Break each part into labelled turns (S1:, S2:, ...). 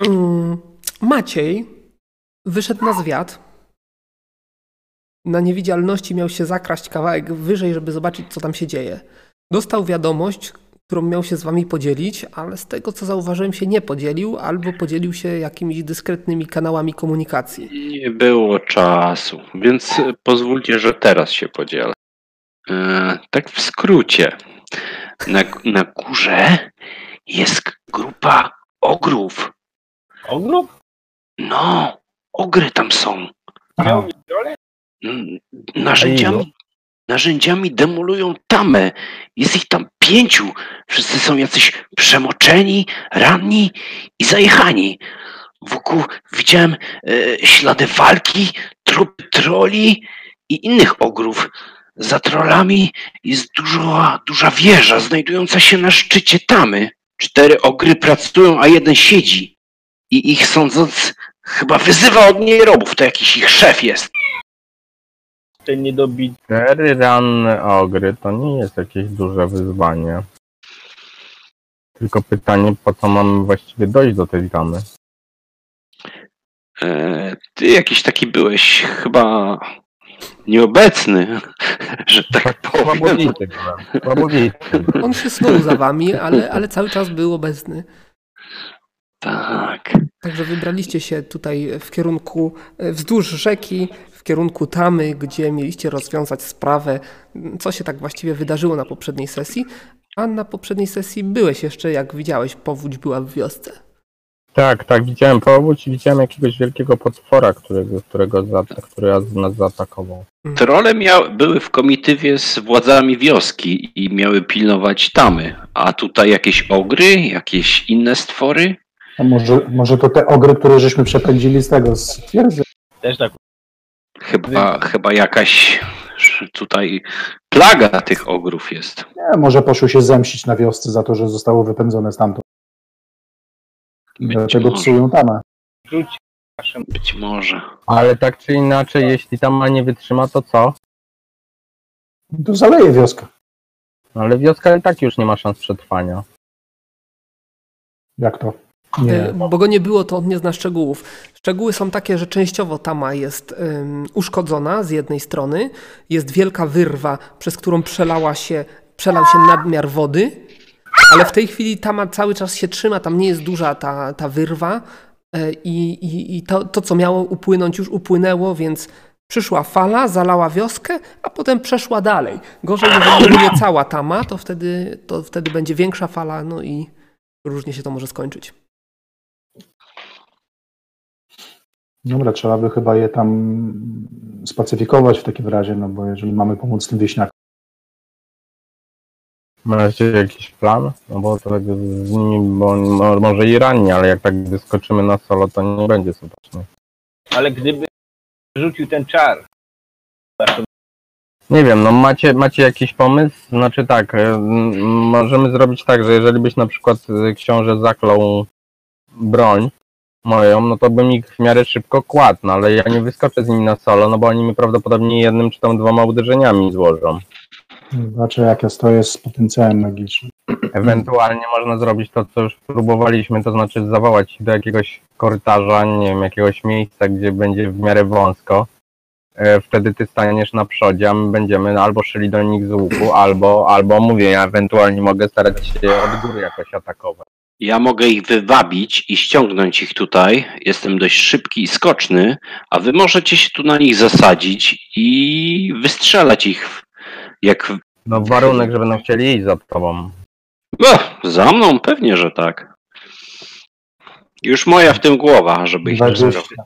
S1: Mm, Maciej wyszedł na zwiat. Na niewidzialności miał się zakraść kawałek wyżej, żeby zobaczyć, co tam się dzieje. Dostał wiadomość, którą miał się z wami podzielić, ale z tego, co zauważyłem, się nie podzielił albo podzielił się jakimiś dyskretnymi kanałami komunikacji.
S2: Nie było czasu, więc e, pozwólcie, że teraz się podzielę. E, tak w skrócie. Na, g- na górze jest k- grupa ogrów.
S3: Ogrom?
S2: No, ogry tam są.
S3: Miał
S4: No.
S5: Aha.
S3: rolę?
S2: N- Narzędziami, narzędziami demolują tamę. Jest ich tam pięciu. Wszyscy są jacyś przemoczeni, ranni i zajechani. Wokół widziałem e, ślady walki, trupy troli i innych ogrów. Za trolami jest duża, duża wieża znajdująca się na szczycie tamy. Cztery ogry pracują, a jeden siedzi. I ich sądząc, chyba wyzywa od niej robów. To jakiś ich szef jest.
S3: Ten niedobity.
S5: Cztery ranne ogry to nie jest jakieś duże wyzwanie. Tylko pytanie, po co mamy właściwie dojść do tej tamy?
S2: E, Ty jakiś taki byłeś chyba nieobecny, że tak powiem.
S5: Słabowity byłem. Słabowity.
S1: On się snuł za wami, ale, ale cały czas był obecny.
S2: Tak.
S1: Także wybraliście się tutaj w kierunku e, wzdłuż rzeki, w kierunku tamy, gdzie mieliście rozwiązać sprawę, m, co się tak właściwie wydarzyło na poprzedniej sesji. A na poprzedniej sesji byłeś jeszcze, jak widziałeś, powódź była w wiosce.
S5: Tak, tak, widziałem powódź i widziałem jakiegoś wielkiego potwora, którego, którego za, który nas zaatakował.
S2: Trole mia- były w komitywie z władzami wioski i miały pilnować tamy, a tutaj jakieś ogry, jakieś inne stwory.
S4: A może, może to te ogry, które żeśmy przepędzili z tego, z twierdzy?
S3: Też tak.
S2: Chyba, chyba jakaś tutaj plaga tych ogrów jest.
S4: Nie, może poszły się zemścić na wiosce za to, że zostało wypędzone stamtąd. I
S2: Być
S4: dlatego
S2: może.
S4: psują tamę.
S3: Rzuć naszym.
S2: Być może.
S5: Ale tak czy inaczej, jeśli tama nie wytrzyma, to co?
S4: To zaleje wioskę.
S5: Ale wioska i tak już nie ma szans przetrwania.
S4: Jak to?
S1: E,
S4: Nie.
S1: Bo go nie było, to on nie zna szczegółów. Szczegóły są takie, że częściowo tama jest ym, uszkodzona z jednej strony, jest wielka wyrwa, przez którą przelała się, przelał się nadmiar wody, ale w tej chwili tama cały czas się trzyma, tam nie jest duża ta, ta wyrwa e, i, i, i to, to, co miało upłynąć, już upłynęło, więc przyszła fala, zalała wioskę, a potem przeszła dalej. Gorzej, jeżeli nie cała tama, to wtedy, to wtedy będzie większa fala, no i różnie się to może skończyć.
S4: Dobra, trzeba by chyba je tam spacyfikować w takim razie, no bo jeżeli mamy pomóc tym wieśniakom.
S5: Macie jakiś plan? No bo to tak z nimi, bo oni mo- może i ranni, ale jak tak wyskoczymy na solo, to nie będzie skutecznie.
S3: Ale gdyby rzucił ten czar. Naszym.
S5: Nie wiem, no macie, macie jakiś pomysł? Znaczy tak, e, m- możemy zrobić tak, że jeżeli byś na przykład e, książę zaklął broń moją, no to bym ich w miarę szybko kładł, no ale ja nie wyskoczę z nimi na solo, no bo oni mi prawdopodobnie jednym czy tam dwoma uderzeniami złożą.
S4: Zobaczę, jak ja stoję z potencjałem magicznym.
S5: Ewentualnie można zrobić to, co już próbowaliśmy, to znaczy zawołać do jakiegoś korytarza, nie wiem, jakiegoś miejsca, gdzie będzie w miarę wąsko. E, Wtedy ty staniesz na przodzie, a my będziemy albo szyli do nich z łuku, albo, albo mówię, ja ewentualnie mogę starać się od góry jakoś atakować.
S2: Ja mogę ich wywabić i ściągnąć ich tutaj. Jestem dość szybki i skoczny, a wy możecie się tu na nich zasadzić i wystrzelać ich. w- Jak. w-
S5: No warunek, że będą chcieli iść za tobą.
S2: O, za mną pewnie, że tak. Już moja w tym głowa, żeby ich nie zrobić.
S4: 20.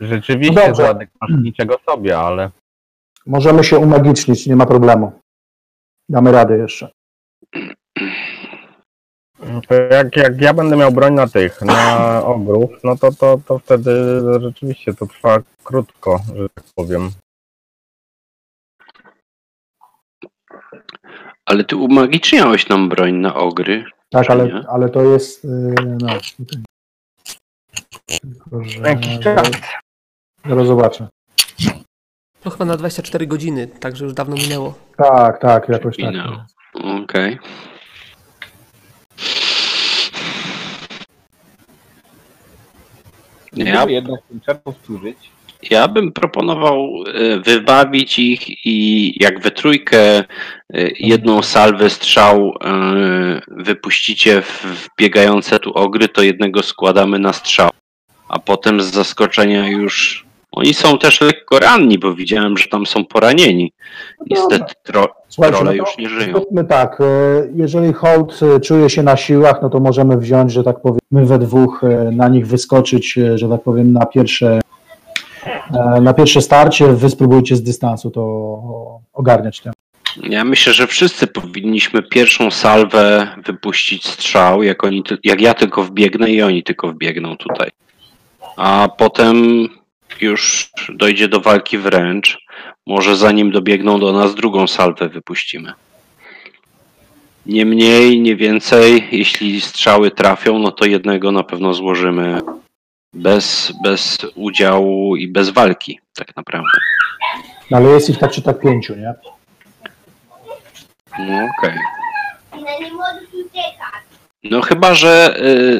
S5: Rzeczywiście,
S4: Dobrze.
S5: Władek, masz niczego sobie, ale
S4: Możemy się umagicznić, nie ma problemu. Damy radę jeszcze.
S5: to jak, jak ja będę miał broń na tych, na ogrów, no to, to, to wtedy rzeczywiście to trwa krótko, że tak powiem.
S2: Ale ty umagiczniałeś nam broń na ogry.
S4: Tak,
S2: Nie?
S4: ale, ale to jest. yy, No, tutaj. Tylko, że...
S5: Jakiś czas.
S4: Zaraz zobaczę.
S1: No chyba na 24 godziny, także już dawno minęło.
S4: Tak, tak, jakoś tak.
S2: Minęło. Okej.
S3: Spróbuję jednak ten czar powtórzyć.
S2: Ja bym proponował e, wybawić ich i jak we trójkę e, jedną salwę strzał e, wypuścicie w w biegające tu ogry, to jednego składamy na strzał. A potem z zaskoczenia już. Oni są też lekko ranni, bo widziałem, że tam są poranieni. Niestety tro,
S4: Słuchajcie,
S2: trole
S4: no
S2: już
S4: to
S2: nie żyją.
S4: zróbmy tak, e, jeżeli Hołd e, czuje się na siłach, no to możemy wziąć, że tak powiem, my we dwóch e, na nich wyskoczyć, e, że tak powiem, na pierwsze e, na pierwsze starcie, wy spróbujcie z dystansu to ogarniać ten.
S2: Ja myślę, że wszyscy powinniśmy pierwszą salwę wypuścić strzał, jak, oni, ty- jak ja tylko wbiegnę i oni tylko wbiegną tutaj. A potem już dojdzie do walki wręcz. Może zanim dobiegną do nas, drugą salwę wypuścimy. Nie mniej, nie więcej. Jeśli strzały trafią, no to jednego na pewno złożymy bez, bez udziału i bez walki, tak naprawdę.
S4: No, ale jest ich tak czy tak pięciu, nie?
S2: No okej.
S6: Nie możesz uciekać.
S2: No chyba, że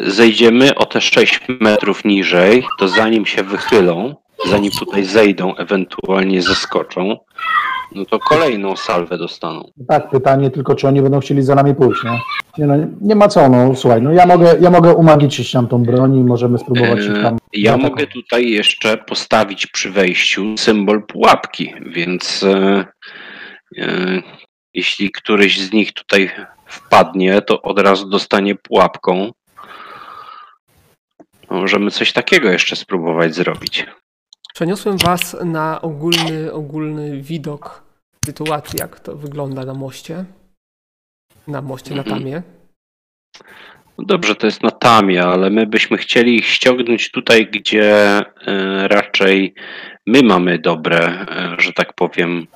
S2: y, zejdziemy o te 6 metrów niżej, to zanim się wychylą, zanim tutaj zejdą, ewentualnie zeskoczą, no to kolejną salwę dostaną.
S4: Tak, pytanie tylko, czy oni będą chcieli za nami pójść, nie? Nie, no, nie ma co, no słuchaj, no ja mogę, ja mogę umagiczyć nam tą broń i możemy spróbować ich
S2: E,
S4: tam...
S2: ja
S4: zaatakować.
S2: mogę tutaj jeszcze postawić przy wejściu symbol pułapki, więc e, e, jeśli któryś z nich tutaj wpadnie, to od razu dostanie pułapką. Możemy coś takiego jeszcze spróbować zrobić.
S1: Przeniosłem was na ogólny, ogólny widok sytuacji, jak to wygląda na moście. Na moście, na
S2: Mhm.
S1: tamie.
S2: No Dobrze, to jest na tamie, ale my byśmy chcieli ich ściągnąć tutaj, gdzie e, raczej my mamy dobre, e, że tak powiem.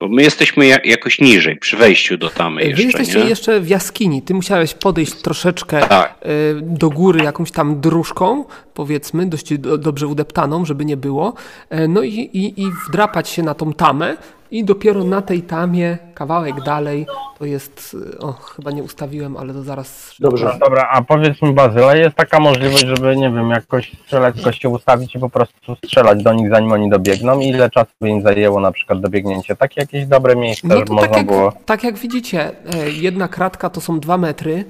S2: Bo my jesteśmy ja- jakoś niżej, przy wejściu do tamy
S1: Wy
S2: jeszcze,
S1: jesteście
S2: nie?
S1: jeszcze w jaskini. Ty musiałeś podejść troszeczkę
S2: Tak,
S1: y, do góry jakąś tam dróżką, powiedzmy, dość do, dobrze udeptaną, żeby nie było, E, no i, i, i wdrapać się na tą tamę i dopiero na tej tamie, kawałek dalej, to jest, y, o, chyba nie ustawiłem, ale to zaraz...
S4: Dobrze.
S5: No Dobra, a powiedz mi Bazyla, jest taka możliwość, żeby, nie wiem, jakoś strzelać, jakoś się ustawić i po prostu strzelać do nich, zanim oni dobiegną? Ile czasu by im zajęło na przykład dobiegnięcie? Takie jakieś dobre miejsce
S1: No to
S5: E, można
S1: tak jak,
S5: było.
S1: tak jak widzicie, e, jedna kratka to są dwa metry,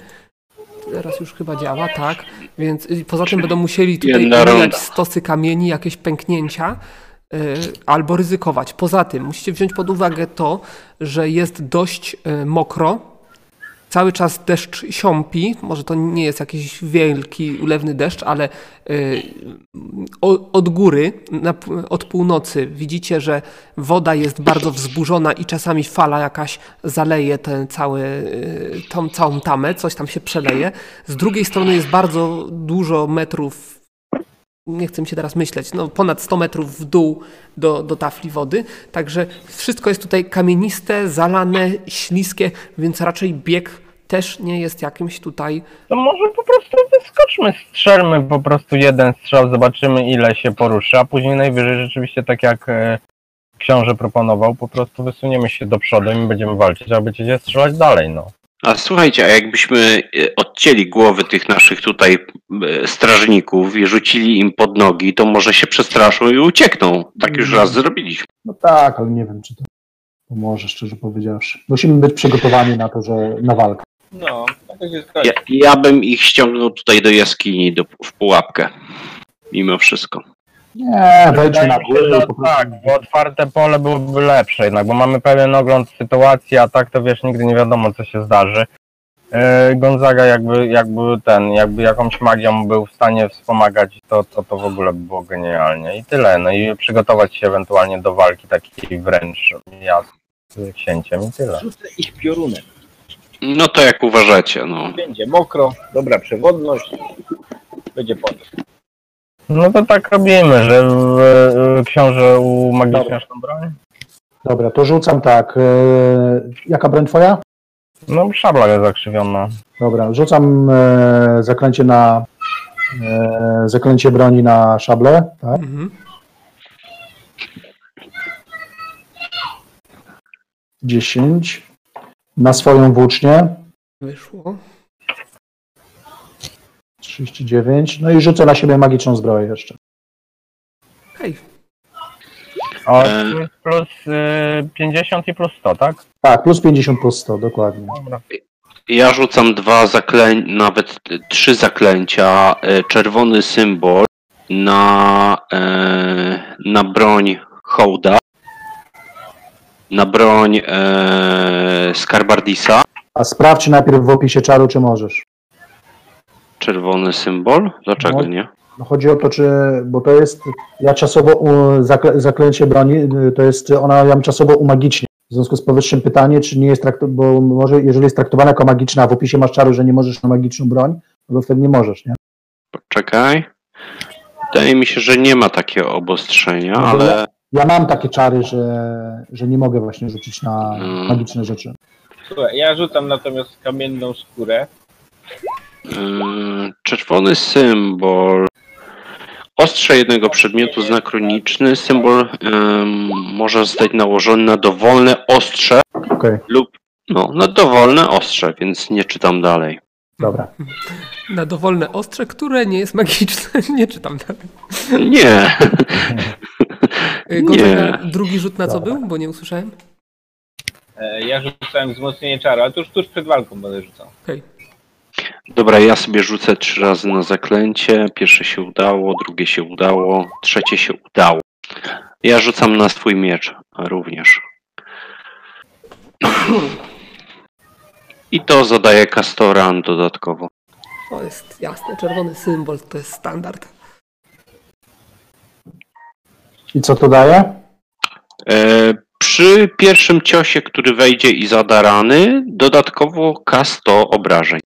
S1: teraz już chyba działa, tak, więc y, poza tym będą musieli tutaj
S2: Jedna
S1: umijać
S2: runda.
S1: stosy kamieni, jakieś pęknięcia, y, albo ryzykować. Poza tym musicie wziąć pod uwagę to, że jest dość y, mokro, cały czas deszcz siąpi, może to nie jest jakiś wielki, ulewny deszcz, ale y, o- od góry, na, p- od północy widzicie, że woda jest bardzo wzburzona i czasami fala jakaś zaleje ten cały, y, tą całą tamę, coś tam się przeleje. Z drugiej strony jest bardzo dużo metrów, nie chcę mi się teraz myśleć, no ponad 100 metrów w dół do, do tafli wody, także wszystko jest tutaj kamieniste, zalane, śliskie, więc raczej bieg też nie jest jakimś tutaj
S5: To może po prostu wyskoczmy, strzelmy po prostu jeden strzał, zobaczymy ile się poruszy, a później najwyżej rzeczywiście tak jak e, książę proponował, po prostu wysuniemy się do przodu i będziemy walczyć, a będziecie strzelać dalej, no.
S2: a słuchajcie, a jakbyśmy e, odcięli głowy tych naszych tutaj e, strażników i rzucili im pod nogi, to może się przestraszą i uciekną. Tak już raz zrobiliśmy.
S4: No tak, ale nie wiem, czy to pomoże, szczerze powiedziawszy. Musimy być przygotowani na to, że na walkę.
S3: No, tak to się skończy.
S2: Ja, ja bym ich ściągnął tutaj do jaskini, do, w pułapkę. Mimo wszystko.
S4: Nie, wejdźmy
S5: Wydaje
S4: na
S5: mi się,
S4: górę.
S5: że
S4: po prostu-
S5: Tak, bo otwarte pole byłoby lepsze jednak, bo mamy pewien ogląd sytuacji, a tak to wiesz, nigdy nie wiadomo co się zdarzy. E, Gonzaga jakby, jakby ten, jakby jakąś magią był w stanie wspomagać, to, to to w ogóle by było genialnie i tyle. No i przygotować się ewentualnie do walki takiej wręcz ja z księciem i tyle.
S3: Rzucę ich piorunem.
S2: No to jak uważacie, no.
S3: Będzie mokro, dobra przewodność. Będzie po nich.
S5: No to tak robimy, że w, e, książę umagiczniasz tą broń?
S4: Dobra, to rzucam tak. e, Jaka broń twoja?
S5: No szabla jest zakrzywiona.
S4: Dobra, rzucam e, zaklęcie na e, zaklęcie broni na szablę, tak?
S1: mhm.
S4: Dziesięć. Na swoją włócznię.
S1: wyszło.
S4: 39. No i rzucę na siebie magiczną zbroję jeszcze.
S1: Hej,
S5: O,
S2: E.
S5: plus, plus y, 50 i plus 100, tak?
S4: Tak, plus 50 plus 100, dokładnie.
S5: Dobra.
S2: Ja rzucam dwa zaklęcia, nawet y, trzy zaklęcia. y, Czerwony symbol na, e, na broń hołda, na broń e, Skarbardisa.
S4: A sprawdź najpierw w opisie czaru, czy możesz.
S2: Czerwony symbol? Dlaczego
S4: No.
S2: nie?
S4: No chodzi o to, czy, bo to jest, ja czasowo u, zakle, zaklęcie broni, y, to jest, ona ja ją czasowo umagicznie. W związku z powyższym pytanie, czy nie jest traktowane, bo może, jeżeli jest traktowana jako magiczna, a w opisie masz czaru, że nie możesz na magiczną broń, no to wtedy nie możesz, nie?
S2: Poczekaj. Wydaje mi się, że nie ma takiego obostrzenia,
S4: No
S2: ale
S4: Ja mam takie czary, że, że nie mogę właśnie rzucić na
S2: Mm.
S4: magiczne rzeczy.
S3: Słuchaj, ja rzucam natomiast kamienną skórę.
S2: y, czerwony symbol. Ostrze jednego przedmiotu znak runiczny. Symbol em, może zostać nałożony na dowolne ostrze
S4: Okej,
S2: lub no, na dowolne ostrze, więc nie czytam dalej.
S4: dobra.
S1: na dowolne ostrze, które nie jest magiczne. Nie czytam dalej.
S2: Nie.
S1: Y, Gorzej,
S2: Nie.
S1: drugi rzut na co
S4: Dobra.
S1: był? Bo nie usłyszałem.
S3: E, Ja rzucałem wzmocnienie czaru, ale to już tuż przed walką będę rzucał.
S2: Dobra, ja sobie rzucę trzy razy na zaklęcie. Pierwsze się udało, drugie się udało, trzecie się udało. Ja rzucam na swój miecz również. I to zadaje Castoran dodatkowo.
S1: To jest jasne, czerwony symbol, to jest standard.
S4: I co to daje?
S2: E, przy pierwszym ciosie, który wejdzie i zada rany, dodatkowo K100 obrażeń.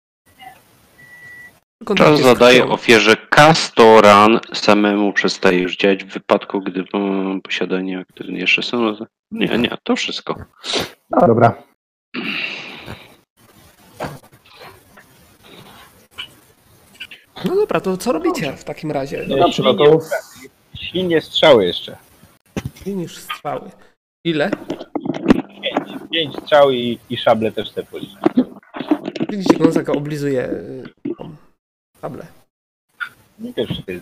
S1: Kontakt
S2: Czas
S1: jest
S2: zadaje
S1: krwią.
S2: ofierze K100 ran, samemu przestaje już działać w wypadku, gdy mm, posiadanie aktywne jeszcze są. Nie, nie, to wszystko.
S4: No, dobra.
S1: No dobra, to co robicie w takim razie?
S3: E,
S4: Dobrze, no
S3: silnie-
S4: to
S3: Silnie strzały jeszcze.
S1: Niż strzały. Ile?
S3: Pięć, pięć strzał i, i szable też te policzę.
S1: Widzicie, Gonzaga oblizuje y, tą tablę.
S3: Nie pierwszy tyle.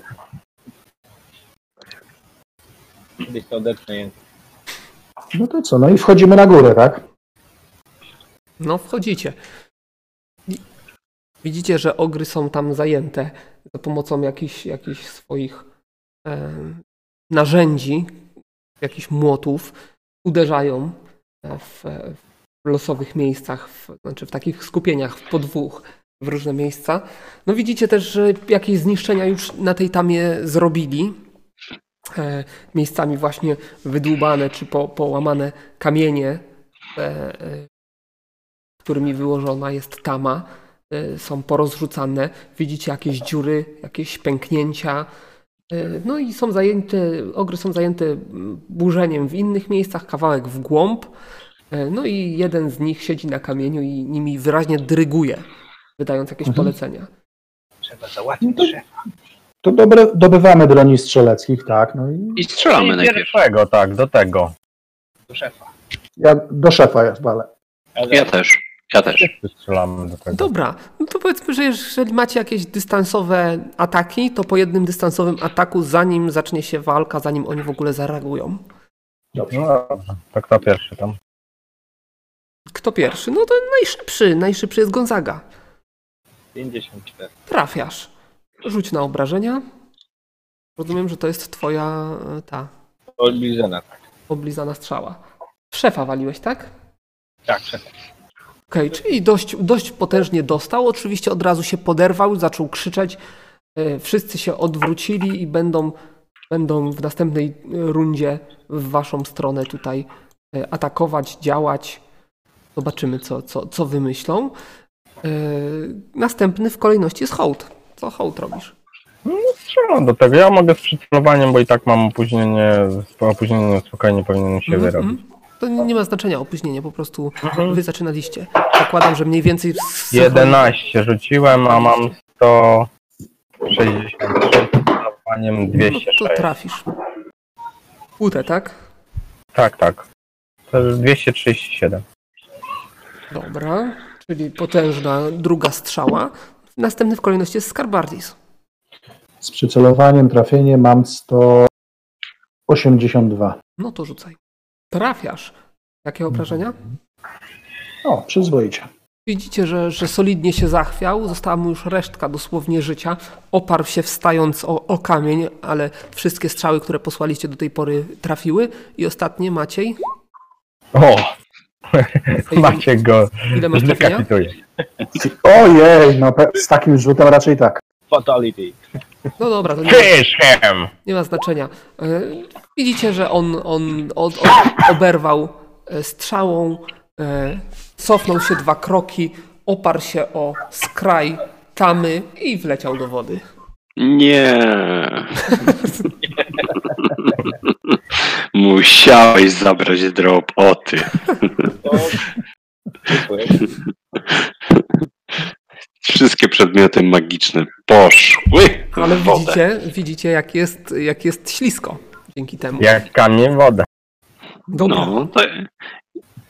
S3: Kiedyś to odetnę je.
S4: No to co, no i wchodzimy na górę, tak?
S1: No, wchodzicie. I- Widzicie, że ogry są tam zajęte za pomocą jakichś, jakichś swoich em, narzędzi, jakichś młotów. Uderzają e, w, w losowych miejscach, w, znaczy w takich skupieniach, w podwóch, w różne miejsca. No widzicie też, że jakieś zniszczenia już na tej tamie zrobili. E, miejscami właśnie wydłubane czy po, połamane kamienie. E, e, którymi wyłożona jest tama, y, są porozrzucane. Widzicie jakieś dziury, jakieś pęknięcia. Y, No i są zajęte, ogry są zajęte mm, burzeniem w innych miejscach, kawałek w głąb. Y, No i jeden z nich siedzi na kamieniu i nimi wyraźnie dryguje, wydając jakieś polecenia.
S3: Trzeba załatwić
S4: No
S3: szefa.
S4: To dobre, dobywamy broni strzeleckich, tak? No i
S2: I strzelamy
S5: I
S2: najpierw.
S5: Pierwszego, tak, do tego.
S3: Do szefa.
S4: ja do szefa ja zwalę.
S3: Ja
S2: Ja
S3: zaraz-
S2: też, ja też.
S5: Wszyscy strzelamy do tego.
S1: Dobra, no to powiedzmy, że jeżeli macie jakieś dystansowe ataki, to po jednym dystansowym ataku, zanim zacznie się walka, zanim oni w ogóle zareagują.
S5: No dobrze, to kto pierwszy tam?
S1: Kto pierwszy? No to najszybszy, najszybszy jest Gonzaga.
S3: 54.
S1: Trafiasz. Rzuć na obrażenia. Rozumiem, że to jest twoja e, ta
S3: Olbizona, tak.
S1: oblizana strzała. W Szefa waliłeś, tak?
S3: Tak, szefa.
S1: Okej, czyli dość, dość potężnie dostał. Oczywiście od razu się poderwał, zaczął krzyczeć. E, Wszyscy się odwrócili i będą, będą w następnej e, rundzie w waszą stronę tutaj e, atakować, działać. Zobaczymy, co, co, co wymyślą. E, Następny w kolejności jest hołd. Co hołd robisz?
S5: Strzelam do tego. Ja mogę z przycelowaniem, bo i tak mam opóźnienie. Opóźnienie spokojnie powinienem się
S1: Mhm,
S5: wyrobić.
S1: mhm. To nie ma znaczenia opóźnienie, po prostu wy zaczynaliście. Zakładam, że mniej więcej... z-
S5: 11 rzuciłem, a mam 163. Celowaniem
S1: No, to
S5: 206.
S1: trafisz. Utę, tak?
S5: Tak, tak. To jest 237.
S1: Dobra, czyli potężna druga strzała. Następny w kolejności jest Skarbardis.
S4: Z przycelowaniem, trafieniem mam 182.
S1: No to rzucaj. Trafiasz. Jakie obrażenia?
S4: O, przyzwoicie.
S1: Widzicie, że, że solidnie się zachwiał, została mu już resztka dosłownie życia. Oparł się wstając o, o kamień, ale wszystkie strzały, które posłaliście do tej pory trafiły. I ostatnie, Maciej,
S5: O! Macie go.
S1: No ile masz trafienia?
S5: Zdekapituje.
S4: Ojej, no pe- z takim rzutem raczej tak.
S3: Fatality.
S1: No dobra, to nie,
S5: Finish him!
S1: nie ma znaczenia. E, Widzicie, że on, on od, od, oberwał e, strzałą, e, cofnął się dwa kroki, oparł się o skraj tamy i wleciał do wody.
S7: Nie. Musiałeś zabrać drop o ty.
S3: To... Dziękuję.
S7: Wszystkie przedmioty magiczne poszły w
S1: Ale
S7: wodę.
S1: widzicie, widzicie jak, jest, jak jest ślisko dzięki temu.
S5: Jak kamień woda.
S1: Dobra. E,
S7: No, to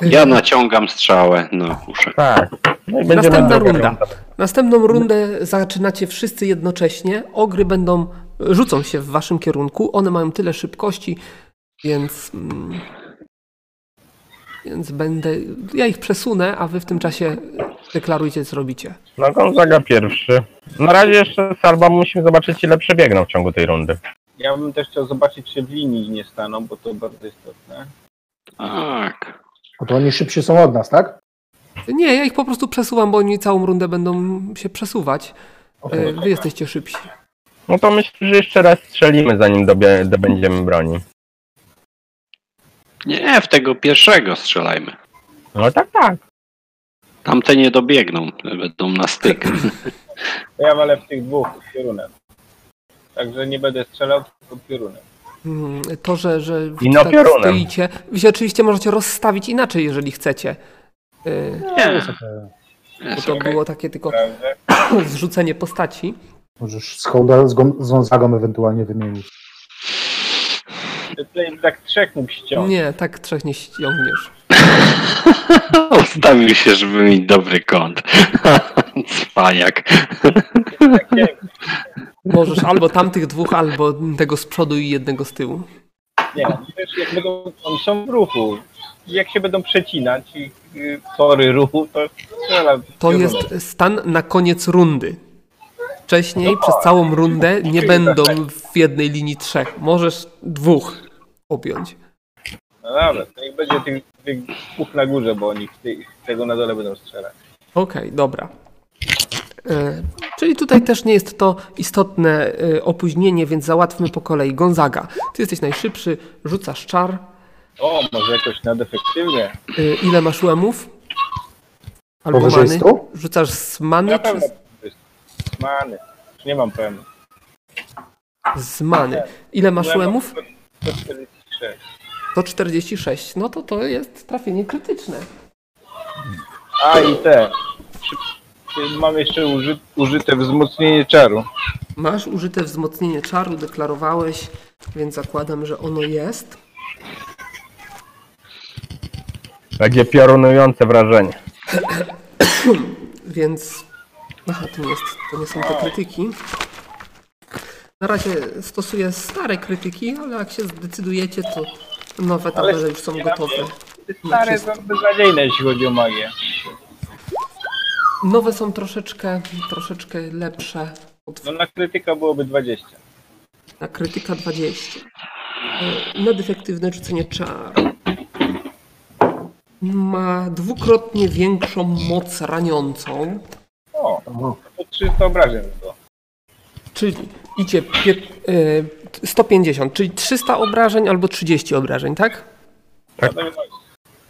S7: ja naciągam strzałę na kuszę.
S5: Tak. No i będziemy
S1: Następna
S5: drugą
S1: runda.
S5: rundę.
S1: Następną rundę zaczynacie wszyscy jednocześnie. Ogry będą rzucą się w waszym kierunku. One mają tyle szybkości, więc mm, więc będę ja ich przesunę, a wy w tym czasie deklarujcie co robicie.
S5: No Gonzaga pierwszy. Na razie jeszcze z Alba musimy zobaczyć ile przebiegną w ciągu tej rundy.
S3: Ja bym też chciał zobaczyć, czy w linii nie staną, bo to bardzo istotne.
S7: Tak.
S4: Bo to oni szybsi są od nas, tak?
S1: Nie, ja ich po prostu przesuwam, bo oni całą rundę będą się przesuwać. E, Wy jesteście szybsi.
S5: No to myślę, że jeszcze raz strzelimy zanim dobie, dobędziemy broni.
S7: Nie, w tego pierwszego strzelajmy.
S5: No tak, tak.
S7: Tamte nie dobiegną, będą na styk.
S3: To ja walę w tych dwóch piorunem. Także nie będę strzelał, tylko piorunem.
S1: Mm, To, że, że wy
S5: I na piorunem.
S1: stoicie. Wy się oczywiście możecie rozstawić inaczej, jeżeli chcecie. E,
S7: Nie,
S1: Bo
S7: jest
S1: to
S7: okej.
S1: było takie tylko
S3: Prawda?
S1: zrzucenie postaci.
S4: Możesz z, Hołda, z, Gon- z Gonzagą ewentualnie wymienić.
S3: Czy Tutaj tak trzech mógł ściągnąć.
S1: Nie, tak trzech nie ściągniesz.
S7: Ustawił się, żeby mieć dobry kąt. Cwaniak.
S3: Takiego.
S1: Możesz albo tamtych dwóch, albo tego z przodu i jednego z tyłu.
S3: Nie, wiesz, jak będą, oni są w ruchu. Jak się będą przecinać i y, tory ruchu, to strzela w
S1: To
S3: piorunem.
S1: jest stan na koniec rundy. Wcześniej przez całą rundę nie będą w jednej linii trzech. Możesz dwóch objąć.
S3: No dobra, to niech będzie tych, tych dwóch na górze, bo oni z tej- z tego na dole będą strzelać.
S1: Okej, dobra. E, Czyli tutaj też nie jest to istotne e, opóźnienie, więc załatwmy po kolei. Gonzaga, ty jesteś najszybszy, rzucasz czar.
S3: O, może jakoś nadefektywnie.
S1: Y, Ile masz łemów? Albo
S4: Powyżej
S1: many?
S4: 100?
S1: Rzucasz z many
S3: Na
S1: No czy
S3: pewno
S1: z,
S3: many. Nie mam pewno.
S1: z many? Ile masz łemów?
S3: 146.
S1: To 46. No to to jest trafienie krytyczne.
S3: A i te. Czy, czy mam jeszcze uży, użyte wzmocnienie czaru.
S1: Masz użyte wzmocnienie czaru, deklarowałeś, więc zakładam, że ono jest.
S5: Będzie piorunujące wrażenie.
S1: Więc. Aha, to nie, jest, to nie są te krytyki. Na razie stosuję stare krytyki, ale jak się zdecydujecie, to nowe tabele już są gotowe. No
S3: Stare są beznadziejne, jeśli chodzi o magię.
S1: Nowe są troszeczkę, troszeczkę lepsze od
S3: No na krytyka byłoby 20.
S1: Na krytyka 20. E, Na defektywne rzucenie czar. Ma dwukrotnie większą moc raniącą,
S3: O, to 300 obrażeń było.
S1: czyli idzie pie- e, 150, czyli 300 obrażeń albo 30 obrażeń, tak?
S3: Tak. Tylko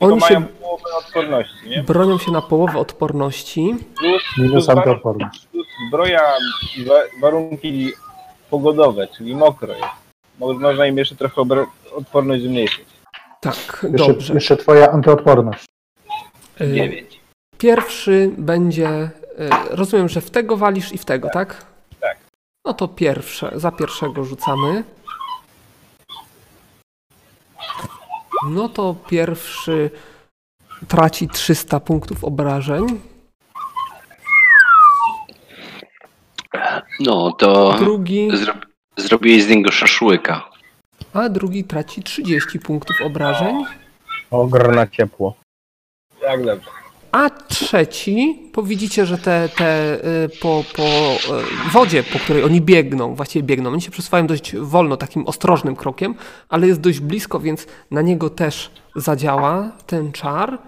S1: Oni
S3: mają
S1: się
S3: połowę odporności, nie?
S1: bronią się na połowę odporności.
S3: Plus,
S4: Minus
S3: plus, warun-
S4: antyodporność.
S3: plus zbroja i wa- warunki pogodowe, czyli mokro jest. Mo- Można im jeszcze trochę obra- odporność zmniejszyć.
S1: Tak,
S4: Jeszcze,
S1: dobrze.
S4: jeszcze twoja antyodporność.
S1: E,
S3: 9.
S1: Pierwszy będzie. e, Rozumiem, że w tego walisz i w tego, tak?
S3: Tak.
S1: No to pierwsze. Za pierwszego rzucamy. No to pierwszy traci 300 punktów obrażeń.
S7: No, to
S1: Drugi,
S7: zro... zrobiłeś z niego szaszłyka.
S1: a drugi traci 30 punktów obrażeń,
S5: Ogrna ciepło.
S3: Jak Tak, dobrze.
S1: a trzeci, bo widzicie, że te, te y, po, po y, wodzie, po której oni biegną, właściwie biegną, oni się przesuwają dość wolno, takim ostrożnym krokiem, ale jest dość blisko, więc na niego też zadziała ten czar.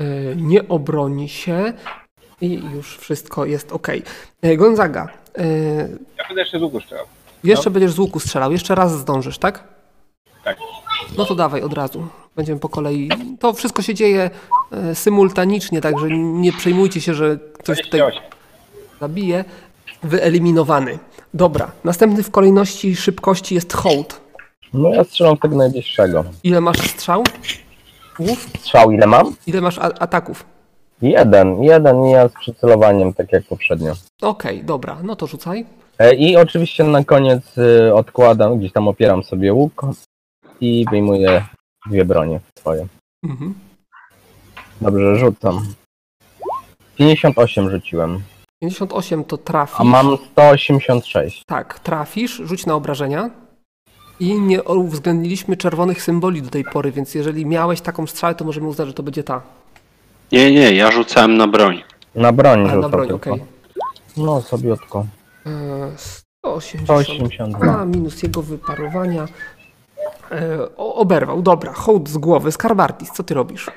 S1: Y, Nie obroni się i już wszystko jest ok. Gonzaga, y,
S3: Ja będę jeszcze z łuku strzelał.
S1: Jeszcze będziesz z łuku strzelał, jeszcze raz zdążysz, tak?
S3: Tak.
S1: No to dawaj od razu. Będziemy po kolei. To wszystko się dzieje e, symultanicznie, także nie przejmujcie się, że ktoś tutaj
S3: 28.
S1: zabije. Wyeliminowany. Dobra, następny w kolejności szybkości jest hołd.
S5: No ja strzelam tego najbliższego.
S1: Ile masz strzał? Łów?
S5: Strzał ile mam?
S1: Ile masz a- ataków?
S5: Jeden, jeden i ja z przycelowaniem, tak jak poprzednio.
S1: Okej, dobra, no to rzucaj.
S5: E, I oczywiście na koniec y, odkładam, gdzieś tam opieram sobie łuk i wyjmuję dwie bronie swoje.
S1: Mhm.
S5: Dobrze, rzucam. 58 rzuciłem,
S1: 58 to trafisz.
S5: a mam 186.
S1: Tak, trafisz, rzuć na obrażenia. I nie uwzględniliśmy czerwonych symboli do tej pory, więc jeżeli miałeś taką strzałę, to możemy uznać, że to będzie ta.
S7: Nie, nie, ja rzucałem na broń.
S5: Na broń
S1: A,
S5: rzucam
S1: na broń,
S5: tylko.
S1: okej.
S5: No, sobiutko.
S1: E, 180.
S5: 182.
S1: A, minus jego wyparowania. E, o- oberwał, dobra, hołd z głowy. Skarbartis, co ty robisz?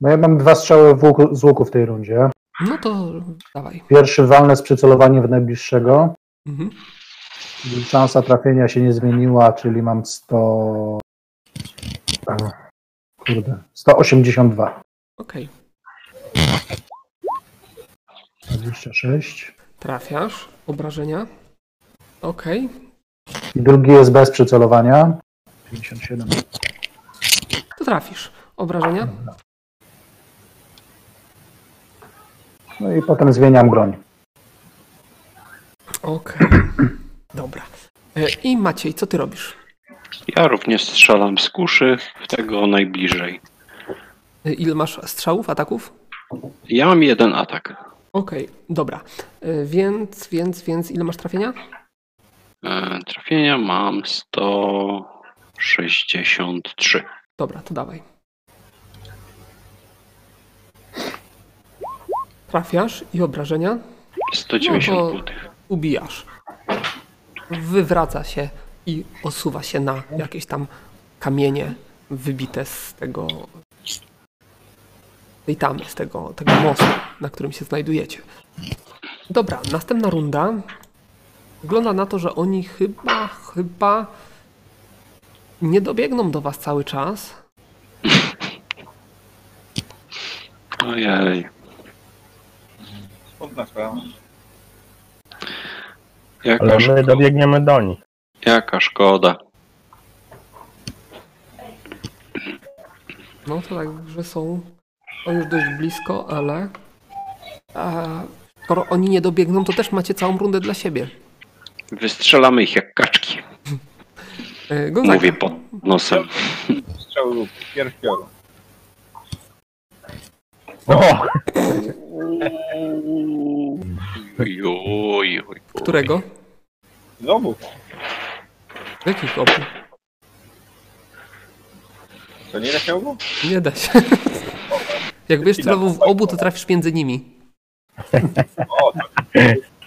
S4: No ja mam dwa strzały w łuku, z łuku w tej rundzie.
S1: No to dawaj.
S4: Pierwszy walne z przycelowaniem w najbliższego.
S1: Mhm.
S4: Szansa trafienia się nie zmieniła, czyli mam 100. Ach, Kurde, 182.
S1: Okej,
S4: 26.
S1: trafiasz, obrażenia. Okej,
S4: I drugi jest bez przycelowania. 57.
S1: to trafisz. Obrażenia?
S4: No i potem zmieniam broń.
S1: Okej, dobra. E, I Maciej, co ty robisz?
S7: Ja również strzelam z kuszy w tego najbliżej.
S1: Ile masz strzałów, ataków?
S7: Ja mam jeden atak.
S1: Okej, dobra. Y, Więc, więc, więc, ile masz trafienia?
S7: E, Trafienia mam 163.
S1: Dobra, to dawaj. Trafiasz i obrażenia
S7: 190
S1: No to-
S7: złotych.
S1: ubijasz. Wywraca się i osuwa się na jakieś tam kamienie wybite z tego tej tamy, z tego, tego mostu, na którym się znajdujecie. Dobra, następna runda. Wygląda na to, że oni chyba, chyba nie dobiegną do was cały czas.
S7: Ojej.
S3: Smutna sprawa.
S5: Ale
S7: Jaka,
S5: my
S7: szko-
S5: dobiegniemy do nich.
S7: jaka szkoda.
S1: No to tak, że są oni już dość blisko, ale a, skoro oni nie dobiegną, to też macie całą rundę dla siebie.
S7: Wystrzelamy ich jak kaczki.
S1: E, Gonzaga,
S7: Mówię pod nosem.
S3: Strzały łuk. Pierw piorun.
S5: O,
S7: Oj, oj.
S1: którego?
S3: Znowu.
S1: Jakich obu?
S3: To nie da się obu?
S1: Nie da się. Jak wiesz, celowo w obu, to trafisz między nimi.
S3: O, tak.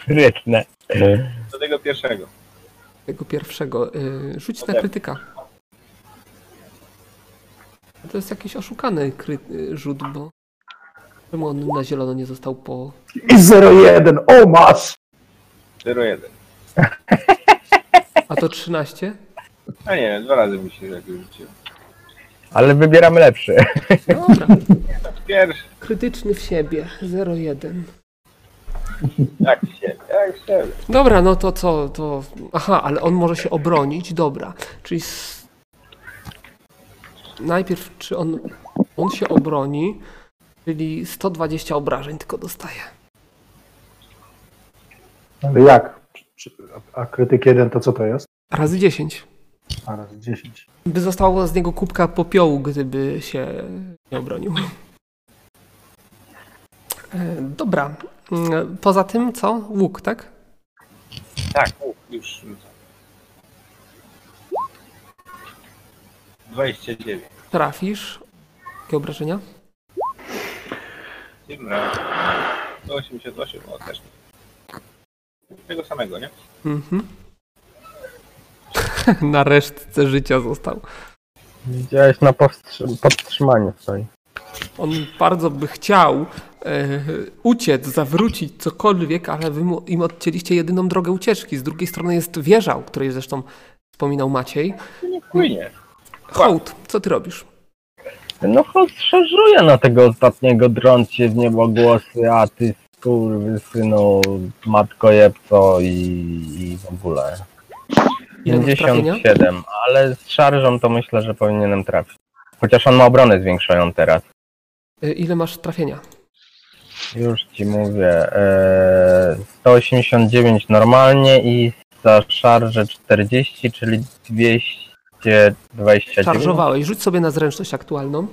S5: krytne.
S3: Do tego pierwszego.
S1: Tego pierwszego. E, Rzuć na krytyka. To jest jakiś oszukany kry... e, rzut, bo... Czemu on na zielono nie został po...
S4: I 01. O masz!
S3: 0-1.
S1: A to 13?
S3: A nie wiem, dwa razy mi się lepiej rzuciło.
S5: Ale wybieramy lepszy.
S1: Dobra.
S3: Pierwszy.
S1: Krytyczny w siebie. 01.
S3: Jak się, jak się.
S1: Dobra, no to co, to... Aha, ale on może się obronić, dobra. Czyli s... najpierw czy on... On się obroni, czyli 120 obrażeń tylko dostaje.
S4: Ale jak? A krytyk 1 to co to jest?
S1: Razy 10.
S4: A raz 10.
S1: By zostało z niego kubka popiołu, gdyby się nie obronił. E, dobra, Mm, Poza tym co? Łuk, tak?
S3: Tak, u, już rzucam. 29.
S1: Trafisz. Jakie obrażenia?
S3: Tym razem. 188, o no też. Tego samego, nie?
S1: Mhm. Na resztce życia został.
S5: Widziałeś na powstrzy- podtrzymaniu stoi.
S1: On bardzo by chciał e, uciec, zawrócić cokolwiek, ale wy mu, im odcięliście jedyną drogę ucieczki. Z drugiej strony jest wieża, o której zresztą wspominał Maciej.
S3: Płynie.
S1: Hołd, co ty robisz?
S5: No chodź, szarżuję na tego ostatniego, drąc się w niebo głosy, a ty skurwysynu, matko jebco i, i w ogóle.
S1: Ile masz trafienia?
S5: 57, ale z szarżą to myślę, że powinienem trafić. Chociaż on ma obronę zwiększoną teraz.
S1: E, ile masz trafienia?
S5: Już ci mówię. E, 189 normalnie i za szarże 40, czyli 229.
S1: Szarżowałeś. Rzuć sobie na zręczność aktualną.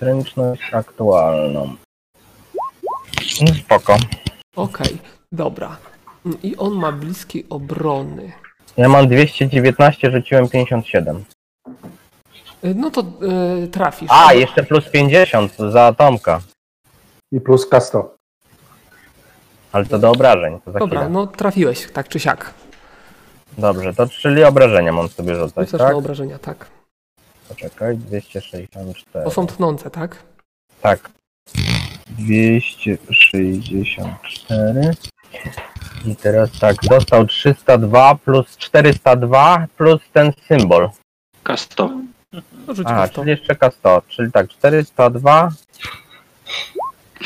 S5: Zręczność aktualną. No spoko.
S1: Okej, dobra. Mm, I on ma bliskiej obrony.
S5: Ja mam 219, rzuciłem 57.
S1: E, No to e, trafisz.
S5: A, jeszcze plus 50 za Tomka.
S4: I plus K100.
S5: Ale to do obrażeń. To za
S1: Dobra,
S5: chwilę.
S1: no trafiłeś, tak czy siak.
S5: Dobrze, to czyli obrażenia mam sobie rzucać,
S1: Rzucasz
S5: tak?
S1: na obrażenia, tak.
S5: Poczekaj, 264.
S1: Bo są tnące, tak?
S5: Tak. 264. I teraz tak, dostał 302 plus 402 plus ten symbol.
S7: Kasto.
S1: No rzuć
S5: A,
S1: Aha, to.
S5: czyli jeszcze K100, czyli tak, 402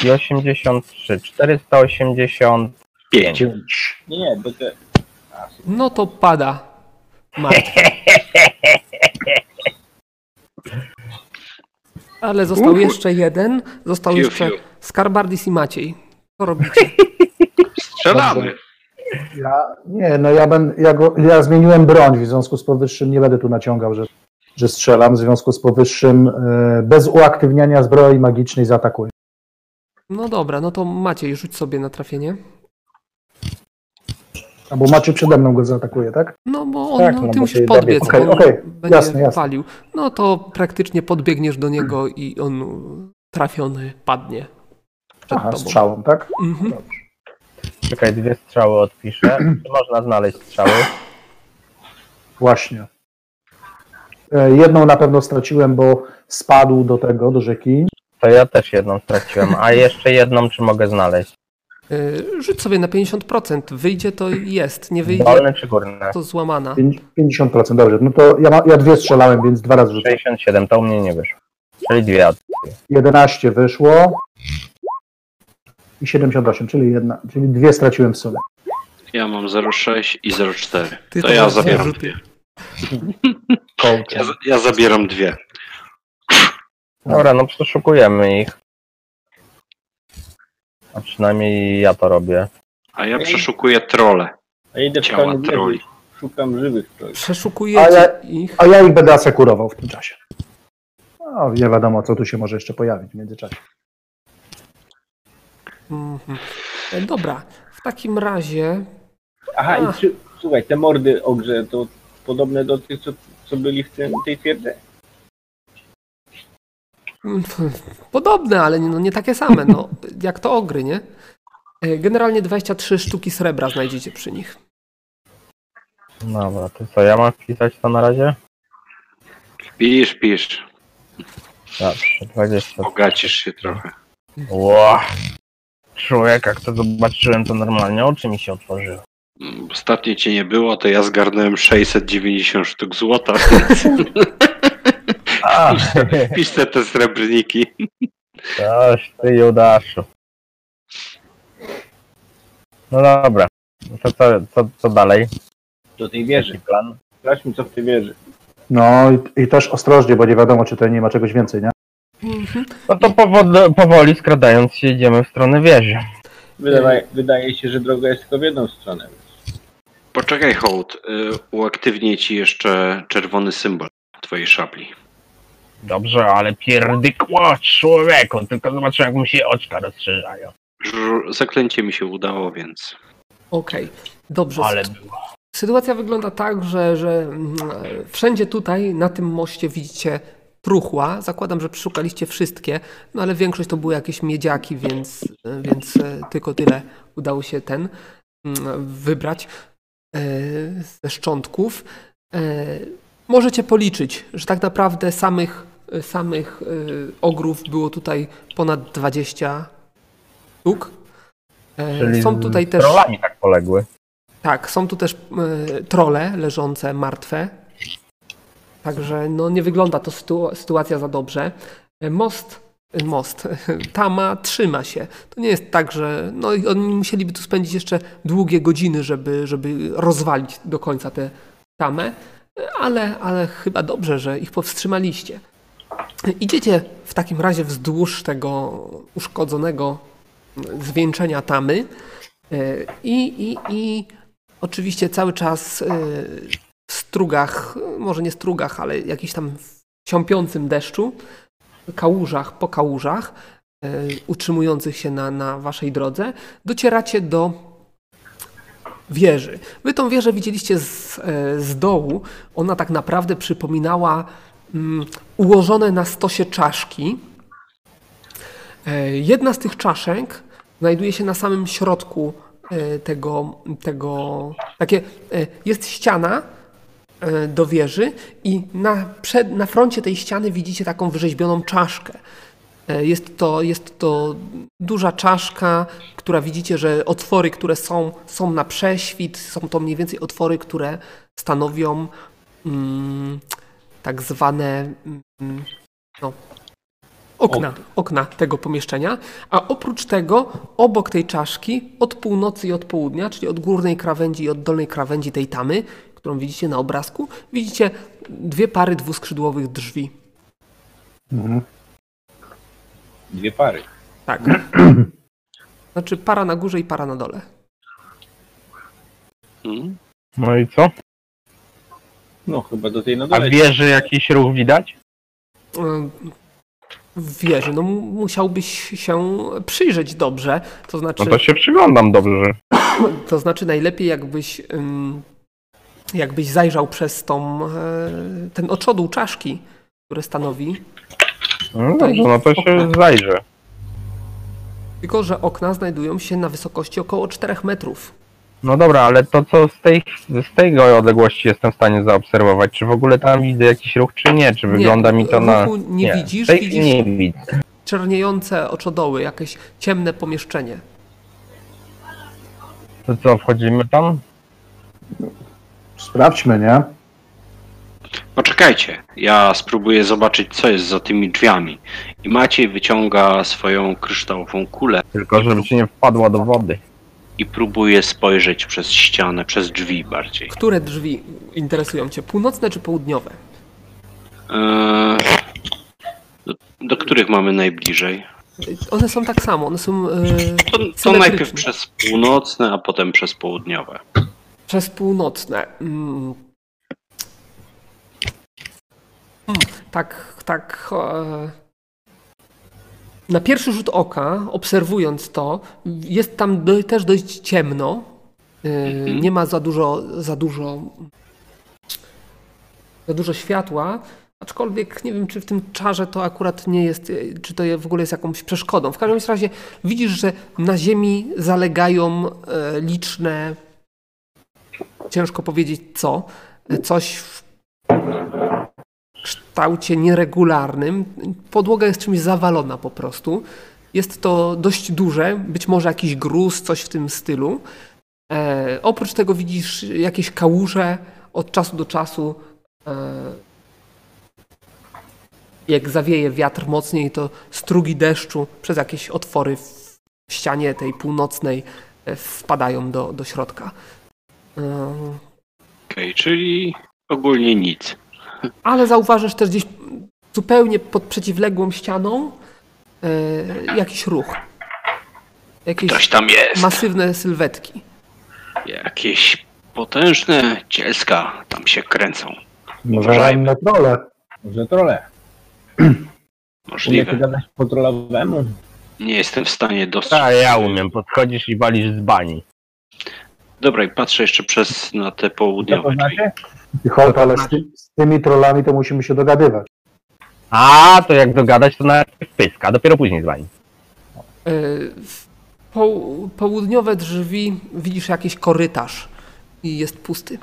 S5: i 83, 480.
S7: Pięć.
S3: Nie, nie, bo te... A,
S1: No to pada. Martwy. Ale został
S7: Uhu.
S1: jeszcze jeden. Został
S7: Fiu,
S1: jeszcze
S7: fiu.
S1: Skarbardis i Maciej. Co robicie?
S7: Strzelamy.
S4: Ja, nie, no ja, ben, ja, go, ja zmieniłem broń, w związku z powyższym nie będę tu naciągał, że, że strzelam, w związku z powyższym e, bez uaktywniania zbroi magicznej zaatakuję.
S1: No dobra, no to Maciej, rzuć sobie na trafienie.
S4: Albo macie przede mną go zaatakuje, tak?
S1: No bo on
S5: Tak,
S1: no,
S5: no
S1: ty
S5: bo
S1: musisz
S5: się
S1: podbiec,
S4: dobiec.
S1: on
S4: Okej, okej,
S1: będzie
S4: jasne, jasne.
S1: palił. No to praktycznie podbiegniesz do niego i on trafiony padnie przed
S4: Aha,
S1: tobą.
S4: strzałą, tak?
S1: Mhm.
S5: Czekaj, dwie strzały odpiszę. Czy można znaleźć strzały?
S4: Właśnie. E, jedną na pewno straciłem, bo spadł do tego, do rzeki.
S5: To ja też jedną straciłem, a jeszcze jedną czy mogę znaleźć?
S1: Y, Rzuć sobie na 50%. Wyjdzie to jest, nie wyjdzie
S5: Dolne czy górne?
S1: to złamana.
S4: Pięć- 50%, dobrze. No to ja, ma, ja dwie strzelałem, więc dwa razy rzucę.
S5: 67, to u mnie nie wyszło. Czyli dwie.
S4: 11 wyszło. I 78, czyli jedna, czyli dwie straciłem w sumie.
S7: Ja mam 0,6 i 0,4.
S1: Ty
S7: To
S1: to
S7: ja
S1: masz
S7: zabieram
S1: zarzuty.
S7: dwie.
S5: Kołczy.
S7: Ja, ja zabieram dwie.
S5: Dobra, no przeszukujemy ich. A przynajmniej ja to robię.
S7: A ja przeszukuję trole.
S3: a idę w
S7: Ciała
S3: pełni wiedzy.
S7: troli.
S3: Szukam żywych troli.
S1: Przeszukujecie
S4: Ale-
S1: ich.
S4: A ja ich będę asekurował w tym czasie. No, nie wiadomo, co tu się może jeszcze pojawić w międzyczasie.
S1: Mhm. E, Dobra, w takim razie
S3: Aha,
S1: Ach.
S3: i czy, słuchaj, te mordy ogrze to podobne do tych, co, co byli w tym, tej twierdzy?
S1: mm, podobne, ale nie- no nie takie same, no, jak to ogry, nie? E, Generalnie 23 sztuki srebra znajdziecie przy nich.
S5: Dobra, to co, ja mam wpisać to na razie?
S7: Pisz, pisz.
S5: Dobrze, 20.
S7: Bogacisz się trochę.
S5: Ło! Człowiek, jak to zobaczyłem, to normalnie oczy mi się otworzyły.
S7: Mm, Ostatnio cię nie było, to ja zgarnąłem 690 sztuk złota, więc
S5: A,
S7: pisz te, te srebrniki.
S5: coś ty judaszu. No dobra, to co, co, co dalej?
S3: Do tej wieży.
S5: Jaki plan?
S3: Sprawdźmy, co w tej wieży.
S4: No i, i też ostrożnie, bo nie wiadomo, czy tutaj nie ma czegoś więcej, nie?
S5: No to powod- powoli skradając się idziemy w stronę wieży.
S3: Wydaje, wydaje się, że droga jest tylko w jedną stronę.
S7: Poczekaj, hołd. y, Uaktywnię ci jeszcze czerwony symbol twojej szabli.
S5: Dobrze, ale pierdykło człowieku, tylko zobaczyłem jak mu się oczka rozszerzają.
S7: Żr- Zaklęcie mi się udało, więc.
S1: Okej, dobrze.
S2: Ale
S1: Sytuacja wygląda tak, że, że mm, wszędzie tutaj na tym moście widzicie truchła. Zakładam, że przeszukaliście wszystkie, no ale większość to były jakieś miedziaki, więc, więc e, tylko tyle udało się ten mm, wybrać e, ze szczątków. E, Możecie policzyć, że tak naprawdę samych, samych e, ogrów było tutaj ponad 20 sztuk. E,
S5: Czyli
S1: Są tutaj
S5: z
S1: też.
S5: trollami tak poległy.
S1: Tak, są tu też y, trole leżące, martwe. Także no, nie wygląda to sytu- sytuacja za dobrze. Y, Most, y, most, Tama trzyma się. To nie jest tak, że no, i oni musieliby tu spędzić jeszcze długie godziny, żeby, żeby rozwalić do końca tę Tamę, Y, ale, ale chyba dobrze, że ich powstrzymaliście. Y, Idziecie w takim razie wzdłuż tego uszkodzonego y, zwieńczenia Tamy. Y, I, i, i oczywiście cały czas y, w strugach, y, może nie strugach, ale jakiś tam w siąpiącym deszczu, kałużach po kałużach, y, utrzymujących się na, na waszej drodze, docieracie do wieży. Wy tą wieżę widzieliście z, y, z dołu. Ona tak naprawdę przypominała mm, ułożone na stosie czaszki. E, Jedna z tych czaszek znajduje się na samym środku e, tego, tego takie, e, jest ściana e, do wieży i na, przed, na froncie tej ściany widzicie taką wyrzeźbioną czaszkę. E, Jest to, jest to duża czaszka, która widzicie, że otwory, które są, są na prześwit, są to mniej więcej otwory, które stanowią mm, tak zwane mm, no, okna, okna tego pomieszczenia, a oprócz tego obok tej czaszki od północy i od południa, czyli od górnej krawędzi i od dolnej krawędzi tej tamy, którą widzicie na obrazku, widzicie dwie pary dwuskrzydłowych drzwi.
S3: Dwie pary.
S1: Tak. Znaczy para na górze i para na dole.
S7: Mm.
S5: No i co?
S3: No, chyba do tej na
S5: A
S3: dole.
S5: wieży jakiś ruch widać?
S1: Ym, Yy, Wieży, no mu- musiałbyś się przyjrzeć dobrze, to znaczy...
S5: No to się przyglądam dobrze.
S1: To znaczy najlepiej jakbyś, ym, jakbyś zajrzał przez tą, e, ten oczodół czaszki, który stanowi.
S5: No dobrze, no to się zajrzę.
S1: Tylko, że okna znajdują się na wysokości około 4 metrów.
S5: No dobra, ale to co z tej, z tej odległości jestem w stanie zaobserwować? Czy w ogóle tam widzę jakiś ruch, czy nie? Czy wygląda mi to na...
S1: ruchu nie widzisz,
S5: w tej
S1: widzisz-
S5: chwili nie widzę.
S1: Czerniejące oczodoły, jakieś ciemne pomieszczenie.
S5: To co, wchodzimy tam?
S4: Sprawdźmy, nie?
S7: Poczekajcie, No ja spróbuję zobaczyć, co jest za tymi drzwiami. I Maciej wyciąga swoją kryształową kulę
S5: Tylko żeby ci nie wpadła do wody.
S7: i próbuje spojrzeć przez ścianę, przez drzwi bardziej.
S1: Które drzwi interesują Cię? Północne czy południowe?
S7: Eee, do, do których mamy najbliżej?
S1: One są tak samo, one są e,
S7: To, to
S1: symetryczne.
S7: najpierw przez północne, a potem przez południowe.
S1: Przez północne. Mm. Mm, Tak, tak. E... Na pierwszy rzut oka, obserwując to, jest tam do, też dość ciemno. Y, Nie ma za dużo, za dużo, za dużo światła. Aczkolwiek nie wiem, czy w tym czarze to akurat nie jest, y, czy to je- w ogóle jest jakąś przeszkodą. W każdym razie widzisz, że na ziemi zalegają e, liczne ciężko powiedzieć co. Coś w kształcie nieregularnym. Podłoga jest czymś zawalona po prostu. Jest to dość duże, być może jakiś gruz, coś w tym stylu. E, oprócz tego widzisz jakieś kałuże od czasu do czasu. E, jak zawieje wiatr mocniej, to strugi deszczu przez jakieś otwory w ścianie tej północnej e, wpadają do, do środka. E,
S7: Okej, czyli ogólnie nic.
S1: ale zauważysz też gdzieś zupełnie pod przeciwległą ścianą e, jakiś ruch.
S7: Ktoś
S1: Jakieś
S7: tam jest.
S1: masywne sylwetki.
S7: Jakieś potężne cielska tam się kręcą.
S4: Może
S7: Uważajmy.
S4: na trole.
S3: Może trole. Umiecie
S7: Możliwe.
S3: gadać po trolowemu?
S7: Nie jestem w stanie dostrzec.
S5: A ja umiem, podchodzisz i walisz z bani.
S7: Dobra, i patrzę jeszcze przez na te południowe
S5: znaczy?
S7: drzwi.
S4: I Holt, ale z, ty, z tymi trollami to musimy się dogadywać.
S5: A, to jak dogadać, to najpierw pyska, dopiero później z bani.
S1: Y, w Po, południowe drzwi widzisz jakiś korytarz i jest pusty.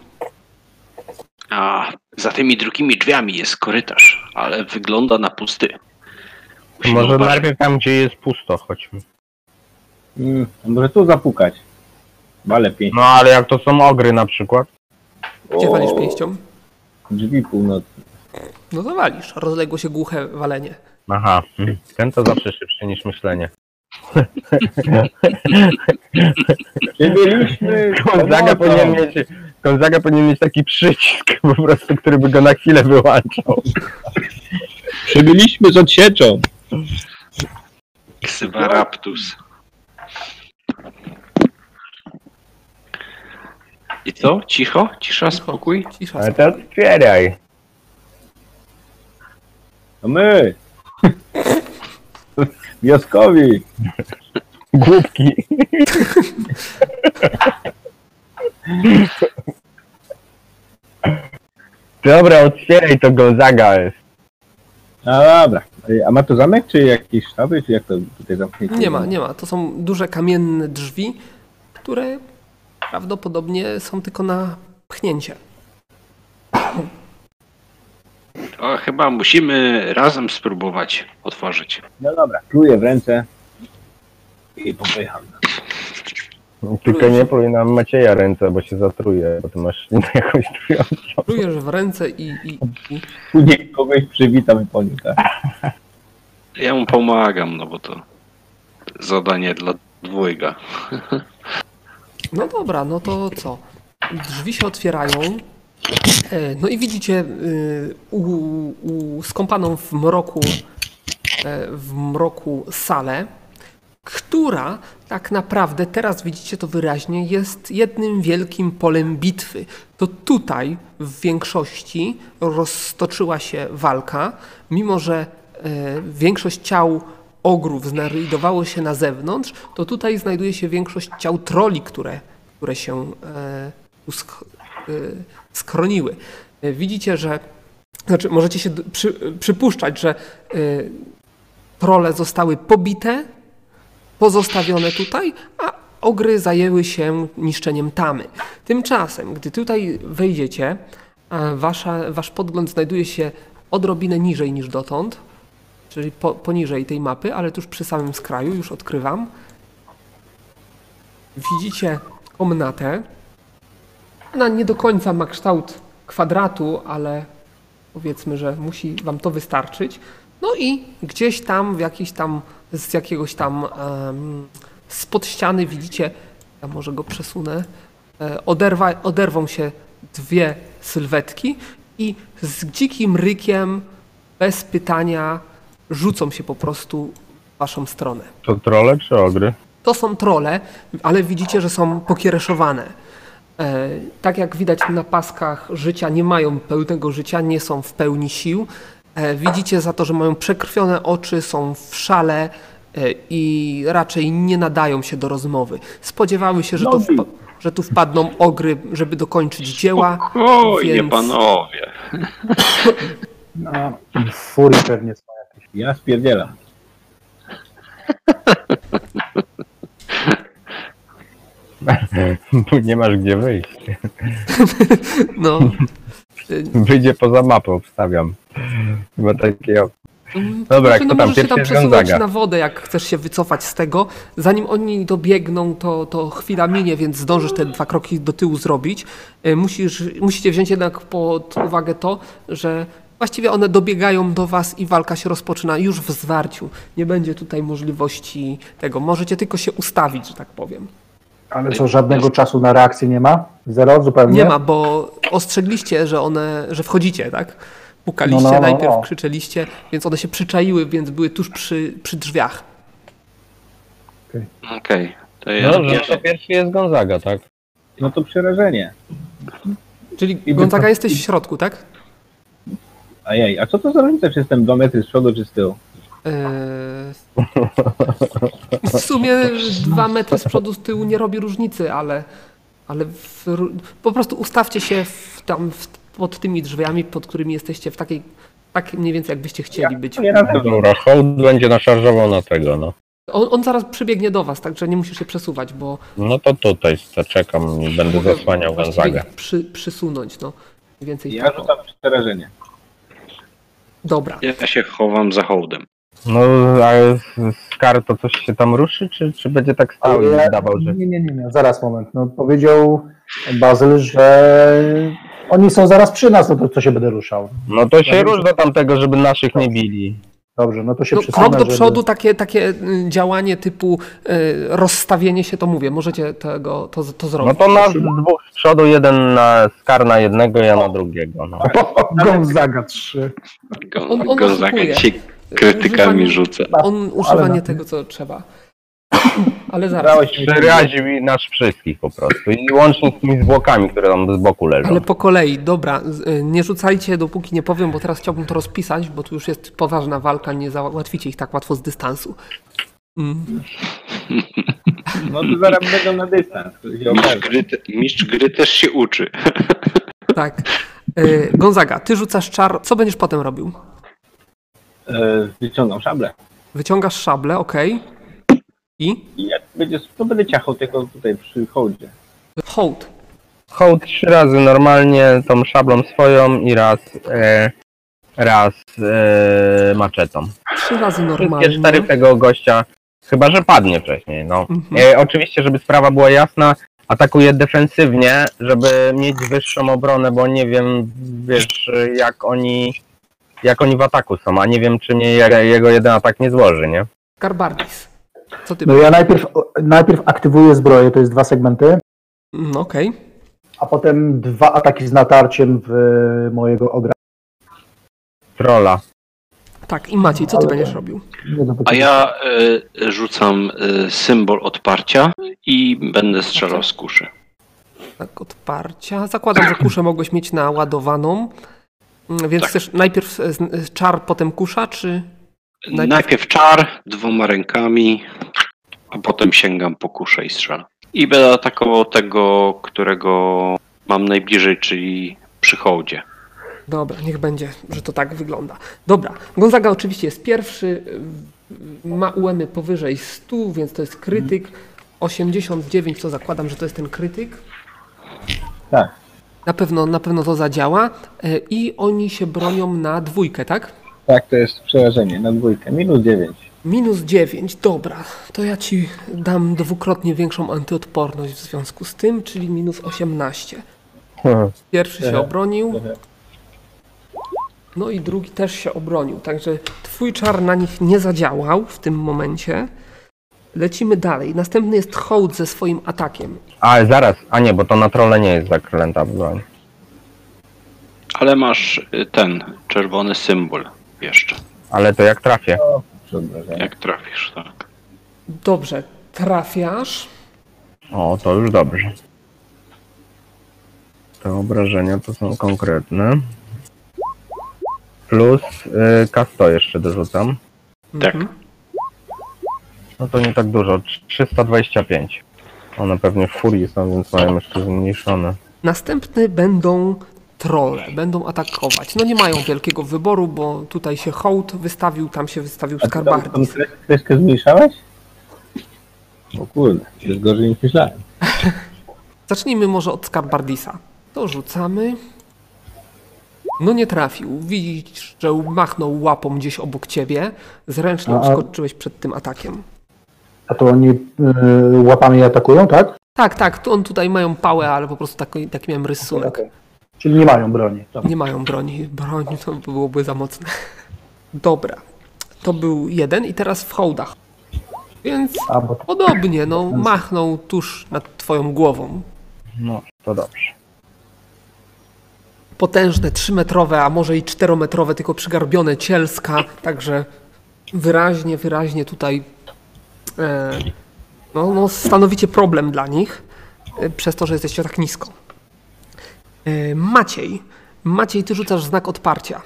S7: A za tymi drugimi drzwiami jest korytarz, ale wygląda na pusty. Musimy
S5: Może
S7: uważać.
S5: najpierw tam, gdzie jest pusto, chodźmy.
S3: Mm, a może tu zapukać? Wale pięć.
S5: No ale jak to są ogry na przykład?
S1: Gdzie
S3: O,
S1: walisz pięścią?
S3: Drzwi północne.
S1: No to walisz. Rozległo się głuche walenie.
S5: Aha, mm, ten to zawsze szybszy niż myślenie.
S3: Nie mieliśmy... No
S5: Gonzaga powinien mieć, Gonzaga powinien mieć taki przycisk po prostu, który by go na chwilę wyłączał.
S3: Przybyliśmy z odsieczą.
S7: Ksywa Raptus. I co? Cicho? Cisza, spokój?
S1: Cisza.
S5: Ale to otwieraj.
S3: To my. Wioskowi.
S5: Głupki. Dobra, otwieraj to Gonzaga jest.
S3: A No dobra. Ej, A ma to zamek, czy jakieś sztaby, czy jak to tutaj zamknięcie?
S1: Nie ma, nie ma. To są duże kamienne drzwi, które prawdopodobnie są tylko na pchnięcie.
S7: A chyba musimy razem spróbować otworzyć.
S3: No dobra, pluję w ręce. I popycham.
S5: No, Tylko nie pluj na Macieja ręce, bo się zatruje, bo ty masz jakąś trującą.
S1: Plujesz w ręce i, i, i
S3: Później kogoś przywitam i po nim, tak?
S7: Ja mu pomagam, no bo to zadanie dla dwójka.
S1: No dobra, no to co? Drzwi się otwierają. E, No i widzicie y, u, u, skąpaną w mroku e, w mroku salę, która tak naprawdę teraz widzicie to wyraźnie jest jednym wielkim polem bitwy. To tutaj w większości roztoczyła się walka, mimo że e, większość ciał ogrów znajdowało się na zewnątrz, to tutaj znajduje się większość ciał troli, które, które się e, usk- e, skroniły. E, widzicie, że znaczy możecie się d- przy, przypuszczać, że e, trole zostały pobite, pozostawione tutaj, a ogry zajęły się niszczeniem tamy. Tymczasem, gdy tutaj wejdziecie, a wasza, wasz podgląd znajduje się odrobinę niżej niż dotąd, czyli po, poniżej tej mapy, ale tuż przy samym skraju, już odkrywam. Widzicie komnatę. Ona nie do końca ma kształt kwadratu, ale powiedzmy, że musi wam to wystarczyć. No i gdzieś tam, w jakiś tam, z jakiegoś tam em, spod ściany widzicie, ja może go przesunę, e, oderwa, oderwą się dwie sylwetki i z dzikim rykiem, bez pytania, rzucą się po prostu w waszą stronę.
S5: To trole czy ogry?
S1: To są trole, ale widzicie, że są pokiereszowane. E, tak jak widać na paskach życia, nie mają pełnego życia, nie są w pełni sił. E, widzicie za to, że mają przekrwione oczy, są w szale e, i raczej nie nadają się do rozmowy. Spodziewały się, że tu, wpa- że tu wpadną ogry, żeby dokończyć dzieła.
S7: Oj, nie
S1: więc-
S7: panowie.
S4: No, furii pewnie są jakieś.
S3: Ja spierdzielam.
S5: Tu nie masz gdzie wyjść.
S1: No,
S5: Wyjdzie poza mapę, obstawiam. Chyba takie... op- Dobra,
S1: Znaczy,
S5: kto
S1: no
S5: tam
S1: możesz się tam
S5: pierwszy jest
S1: przesunąć no.
S5: Gonzaga.
S1: na wodę, jak chcesz się wycofać z tego. Zanim oni dobiegną, to, to chwila minie, więc zdążysz te dwa kroki do tyłu zrobić. E, Musisz, musicie wziąć jednak pod uwagę to, że właściwie one dobiegają do was i walka się rozpoczyna już w zwarciu. Nie będzie tutaj możliwości tego. Możecie tylko się ustawić, że tak powiem.
S4: Ale co, żadnego czasu na reakcję nie ma? Zero zupełnie?
S1: Nie ma, bo ostrzegliście, że one, że wchodzicie, tak? Pukaliście,
S4: No, no, no,
S1: najpierw
S4: no.
S1: krzyczeliście, więc one się przyczaiły, więc były tuż przy, przy drzwiach.
S7: Okej, to ja
S5: No dobrze, to pierwszy jest Gonzaga, tak?
S3: No to przerażenie.
S1: Czyli
S3: I
S1: Gonzaga
S3: wypa-
S1: jesteś w środku, tak?
S3: Ajej, a co to za różnica, czy jestem 2 metry z przodu, czy z tyłu?
S1: Yy, E, W sumie dwa metry z przodu, z tyłu nie robi różnicy, ale, ale w, ró- po prostu ustawcie się w, tam w, pod tymi drzwiami, pod którymi jesteście, w takiej, tak mniej więcej jakbyście chcieli być.
S3: Nie na pewno.
S5: Dobra, hołd będzie naszarżował na tego, no.
S1: On, on zaraz przybiegnie do was, także nie musisz się przesuwać, bo
S5: No to tutaj zaczekam i będę
S1: mogę
S5: zasłaniał
S1: właściwie
S5: Gonzagę.
S1: ich przy, przysunąć. No. Mniej Więcej
S3: Ja
S4: no-
S1: tak.
S3: rzucam przerażenie.
S1: Dobra.
S7: Ja się chowam za hołdem.
S5: No, a z- z kar to coś się tam ruszy, czy, czy będzie tak stał i
S4: Ale-
S5: udawał, że...
S4: Nie, nie, nie, nie, zaraz moment. No, powiedział Bazyl, że oni są zaraz przy nas, no to co się będę ruszał.
S5: No to się rusz do tamtego, żeby naszych nie bili.
S4: Dobrze, no to się
S1: No,
S4: przesunę,
S1: krok do
S4: żeby-
S1: przodu, takie, takie y, działanie typu y, rozstawienie się, to mówię, możecie tego, to, to
S5: No
S1: zrobić.
S5: to nas dwóch z przodu, jeden na skar na jednego, ja na drugiego, no.
S4: Gonzaga 3.
S7: Gon-
S1: On- on
S7: Gonzaga
S1: oszukuje.
S7: dzisiaj krytykami
S1: Używanie-
S7: rzuca.
S1: On używa
S4: No, Ale
S1: nie
S4: na-
S1: tego, co trzeba. Ale zaraz.
S3: Dałeś mi
S5: Przeraził i nas wszystkich po prostu. I łącznie z tymi zwłokami, które tam z boku
S4: no.
S5: leżą.
S1: Ale po kolei, dobra, z- y, nie rzucajcie dopóki nie powiem, bo teraz chciałbym to rozpisać, bo tu już jest poważna walka, nie załatwicie ich tak łatwo z dystansu. Mm.
S3: No to zaraz będą na dystans. to się
S7: Mistrz
S3: okaże.
S7: gry, te- mistrz gry też się uczy.
S1: Tak. Y, Gonzaga, ty rzucasz czar, co będziesz potem robił?
S3: E, Wyciągam szablę.
S1: Wyciągasz szablę, okej. I?
S3: I jak będzie, to będę ciachał tylko tutaj przy hołdzie.
S1: Hołd.
S5: Hołd trzy razy normalnie tą szablą swoją i raz e, raz e, maczetą.
S1: Trzy razy
S5: Wszystkie
S1: normalnie.
S5: cztery tego gościa, chyba że padnie wcześniej, no.
S1: Mhm.
S5: E, oczywiście, żeby sprawa była jasna, atakuje defensywnie, żeby mieć wyższą obronę, bo nie wiem, wiesz, jak oni jak oni w ataku są, a nie wiem, czy mnie je- jego jeden atak nie złoży, nie?
S1: Karbardis. Co ty?
S4: No ja najpierw, najpierw aktywuję zbroję, to jest dwa segmenty,
S1: Mm, Okej.
S4: a potem dwa ataki z natarciem w e, mojego ogra.
S5: Trolla.
S1: Tak, i Maciej, co ty
S4: Ale-
S1: będziesz robił?
S4: Nie, no,
S7: A ja e, rzucam e, symbol odparcia i będę strzelał z kuszy.
S1: Tak, odparcia. Zakładam, że kuszę mogłeś mieć naładowaną. Mm, Więc
S7: Tak.
S1: chcesz najpierw e, zn- e, czar, potem kusza, czy. Najpierw-
S7: Najpierw czar dwoma rękami, a potem sięgam po kuszę i strzelam. I będę atakował tego, którego mam najbliżej, czyli przy hołdzie.
S1: Dobra, niech będzie, że to tak wygląda. Dobra, Gonzaga oczywiście jest pierwszy. y, Ma UEMy powyżej 100, więc to jest krytyk. 89 to zakładam, że to jest ten krytyk.
S3: Tak.
S1: Na pewno, na pewno to zadziała. E, I oni się bronią na dwójkę, tak?
S3: Tak, to jest przerażenie. Na dwójkę. Minus dziewięć.
S1: Minus 9, dobra. To ja ci dam dwukrotnie większą antyodporność w związku z tym, czyli minus 18.
S5: Hmm.
S1: Pierwszy się
S3: Aha.
S1: obronił,
S3: Dobra.
S1: no i drugi też się obronił. Także twój czar na nich nie zadziałał w tym momencie. Lecimy dalej. Następny jest hołd ze swoim atakiem.
S5: A, zaraz, a nie, bo to na trole nie jest zaklęta broń.
S7: Ale masz y, ten czerwony symbol jeszcze,
S5: Ale to jak trafię?
S3: Przerażenie.
S7: jak trafisz, tak.
S1: Dobrze, trafiasz.
S5: O, to już dobrze. Te obrażenia to są konkretne. Plus y, kasto jeszcze dorzucam.
S1: Mhm.
S7: Tak.
S5: No to nie tak dużo, 325. One pewnie w furii są, więc mają jeszcze zmniejszone.
S1: Następny będą trolle, będą atakować. No nie mają wielkiego wyboru, bo tutaj się hołd wystawił, tam się wystawił
S3: A ty tam tą
S1: skarbardis.
S3: kres- kreskę zmniejszałeś? O kurde, to jest gorzej niż myślałem.
S1: Zacznijmy może od Skarbardisa. To rzucamy. No nie trafił. Widzisz, że machnął łapą gdzieś obok ciebie. Zręcznie
S4: A-
S1: uskoczyłeś przed tym atakiem.
S4: A to oni y, łapami atakują, tak?
S1: Tak, tak, tu on tutaj mają pałę, ale po prostu taki, taki miałem rysunek.
S4: Czyli nie mają broni.
S1: Nie mają broni. Broń to byłoby za mocne. Dobra. To był jeden i teraz w hołdach. Więc
S4: A, bo to,
S1: podobnie, no machnął tuż nad twoją głową.
S5: No, to dobrze.
S1: potężne, trzymetrowe, a może i czterometrowe, tylko przygarbione cielska, także wyraźnie, wyraźnie tutaj e, no, no, stanowicie problem dla nich, e, przez to, że jesteście tak nisko. E, Maciej, Maciej, ty rzucasz znak odparcia.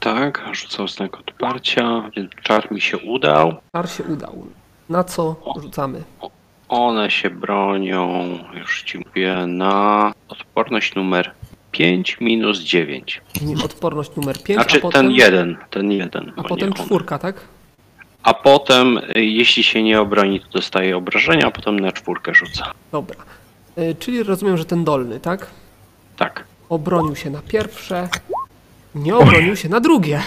S2: Tak, rzucał znak odparcia, więc czar mi się udał.
S1: Czar się udał. Na co rzucamy?
S2: One się bronią, już ci mówię, na odporność numer 5 minus 9.
S1: Nim Odporność numer 5,
S2: Znaczy
S1: a potem,
S2: ten jeden, ten jeden.
S1: a
S2: bo
S1: potem
S2: nie on.
S1: czwórka, tak?
S2: A potem, y, jeśli się nie obroni, to dostaje obrażenia, a potem na czwórkę rzuca.
S1: Dobra. Y, Czyli rozumiem, że ten dolny, tak?
S2: Tak.
S1: Obronił się na pierwsze, nie obronił się na drugie.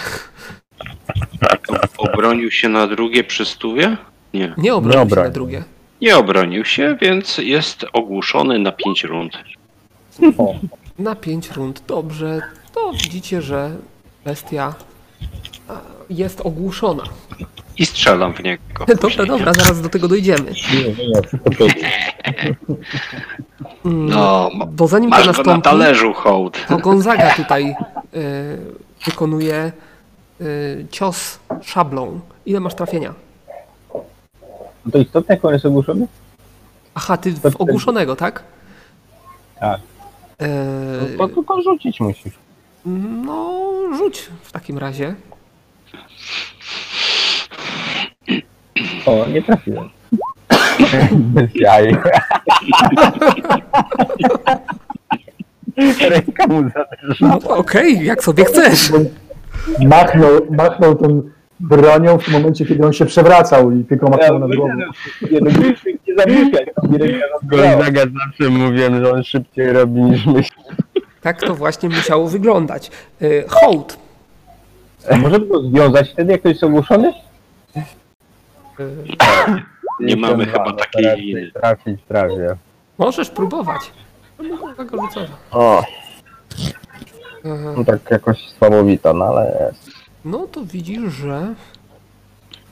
S2: Obronił się na drugie przy stówie? Nie.
S1: Nie obronił się
S5: Dobra.
S1: na drugie.
S2: Nie obronił się, więc jest ogłuszony na 5 rund.
S1: Na 5 rund. Dobrze. To widzicie, że bestia a, jest ogłuszona.
S2: I strzelam w niego.
S1: Dobra,
S2: później.
S1: dobra, zaraz do tego dojdziemy. Mm,
S2: No, ma-
S1: Bo zanim to
S2: masz go na
S1: nastąpi,
S2: talerzu, hołd.
S1: to Gonzaga tutaj y, wykonuje y, cios szablą. Ile masz trafienia?
S3: No to istotne, jak on jest ogłuszony?
S1: Aha, ty w ogłuszonego, tak?
S3: Tak.
S1: Y,
S5: To tylko rzucić musisz.
S1: no, rzuć w takim razie.
S3: O, nie trafiłem.
S5: Bez jaj. Ręka mu zadrżała.
S1: No, Okej, jak sobie chcesz.
S4: Machnął, machnął tą bronią w momencie, kiedy on się przewracał i tylko machnął na głowę.
S3: Nie lubisz nie zabijać. Nie ręka rozgrała.
S5: Gonzaga zawsze mówiłem, że on szybciej robi niż myśli.
S1: Tak to właśnie musiało wyglądać. Y, Hołd.
S3: A Może by go związać wtedy, jak ktoś jest ogłuszony?
S1: Y,
S2: Nie mamy
S5: Dwa,
S2: chyba
S5: no,
S2: takiej
S5: raczej
S2: liny.
S5: Trafić prawie.
S1: Możesz próbować. Tak rzucę.
S5: O,
S1: Y,
S5: no tak jakoś słabowito, no ale jest.
S1: No to widzisz, że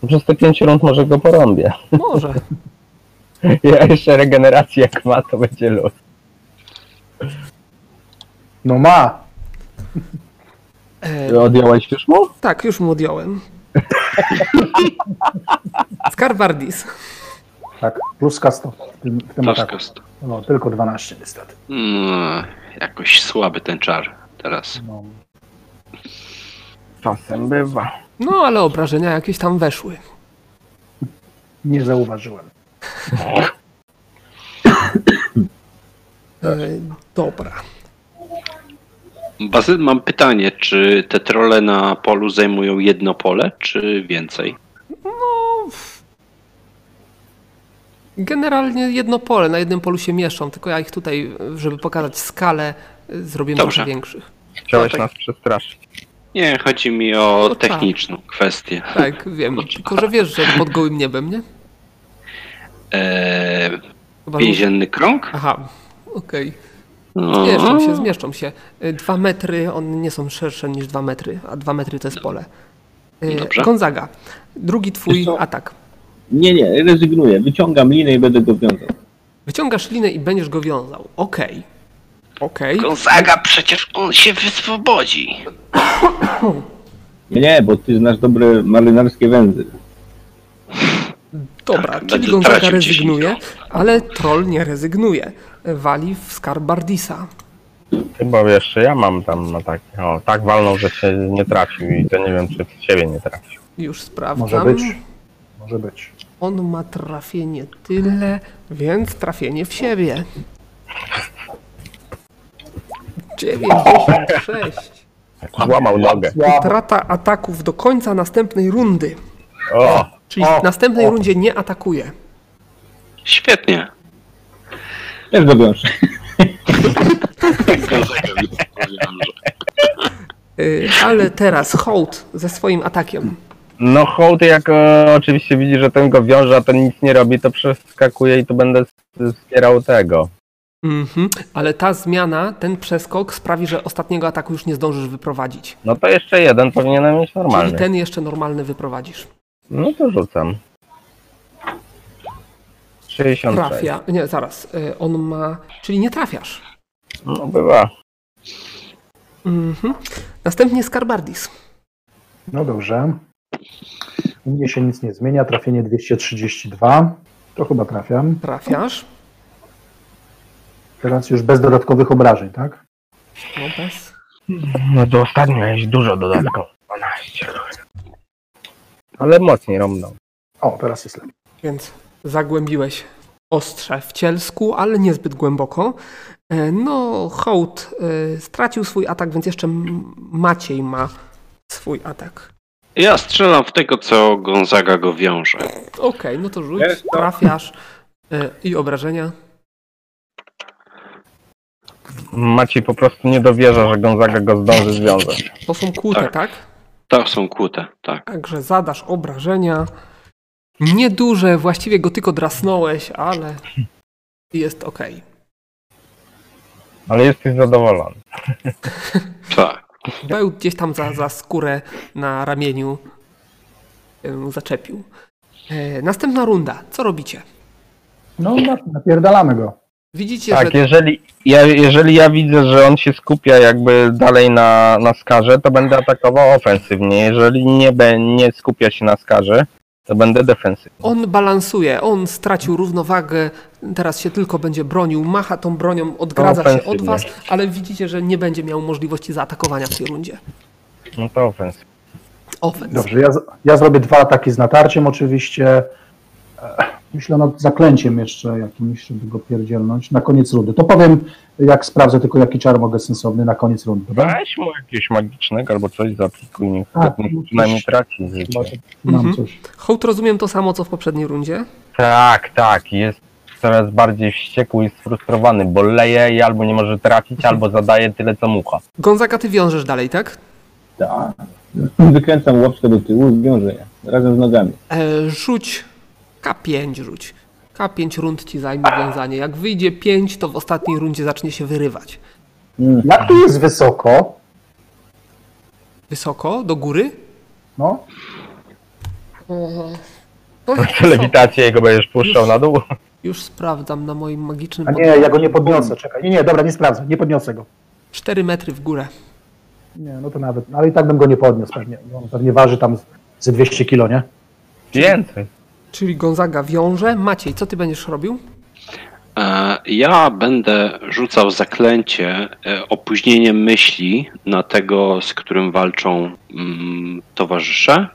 S5: Przez te pięć rund może go porąbię.
S1: może.
S5: Ja jeszcze regenerację jak ma, to będzie luz.
S4: No ma.
S1: E,
S5: Odjąłeś już mu?
S1: tak, już mu odjąłem. Skarbardis.
S4: Tak, plus kasto w tym, w tym
S2: Masz
S4: ataku.
S2: kost.
S4: No, tylko 12 niestety.
S2: Mm, jakoś słaby ten czar teraz.
S4: No.
S5: Czasem bywa.
S1: No ale obrażenia jakieś tam weszły.
S4: Nie zauważyłem.
S3: Tak.
S1: E, dobra.
S2: Bazyl, mam pytanie, czy te trole na polu zajmują jedno pole, czy więcej?
S1: Generalnie jedno pole, na jednym polu się mieszczą, tylko ja ich tutaj, żeby pokazać skalę, y, zrobiłem
S2: Dobrze.
S1: trochę większych.
S5: Chciałeś
S2: No tak.
S5: nas przestraszyć.
S2: Nie, chodzi mi o
S1: No tak.
S2: techniczną kwestię.
S1: Tak, wiem.
S2: No,
S1: Tylko, że wiesz, że pod gołym niebem, nie?
S2: Eee,
S1: Chyba, że-
S2: więzienny krąg?
S1: Aha, okej.
S2: No,
S1: Zmieszczą się, zmieszczą się. Y, Dwa metry, one nie są szersze niż dwa metry, a dwa metry to jest pole. Y,
S2: Dobrze.
S1: Gonzaga, drugi twój
S3: Wiesz co?
S1: atak.
S3: Nie, nie, rezygnuję. Wyciągam linę i będę go wiązał.
S1: Wyciągasz linę i będziesz go wiązał. Okej. Okej.
S2: Gonzaga, przecież on się wyswobodzi.
S3: Nie, nie, bo ty znasz dobre marynarskie węzy.
S1: Dobra,
S2: Tak,
S1: czyli
S2: będzie
S1: Gonzaga
S2: tracił no.
S1: rezygnuje,
S2: 10
S1: ale troll nie rezygnuje. Wali w skarb Bardisa.
S5: Chyba wiesz, ja mam tam na takie. O, tak walnął, że się nie trafił i to nie wiem, czy w ciebie nie trafił.
S1: Już
S4: Może
S1: sprawdzam.
S4: być. Może być.
S1: On ma trafienie tyle, więc trafienie w siebie. 96.
S5: Złamał nogę.
S1: Utrata ataków do końca następnej rundy.
S5: O,
S1: Czyli w następnej rundzie nie atakuje.
S2: Świetnie.
S3: Też go wiążę.
S2: Gonzaga, mówiłem, że-
S1: Y, ale teraz hołd ze swoim atakiem.
S5: no hołd jak e, oczywiście widzi, że ten go wiąże, a ten nic nie robi, to przeskakuje i to będę s- wspierał tego.
S1: Mhm. Ale ta zmiana, ten przeskok sprawi, że ostatniego ataku już nie zdążysz wyprowadzić.
S5: No to jeszcze jeden powinienem mieć
S1: Czyli
S5: normalny.
S1: ten jeszcze normalny wyprowadzisz.
S5: No to rzucam. 66.
S1: Trafia. Nie, zaraz. Y, On ma. Czyli nie trafiasz.
S5: No bywa.
S1: Mhm. Następnie Skarbardis.
S4: No dobrze. U mnie się nic nie zmienia. Trafienie 232. To chyba trafiam.
S1: Trafiasz.
S4: Teraz już bez dodatkowych obrażeń, tak?
S1: No bez.
S5: No to ostatnio miałeś dużo dodatków. 12. Ale mocniej rąbnął.
S4: O, teraz jest lepiej.
S1: Więc zagłębiłeś ostrze w cielsku, ale niezbyt głęboko. E, No, hołd e, stracił swój atak, więc jeszcze M- Maciej ma swój atak.
S2: Ja strzelam w tego, co Gonzaga go wiąże.
S1: Okej, no to rzuć,
S3: Jest to-
S1: trafiasz e, i obrażenia.
S5: Maciej po prostu nie dowierza, że Gonzaga go zdąży związać.
S1: To są kłute,
S2: Tak.
S1: tak?
S2: To są kłute, tak.
S1: Także zadasz obrażenia. Nieduże, właściwie go tylko drasnąłeś, ale jest okej.
S5: Ale jesteś zadowolony.
S2: Tak.
S1: Bełt gdzieś tam za, za skórę na ramieniu em, zaczepił. E, Następna runda. Co robicie?
S4: No, na- napierdalamy go.
S1: Widzicie,
S5: Tak,
S1: że
S5: jeżeli ja, jeżeli ja widzę, że on się skupia jakby dalej na, na skarze, to będę atakował ofensywnie. Jeżeli nie, be, nie skupia się na skarze, to będę defensywny.
S1: on balansuje, on stracił równowagę, teraz się tylko będzie bronił, macha tą bronią, odgradza się od
S5: ofensywnie.
S1: was, ale widzicie, że nie będzie miał możliwości zaatakowania w tej rundzie.
S5: No to ofensywnie.
S1: Ofens.
S4: Dobrze, ja, z- ja zrobię dwa ataki z natarciem oczywiście. E, Myślę nad zaklęciem jeszcze jakimś, żeby go pierdzielnąć. Na koniec rundy. To powiem, jak sprawdzę tylko, jaki czar mogę sensowny na koniec rundy. Dobra?
S5: Weź mu jakiegoś magicznego albo coś zaaplikuj, niech
S4: Tak,
S5: niech
S4: no tak.
S5: przynajmniej
S4: coś-
S5: traci życie.
S4: Może mam
S1: Mhm.
S4: coś.
S1: Hołd rozumiem to samo, co w poprzedniej rundzie.
S5: Tak, tak, jest coraz bardziej wściekły i sfrustrowany, bo leje i albo nie może trafić, albo zadaje tyle co mucha.
S1: Gonzaga, ty wiążesz dalej, tak?
S3: Tak. Wykręcam łapkę do tyłu, zwiążę je. Razem z nogami.
S1: E, rzuć K5 rzuć. K5 rund ci zajmie wiązanie. Jak wyjdzie 5, to w ostatniej rundzie zacznie się wyrywać.
S4: Jak tu jest wysoko?
S1: Wysoko, do góry?
S4: No,
S1: No,
S5: Lewitację jego będziesz puszczał na dół.
S1: Już sprawdzam na moim magicznym
S4: a nie,
S1: podglądzie.
S4: ja go nie podniosę, czekaj. Nie, nie, dobra, nie sprawdzę, nie podniosę go.
S1: 4 metry w górę.
S4: Nie, no to nawet, ale i tak bym go nie podniósł pewnie. bo On pewnie waży tam ze 200 kilo, nie?
S5: Więcej.
S1: Czyli Gonzaga wiąże. Maciej, co ty będziesz robił?
S2: E, Ja będę rzucał zaklęcie e, opóźnienie myśli na tego, z którym walczą mm, towarzysze,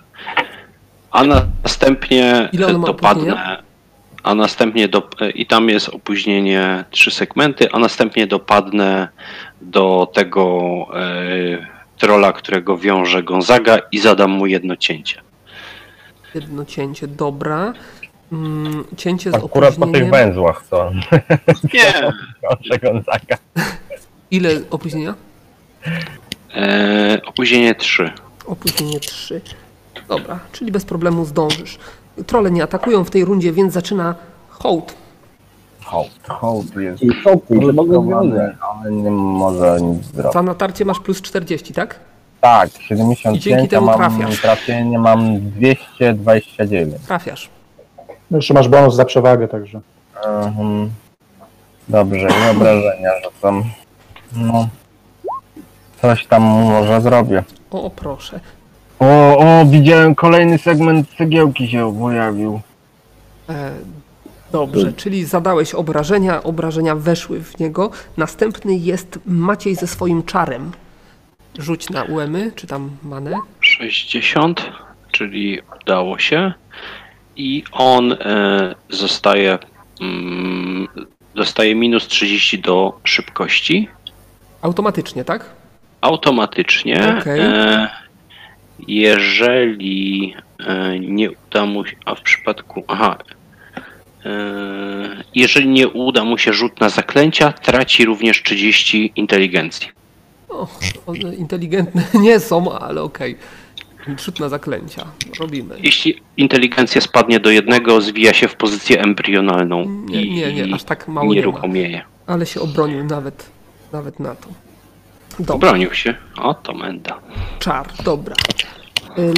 S2: a następnie
S1: Ile ono ma opóźnienia?
S2: dopadnę. A następnie do, e, i tam jest opóźnienie trzy segmenty, a następnie dopadnę do tego e, trola, którego wiąże Gonzaga i zadam mu jedno cięcie.
S1: Jedno cięcie, dobra. Mm, cięcie z
S5: Akurat po tych
S1: opóźnieniem.
S5: węzłach, co?
S2: Nie,
S5: Proszę Gonzaga.
S1: Ile opóźnienia?
S2: e, opóźnienie trzy.
S1: Opóźnienie 3. Dobra, czyli bez problemu zdążysz. Trole nie atakują w tej rundzie, więc zaczyna hołd.
S5: Hołd. Hołd jest
S3: I topuj, to mogę związać.
S5: ale nie może nic zrobić.
S1: Za natarcie masz plus 40, tak?
S5: Tak,
S1: I dzięki
S5: 75
S1: temu
S5: mam
S1: trafiasz.
S5: trafienie, mam 229.
S1: Trafiasz.
S4: No jeszcze masz bonus za przewagę, także.
S5: Mhm. Dobrze, i obrażenia, że tam... No... Coś tam może zrobię.
S1: O, proszę.
S5: O, o, widziałem kolejny segment cegiełki się pojawił.
S1: E, dobrze, czyli zadałeś obrażenia, obrażenia weszły w niego. Następny jest Maciej ze swoim czarem. Rzuć na uemy, czy tam manę.
S2: 60, czyli udało się. I on e, zostaje. Mm, dostaje minus 30 do szybkości
S1: Automatycznie, tak?
S2: automatycznie.
S1: Okej.
S2: E, jeżeli e, nie uda mu się. A w przypadku. Aha. E, jeżeli nie uda mu się rzut na zaklęcia, traci również 30 inteligencji.
S1: O, one inteligentne nie są, ale okej. Rzut na zaklęcia. Robimy.
S2: Jeśli inteligencja spadnie do jednego, zwija się w pozycję embrionalną.
S1: Nie,
S2: i-
S1: nie,
S2: i-
S1: nie, aż tak mało nie ma.
S2: Nieruchomieje.
S1: Ale się obronił nawet, nawet na to. Dobra,
S2: Obronił się. O, to menda.
S1: czar, dobra.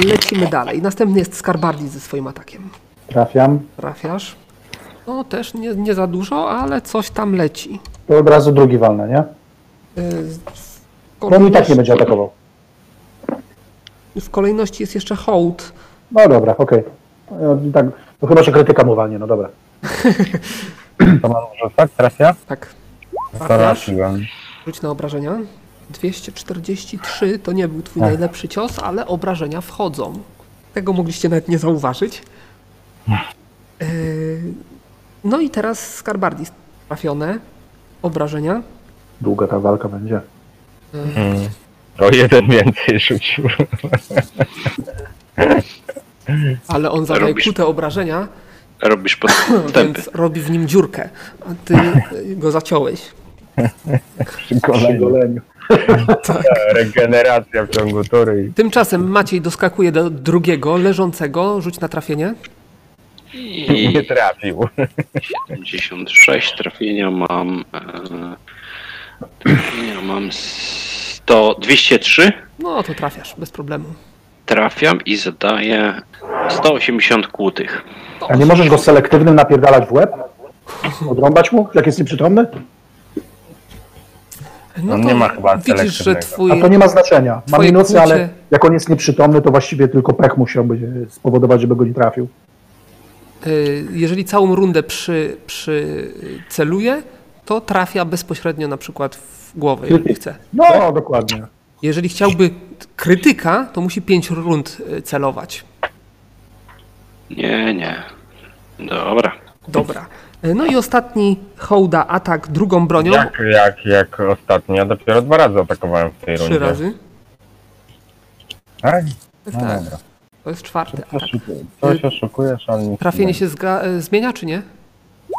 S1: E, Lecimy dalej. Następny jest Skarbardi ze swoim atakiem.
S4: Trafiam.
S1: Trafiasz. No też nie, nie za dużo, ale coś tam leci.
S4: To od razu drugi walny, nie?
S1: Yy, W
S4: Bo on i tak
S1: kolejności,
S4: nie będzie atakował.
S1: w kolejności jest jeszcze hołd.
S4: No dobra, okej. No, Tak, no chyba, że krytyka mu walnie, no dobra.
S5: To mam może tak trafia?
S1: Tak.
S5: To
S1: Trafiasz?
S5: Trafiłem.
S1: Rzuć na obrażenia. 243 to nie był twój
S5: Tak.
S1: najlepszy cios, ale obrażenia wchodzą. Tego mogliście nawet nie zauważyć. Yy, No i teraz Skarbardi trafione obrażenia.
S4: Długa ta walka będzie.
S5: Mm. O jeden więcej rzucił.
S1: Ale on zadaje
S7: Robisz-
S1: kute obrażenia,
S7: Robisz podstępy.
S1: więc robi w nim dziurkę. A ty y, go zaciąłeś.
S5: Przy
S4: Przy
S5: kolei.
S4: goleniu.
S1: Tak.
S5: Regeneracja w ciągu tury. i-
S1: Tymczasem Maciej doskakuje do drugiego, leżącego. Rzuć na trafienie.
S7: I
S5: Nie trafił.
S7: 76 trafienia mam. E, trafienia mam 100, 203.
S1: No to trafiasz, bez problemu.
S7: Trafiam i zadaję 180 kłutych.
S4: A nie możesz go selektywnym napierdalać w łeb? Odrąbać mu, jak jest nieprzytomny?
S1: No
S5: On
S1: to
S5: nie ma chyba
S1: Widzisz, że
S5: selektywnego.
S1: twój...
S4: A to nie ma znaczenia. Ma
S1: Twoje
S4: minusy,
S1: kłucie-
S4: ale jak on jest nieprzytomny, to właściwie tylko pech musiałby e, spowodować, żeby go nie trafił.
S1: Y, jeżeli całą rundę przy, przy celuje, to trafia bezpośrednio na przykład w głowę, jeżeli chce.
S4: No, dokładnie.
S1: Jeżeli chciałby t- krytyka, to musi 5 rund y, celować.
S7: Nie, nie. Dobra.
S1: Dobra. Y, No i ostatni hołda atak drugą bronią.
S5: Jak, jak, jak ostatnio? Ja dopiero dwa razy atakowałem w tej rundzie.
S1: Trzy razy.
S5: Aj,
S1: Tak,
S5: no
S1: tak.
S5: dobra.
S1: To jest czwarty
S5: To
S1: atak.
S5: się- To się oszukujesz, ale
S1: Y-
S5: nic
S1: Trafienie
S5: nie-
S1: się zga- y, zmienia, czy nie?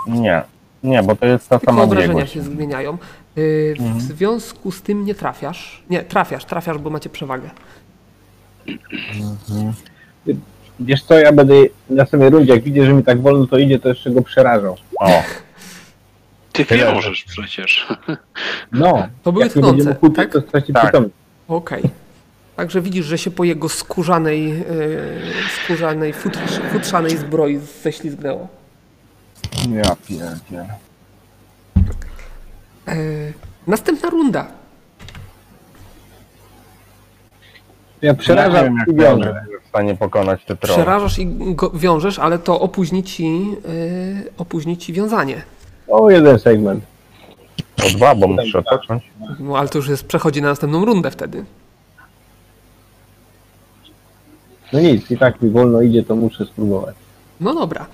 S5: Nie, nie, bo to jest ta
S1: Tylko
S5: sama
S1: obrażenia
S5: biegłość.
S1: się zmieniają. Y, W związku z tym nie trafiasz. Nie, trafiasz, trafiasz, bo macie przewagę.
S3: Wiesz co, ja będę na następnej rundzie, jak widzę, że mi tak wolno to idzie, to jeszcze go przerażą.
S5: O,
S7: Ty
S5: Tyle.
S7: wiążesz przecież.
S3: No.
S1: To były
S3: jak nie będziemy
S1: tchnące,
S3: kłócić,
S1: tak?
S3: to straci
S5: Tak.
S3: przytomność.
S1: Okej. Także widzisz, że się po jego skórzanej, yy, skórzanej futrz, futrzanej zbroi ześlizgnęło.
S5: ja pierdzielę.
S1: E, następna runda.
S3: Ja
S5: Ja nie wiem,
S3: przerażam i
S5: jak
S3: biorę.
S5: będę w stanie pokonać te trolle.
S1: Przerażasz i go wiążesz, ale to opóźni ci, yy, opóźni ci wiązanie.
S3: O, jeden segment.
S5: O dwa, bo muszę odpocząć.
S1: No ale to już jest, przechodzi na następną rundę wtedy.
S3: No nic, i tak mi wolno idzie, to muszę spróbować.
S1: No dobra.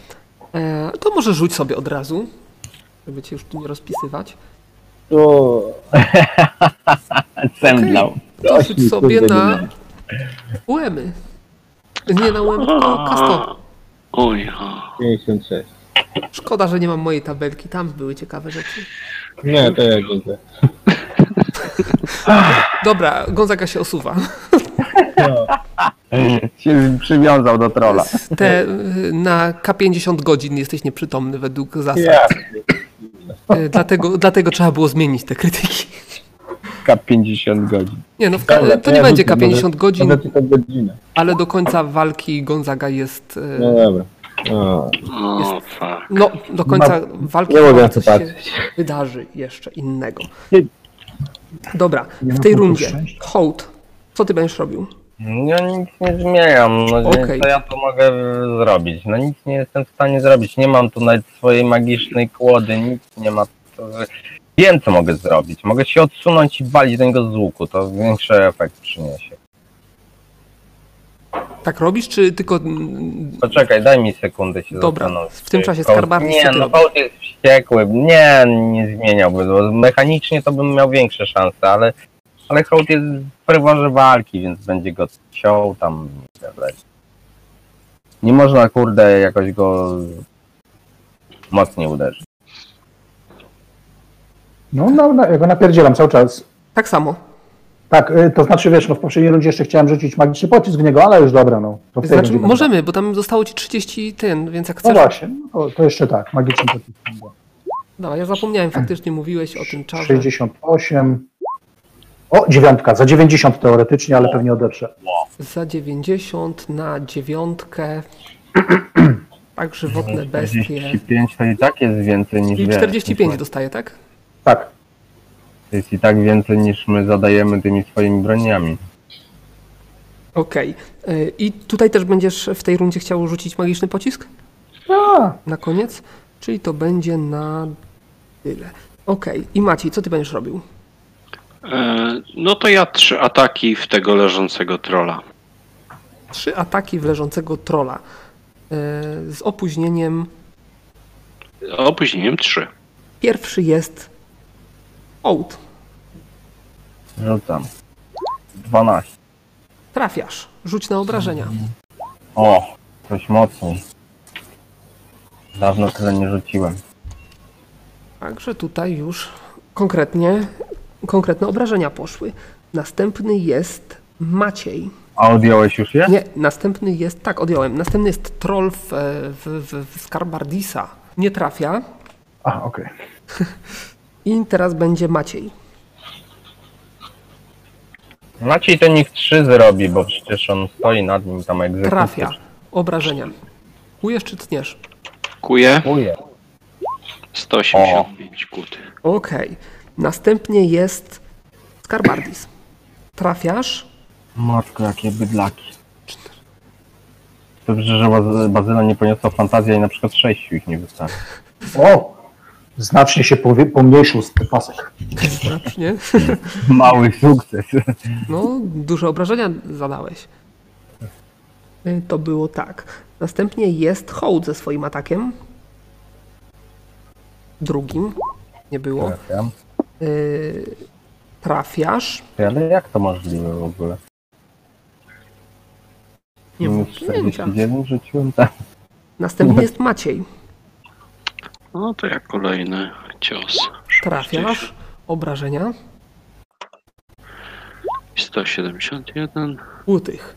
S1: E, to może rzuć sobie od razu, żeby cię już tu nie rozpisywać.
S3: To...
S1: Zemdlał. To
S3: Coś
S1: rzuć
S3: mi,
S1: sobie
S3: kurde,
S1: na
S3: nie.
S1: uemy. Nie na uemy, tylko kasto.
S7: Oj, o.
S3: 56.
S1: Szkoda, że nie mam mojej tabelki, tam były ciekawe rzeczy.
S3: Nie, to ja widzę.
S1: Dobra, Gonzaga się osuwa.
S5: Się przywiązał do trolla.
S1: Te, y, na K50 godzin jesteś nieprzytomny według zasad.
S3: Ja.
S1: Y, Dlatego, dlatego trzeba było zmienić te krytyki.
S5: K50 godzin.
S1: Nie no, w K,
S3: Dobra,
S1: to nie
S3: ja
S1: będzie
S3: rzucę,
S1: K50
S3: może-
S1: godzin,
S3: Może tylko godzinę.
S1: ale do końca walki Gonzaga jest... y,
S3: No dobra. O,
S7: O, fa.
S1: No, do końca walki
S3: nie mogę na to
S1: coś się
S3: patrzeć.
S1: wydarzy jeszcze innego.
S3: Nie-
S1: Dobra,
S4: Nie
S1: w
S4: ma
S1: tej
S4: punktu
S1: rundzie.
S4: szczęścia.
S1: Hołd, co ty będziesz robił?
S5: Ja No nic nie zmieniam, no więc
S1: Okej.
S5: co ja tu mogę e, zrobić? No nic nie jestem w stanie zrobić, nie mam tu nawet swojej magicznej kłody, nic nie ma. To... Wiem co mogę zrobić, mogę się odsunąć i balić do niego z łuku, to większy efekt przyniesie.
S1: Tak robisz, czy tylko... mm,
S5: Poczekaj, daj mi sekundę się
S1: Dobra,
S5: zastanowić.
S1: w tym czasie
S5: Kołd-
S1: Skarbarny, co
S5: Nie,
S1: ty
S5: no
S1: robisz?
S5: Hołd jest wściekły, nie, nie zmieniałby, bo mechanicznie to bym miał większe szanse, ale, ale Hołd jest w pryworze walki, więc będzie go ciął tam. i tak dalej. Nie można, kurde, jakoś go mocniej uderzyć.
S4: No, no, no ja go napierdzielam cały czas.
S1: Tak samo.
S4: Tak, y, to znaczy wiesz, no w poprzedniej rundzie jeszcze chciałem rzucić magiczny pocisk w niego, ale już dobra, no. To w tej
S1: Znaczy,
S4: rundzie będę-
S1: możemy, bo tam zostało ci 30 ten, więc jak
S4: No
S1: chcesz,
S4: właśnie, no to, to jeszcze tak, magiczny pocisk. będzie.
S1: Dawaj, ja zapomniałem, faktycznie mówiłeś o tym czarze.
S4: 68. O, dziewiątka, za 90 teoretycznie, ale pewnie odeprze.
S1: Za 90 na dziewiątkę. Tak, żywotne bestie.
S5: 45 to i tak jest więcej niż
S1: I
S5: wie-
S1: 45
S5: niż my-
S1: dostaje, tak?
S4: Tak,
S5: To jest i tak więcej niż my zadajemy tymi swoimi broniami.
S1: Okej. Y, I tutaj też będziesz w tej rundzie chciał rzucić magiczny pocisk? Na koniec? Czyli to będzie na tyle. Okej. I Maciej, co ty będziesz robił?
S2: E, No to ja trzy ataki w tego leżącego trola.
S1: Trzy ataki w leżącego trola. E, Z opóźnieniem.
S2: Opóźnieniem trzy.
S1: Pierwszy jest ołd.
S5: Rzucam. 12.
S1: Trafiasz. Rzuć na obrażenia.
S5: O, coś mocniej. Dawno tyle nie rzuciłem.
S1: Także tutaj już konkretnie, konkretne obrażenia poszły. Następny jest Maciej.
S5: A odjąłeś już je?
S1: Nie, następny jest, tak, odjąłem. Następny jest troll w, e, w, w, w Skarbardisa. Nie trafia.
S5: A, okej.
S1: I teraz będzie Maciej.
S5: Maciej to niech 3 zrobi, bo przecież on stoi nad nim tam egzekucja.
S1: Trafia. Obrażenia. Kujesz czy tniesz?
S2: Kuję
S5: Uje.
S2: 185 kuty.
S1: Okej. Następnie jest Skarbardis. Trafiasz.
S5: Matko, jakie bydlaki. Dobrze, że Baz- Bazyla nie poniosła fantazji i na przykład 6 ich nie wystarczy.
S4: O! Znacznie się powie- pomniejszył z pasek.
S1: Nie?
S5: Mały sukces.
S1: No, duże obrażenia zadałeś. Y, To było tak. Następnie jest hołd ze swoim atakiem. Drugim. Nie było.
S5: Trafiam.
S1: Y, Trafiasz.
S5: Ty, Ale jak to możliwe w ogóle?
S3: No,
S1: Nie mam
S5: Minus
S1: pojęcia.
S5: 49 rzuciłem? Tak.
S1: Następnie jest Maciej.
S2: No to jak kolejny cios.
S1: Trafiasz. Obrażenia.
S2: 171.
S1: Łutych.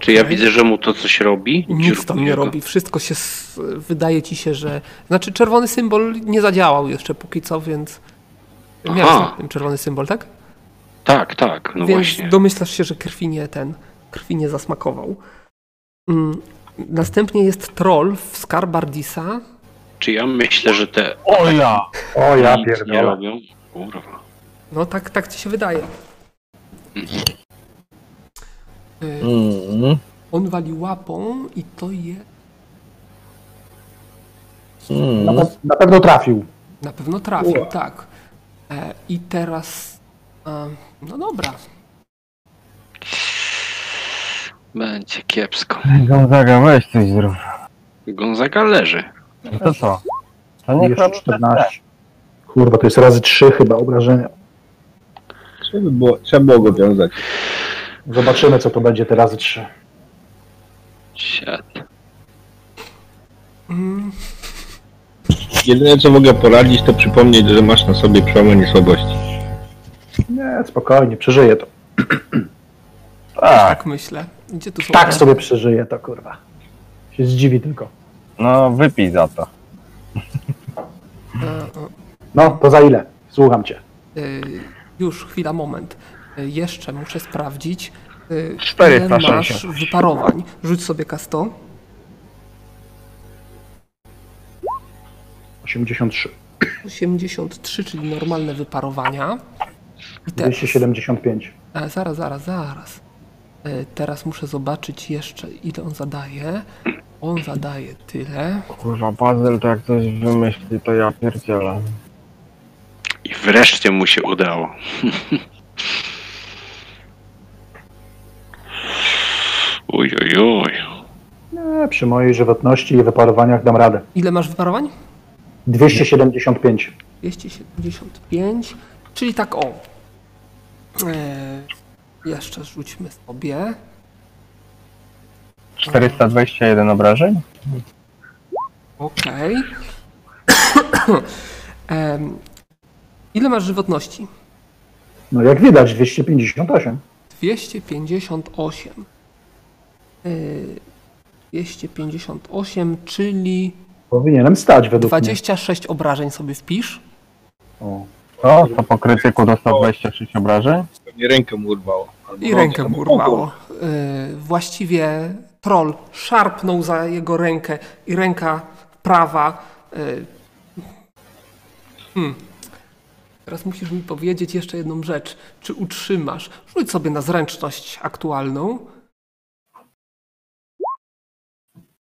S2: Czy ja widzę, że mu to coś robi?
S1: Nic
S2: Dziurkuje
S1: tam nie
S2: go.
S1: robi. Wszystko się. s- Wydaje ci się, że. Znaczy, czerwony symbol nie zadziałał jeszcze póki co, więc. Miałeś
S2: Aha.
S1: ten czerwony symbol, tak?
S2: Tak, tak, no
S1: Więc
S2: właśnie.
S1: domyślasz się, że krwi nie ten, krwi nie zasmakował. Mm. Następnie jest troll w Skarbardisa.
S2: Czy ja myślę, że te
S5: O ja!
S4: O ja
S2: nic nie
S4: pierdolę.
S2: robią? Kurwa.
S1: No tak, tak ci się wydaje. Y,
S5: Mm,
S1: On wali łapą i to je
S4: Na,
S5: mm.
S4: pe- na pewno trafił.
S1: na pewno trafił, tak. E, I teraz. e, no dobra.
S2: Będzie kiepsko.
S5: Gonzaga, weź coś zrób.
S2: Gonzaga leży.
S5: No to co? To
S1: No,
S5: nie
S4: Jeszcze
S5: robi
S4: 14. Kurwa, to jest razy 3 chyba obrażenia.
S3: Trzeba było, trzeba było go wiązać.
S4: Zobaczymy, co to będzie te razy 3.
S2: Siad.
S1: Mm,
S3: Jedyne co mogę poradzić, to przypomnieć, że masz na sobie przełamanie słabości.
S4: Nie, spokojnie, przeżyję to.
S5: Tak,
S1: tak myślę. Gdzie tu są?
S4: Tak sobie przeżyję to, kurwa. Się zdziwi tylko.
S5: no wypij za to.
S1: E, e,
S4: No, to za ile? Słucham cię.
S1: Y, już, chwila, moment. Y, Jeszcze muszę sprawdzić. y, Ile
S5: 460.
S1: masz wyparowań? Rzuć sobie kasto.
S4: 83.
S1: 83, czyli normalne wyparowania. I teraz,
S4: 275.
S1: e, zaraz, zaraz, zaraz. Y, Teraz muszę zobaczyć jeszcze, ile on zadaje. On zadaje tyle.
S5: Kurwa, Bazyl to jak coś wymyśli, to ja pierdzielę.
S2: I wreszcie mu się udało. Uj, uj, uj.
S4: Nie, E, przy mojej żywotności i wyparowaniach dam radę.
S1: Ile masz wyparowań?
S4: 275.
S1: 275, czyli tak o. E, jeszcze rzućmy sobie.
S5: 421 obrażeń?
S1: Okej. Em, Ile masz żywotności?
S4: No jak widać, 258.
S1: 258. Yy, 258, czyli
S4: Powinienem stać według
S1: 26 obrażeń sobie wpisz.
S4: mnie. O.
S5: O, to po krytyku dostał 26 obrażeń?
S3: Pewnie rękę mu urwało. Albo
S1: I
S3: nogę,
S1: rękę
S3: albo
S1: mu urwało. Yy, właściwie troll szarpnął za jego rękę i ręka prawa. Yy, hmm. Teraz musisz mi powiedzieć jeszcze jedną rzecz. Czy utrzymasz? Rzuć sobie na zręczność aktualną.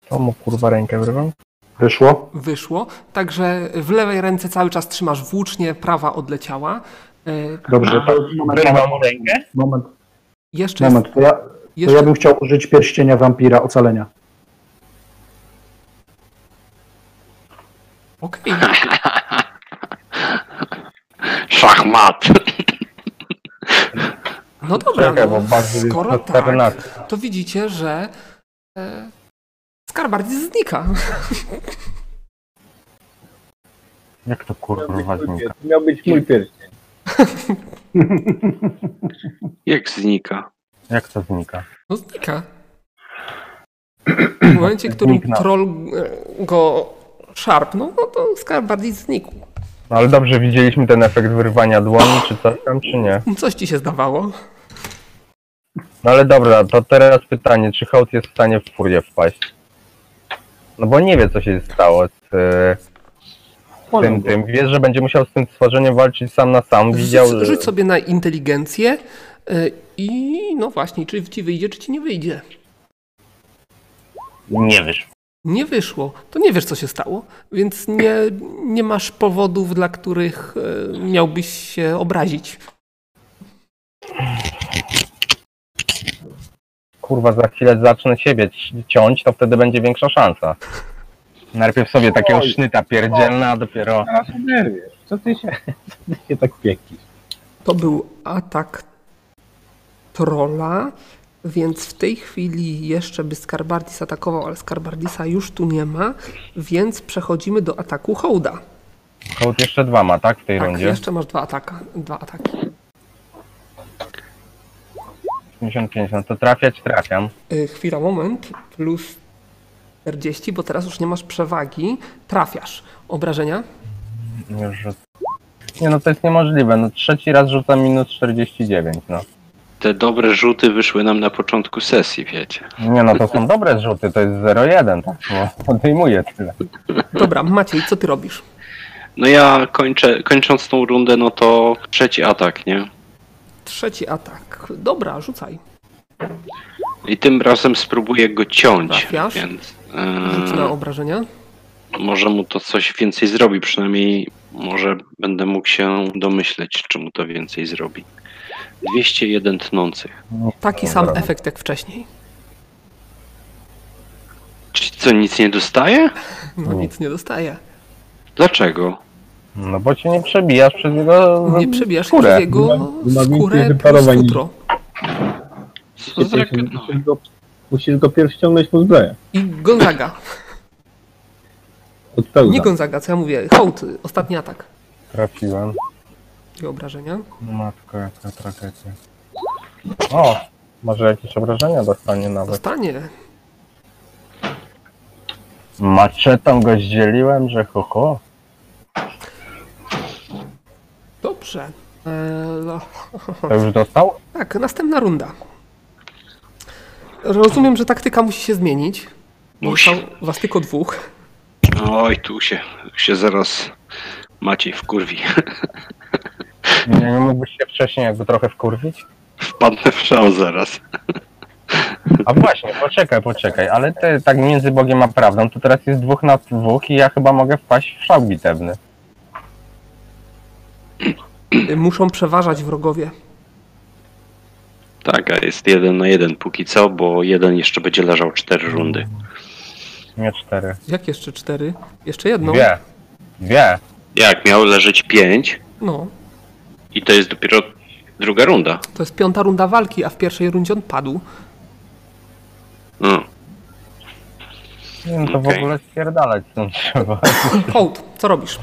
S5: To mu kurwa rękę wyrwał?
S4: Wyszło?
S1: Wyszło. Także w lewej ręce cały czas trzymasz włócznie, prawa odleciała. Y,
S4: Dobrze, to moment,
S5: Wyrwał
S4: moment,
S5: mu rękę?
S4: moment,
S1: Jeszcze jest,
S4: moment. To ja, to ja
S1: jeszcze,
S4: bym chciał użyć pierścienia wampira, ocalenia.
S1: okej.
S7: Szachmat.
S1: No dobra,
S5: Czekaj,
S1: no,
S5: bo bardzo jest
S1: skoro
S5: na
S1: tak,
S5: 14.
S1: to widzicie, że e, Skarbard znika.
S5: Jak to
S3: Miał
S5: kurwa
S3: być mój
S5: ważnika?
S3: pierścień. Miał być mój pierścień.
S2: Jak znika?
S5: Jak to znika?
S1: No znika. W momencie, w którym
S5: Zniknął.
S1: troll e, go szarpnął, no to Skarbard znikł.
S5: No ale dobrze, widzieliśmy ten efekt wyrwania dłoni, czy coś tam, czy nie?
S1: Coś ci się zdawało.
S5: No ale dobra, to teraz pytanie, czy Hołd jest w stanie w furię wpaść? No bo nie wie, co się stało z e, tym, tym. Wie, że będzie musiał z tym stworzeniem walczyć sam na sam. Widział,
S1: Rzuć,
S5: że-
S1: rzuć sobie na inteligencję e, i no właśnie, czy ci wyjdzie, czy ci nie wyjdzie.
S5: Nie wyszło.
S1: Nie wyszło, to nie wiesz, co się stało, więc nie, nie masz powodów, dla których e, miałbyś się obrazić.
S5: Kurwa, za chwilę zacznę siebie ci- ciąć, to wtedy będzie większa szansa. Najpierw sobie takiego
S3: Oj.
S5: sznyta pierdzielna, a dopiero...
S3: Teraz oderwiesz. Co ty się, co ty się tak piekisz?
S1: To był atak trolla, więc w tej chwili jeszcze by Skarbardis atakował, ale Skarbardisa już tu nie ma, więc przechodzimy do ataku Hołda.
S5: Hołd jeszcze dwa ma, tak? W tej
S1: Tak,
S5: rundzie.
S1: jeszcze masz dwa, ataka, dwa ataki.
S5: 85, no to trafiać trafiam.
S1: Y, chwila, moment, plus 40, bo teraz już nie masz przewagi, trafiasz. Obrażenia?
S5: Już rzuc- Nie no, to jest niemożliwe. No trzeci raz rzucam minus 49, no.
S2: Te dobre rzuty wyszły nam na początku sesji, wiecie.
S5: Nie no, to są dobre zrzuty, to jest 0,1, tak? No, odejmuję tyle.
S1: Dobra, Maciej, co ty robisz?
S2: No ja kończę, kończąc tą rundę, no to trzeci atak, nie?
S1: Trzeci atak. Dobra, rzucaj.
S2: I tym razem spróbuję go ciąć,
S1: Trafiasz?
S2: więc
S1: Rzuć na
S2: e,
S1: obrażenia.
S2: może mu to coś więcej zrobi, przynajmniej może będę mógł się domyśleć, czy mu to więcej zrobi. 201 tnących.
S1: Taki sam
S5: Dobra.
S1: efekt jak wcześniej.
S2: Czy co, nic nie dostaje?
S1: No nic nie dostaje.
S2: Dlaczego?
S5: No bo cię nie przebijasz przez jego
S1: Nie przebijasz
S5: skórę.
S1: przez jego
S3: Dynamicznie
S1: skórę plus
S3: wyparowań.
S1: futro.
S2: Co za no.
S3: Musisz go, musisz go pierw ściągnąć po zbroję.
S1: I Gonzaga.
S3: Od pełna.
S1: Nie Gonzaga, co ja mówię. Hołd, ostatni atak.
S5: Trafiłem.
S1: I obrażenia.
S5: Matko, jaka tragedia. O, może jakieś obrażenia dostanie nawet.
S1: Dostanie.
S5: Maczetą go zdzieliłem, że ho, ho.
S1: Dobrze. Eee, no.
S5: To już dostał?
S1: Tak, następna runda. Rozumiem, że taktyka musi się zmienić. Bo
S2: Musi.
S1: zostało was tylko dwóch.
S2: Oj, tu się, tu się zaraz Maciej wkurwi.
S5: Nie, nie mógłbyś się wcześniej jakby trochę wkurwić?
S2: Wpadnę w szał zaraz.
S5: A właśnie, poczekaj, poczekaj, ale ty tak między Bogiem a prawdą, to teraz jest dwóch na dwóch i ja chyba mogę wpaść w szał bitewny.
S1: Y, Muszą przeważać wrogowie.
S2: Tak, a jest jeden na jeden póki co, bo jeden jeszcze będzie leżał cztery rundy.
S5: Nie cztery.
S1: Jak jeszcze cztery? Jeszcze jedną?
S5: Dwie. Dwie.
S2: Jak miał leżeć pięć
S1: No.
S2: i to jest dopiero druga runda.
S1: To jest piąta runda walki, a w pierwszej rundzie on padł.
S2: No.
S5: Nie, No to w
S2: Okej.
S5: ogóle spierdalać tym trzeba.
S1: Hołd, co robisz?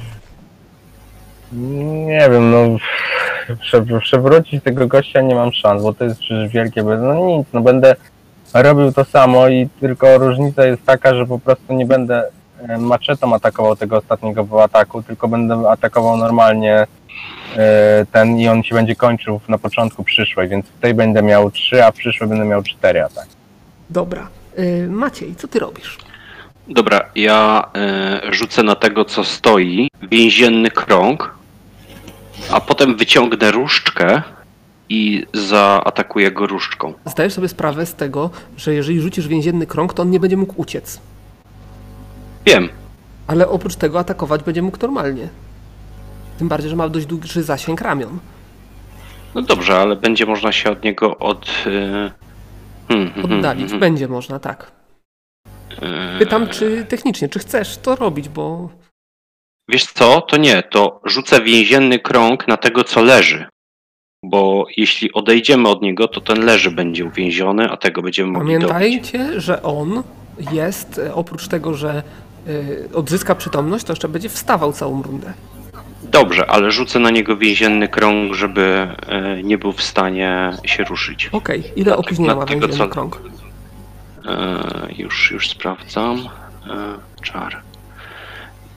S5: Nie wiem, no prze- przewrócić tego gościa nie mam szans, bo to jest przecież wielkie bez... No nic, no będę robił to samo i tylko różnica jest taka, że po prostu nie będę e, maczetą atakował tego ostatniego w ataku, tylko będę atakował normalnie e, ten i on się będzie kończył na początku przyszłej, więc w tej będę miał 3, a w przyszłej będę miał 4 ataki.
S1: Dobra. Y, Maciej, co ty robisz?
S2: Dobra, ja e, rzucę na tego, co stoi, więzienny krąg, a potem wyciągnę różdżkę i zaatakuję go różdżką.
S1: Zdajesz sobie sprawę z tego, że jeżeli rzucisz więzienny krąg, to on nie będzie mógł uciec.
S2: Wiem,
S1: ale oprócz tego atakować będzie mógł normalnie. Tym bardziej, że ma dość duży zasięg ramion.
S2: No dobrze, ale będzie można się od niego od. y, hmm, hmm,
S1: Oddalić
S2: hmm,
S1: będzie można, tak.
S2: hmm, y,
S1: Pytam, czy technicznie, czy chcesz to robić, bo
S2: Wiesz co? To nie, to rzucę więzienny krąg na tego, co leży. Bo jeśli odejdziemy od niego, to ten leży będzie uwięziony, a tego będziemy mogli dobić.
S1: pamiętajcie, że on jest, e, oprócz tego, że y, odzyska przytomność, to jeszcze będzie wstawał całą rundę.
S2: Dobrze, ale rzucę na niego więzienny krąg, żeby y, nie był w stanie się ruszyć. Y,
S1: Okej, ile
S2: Dlatego-
S1: opóźnienia ma
S2: dlatego
S1: więzienny
S2: co-
S1: krąg?
S2: E, już, już sprawdzam. E, czar.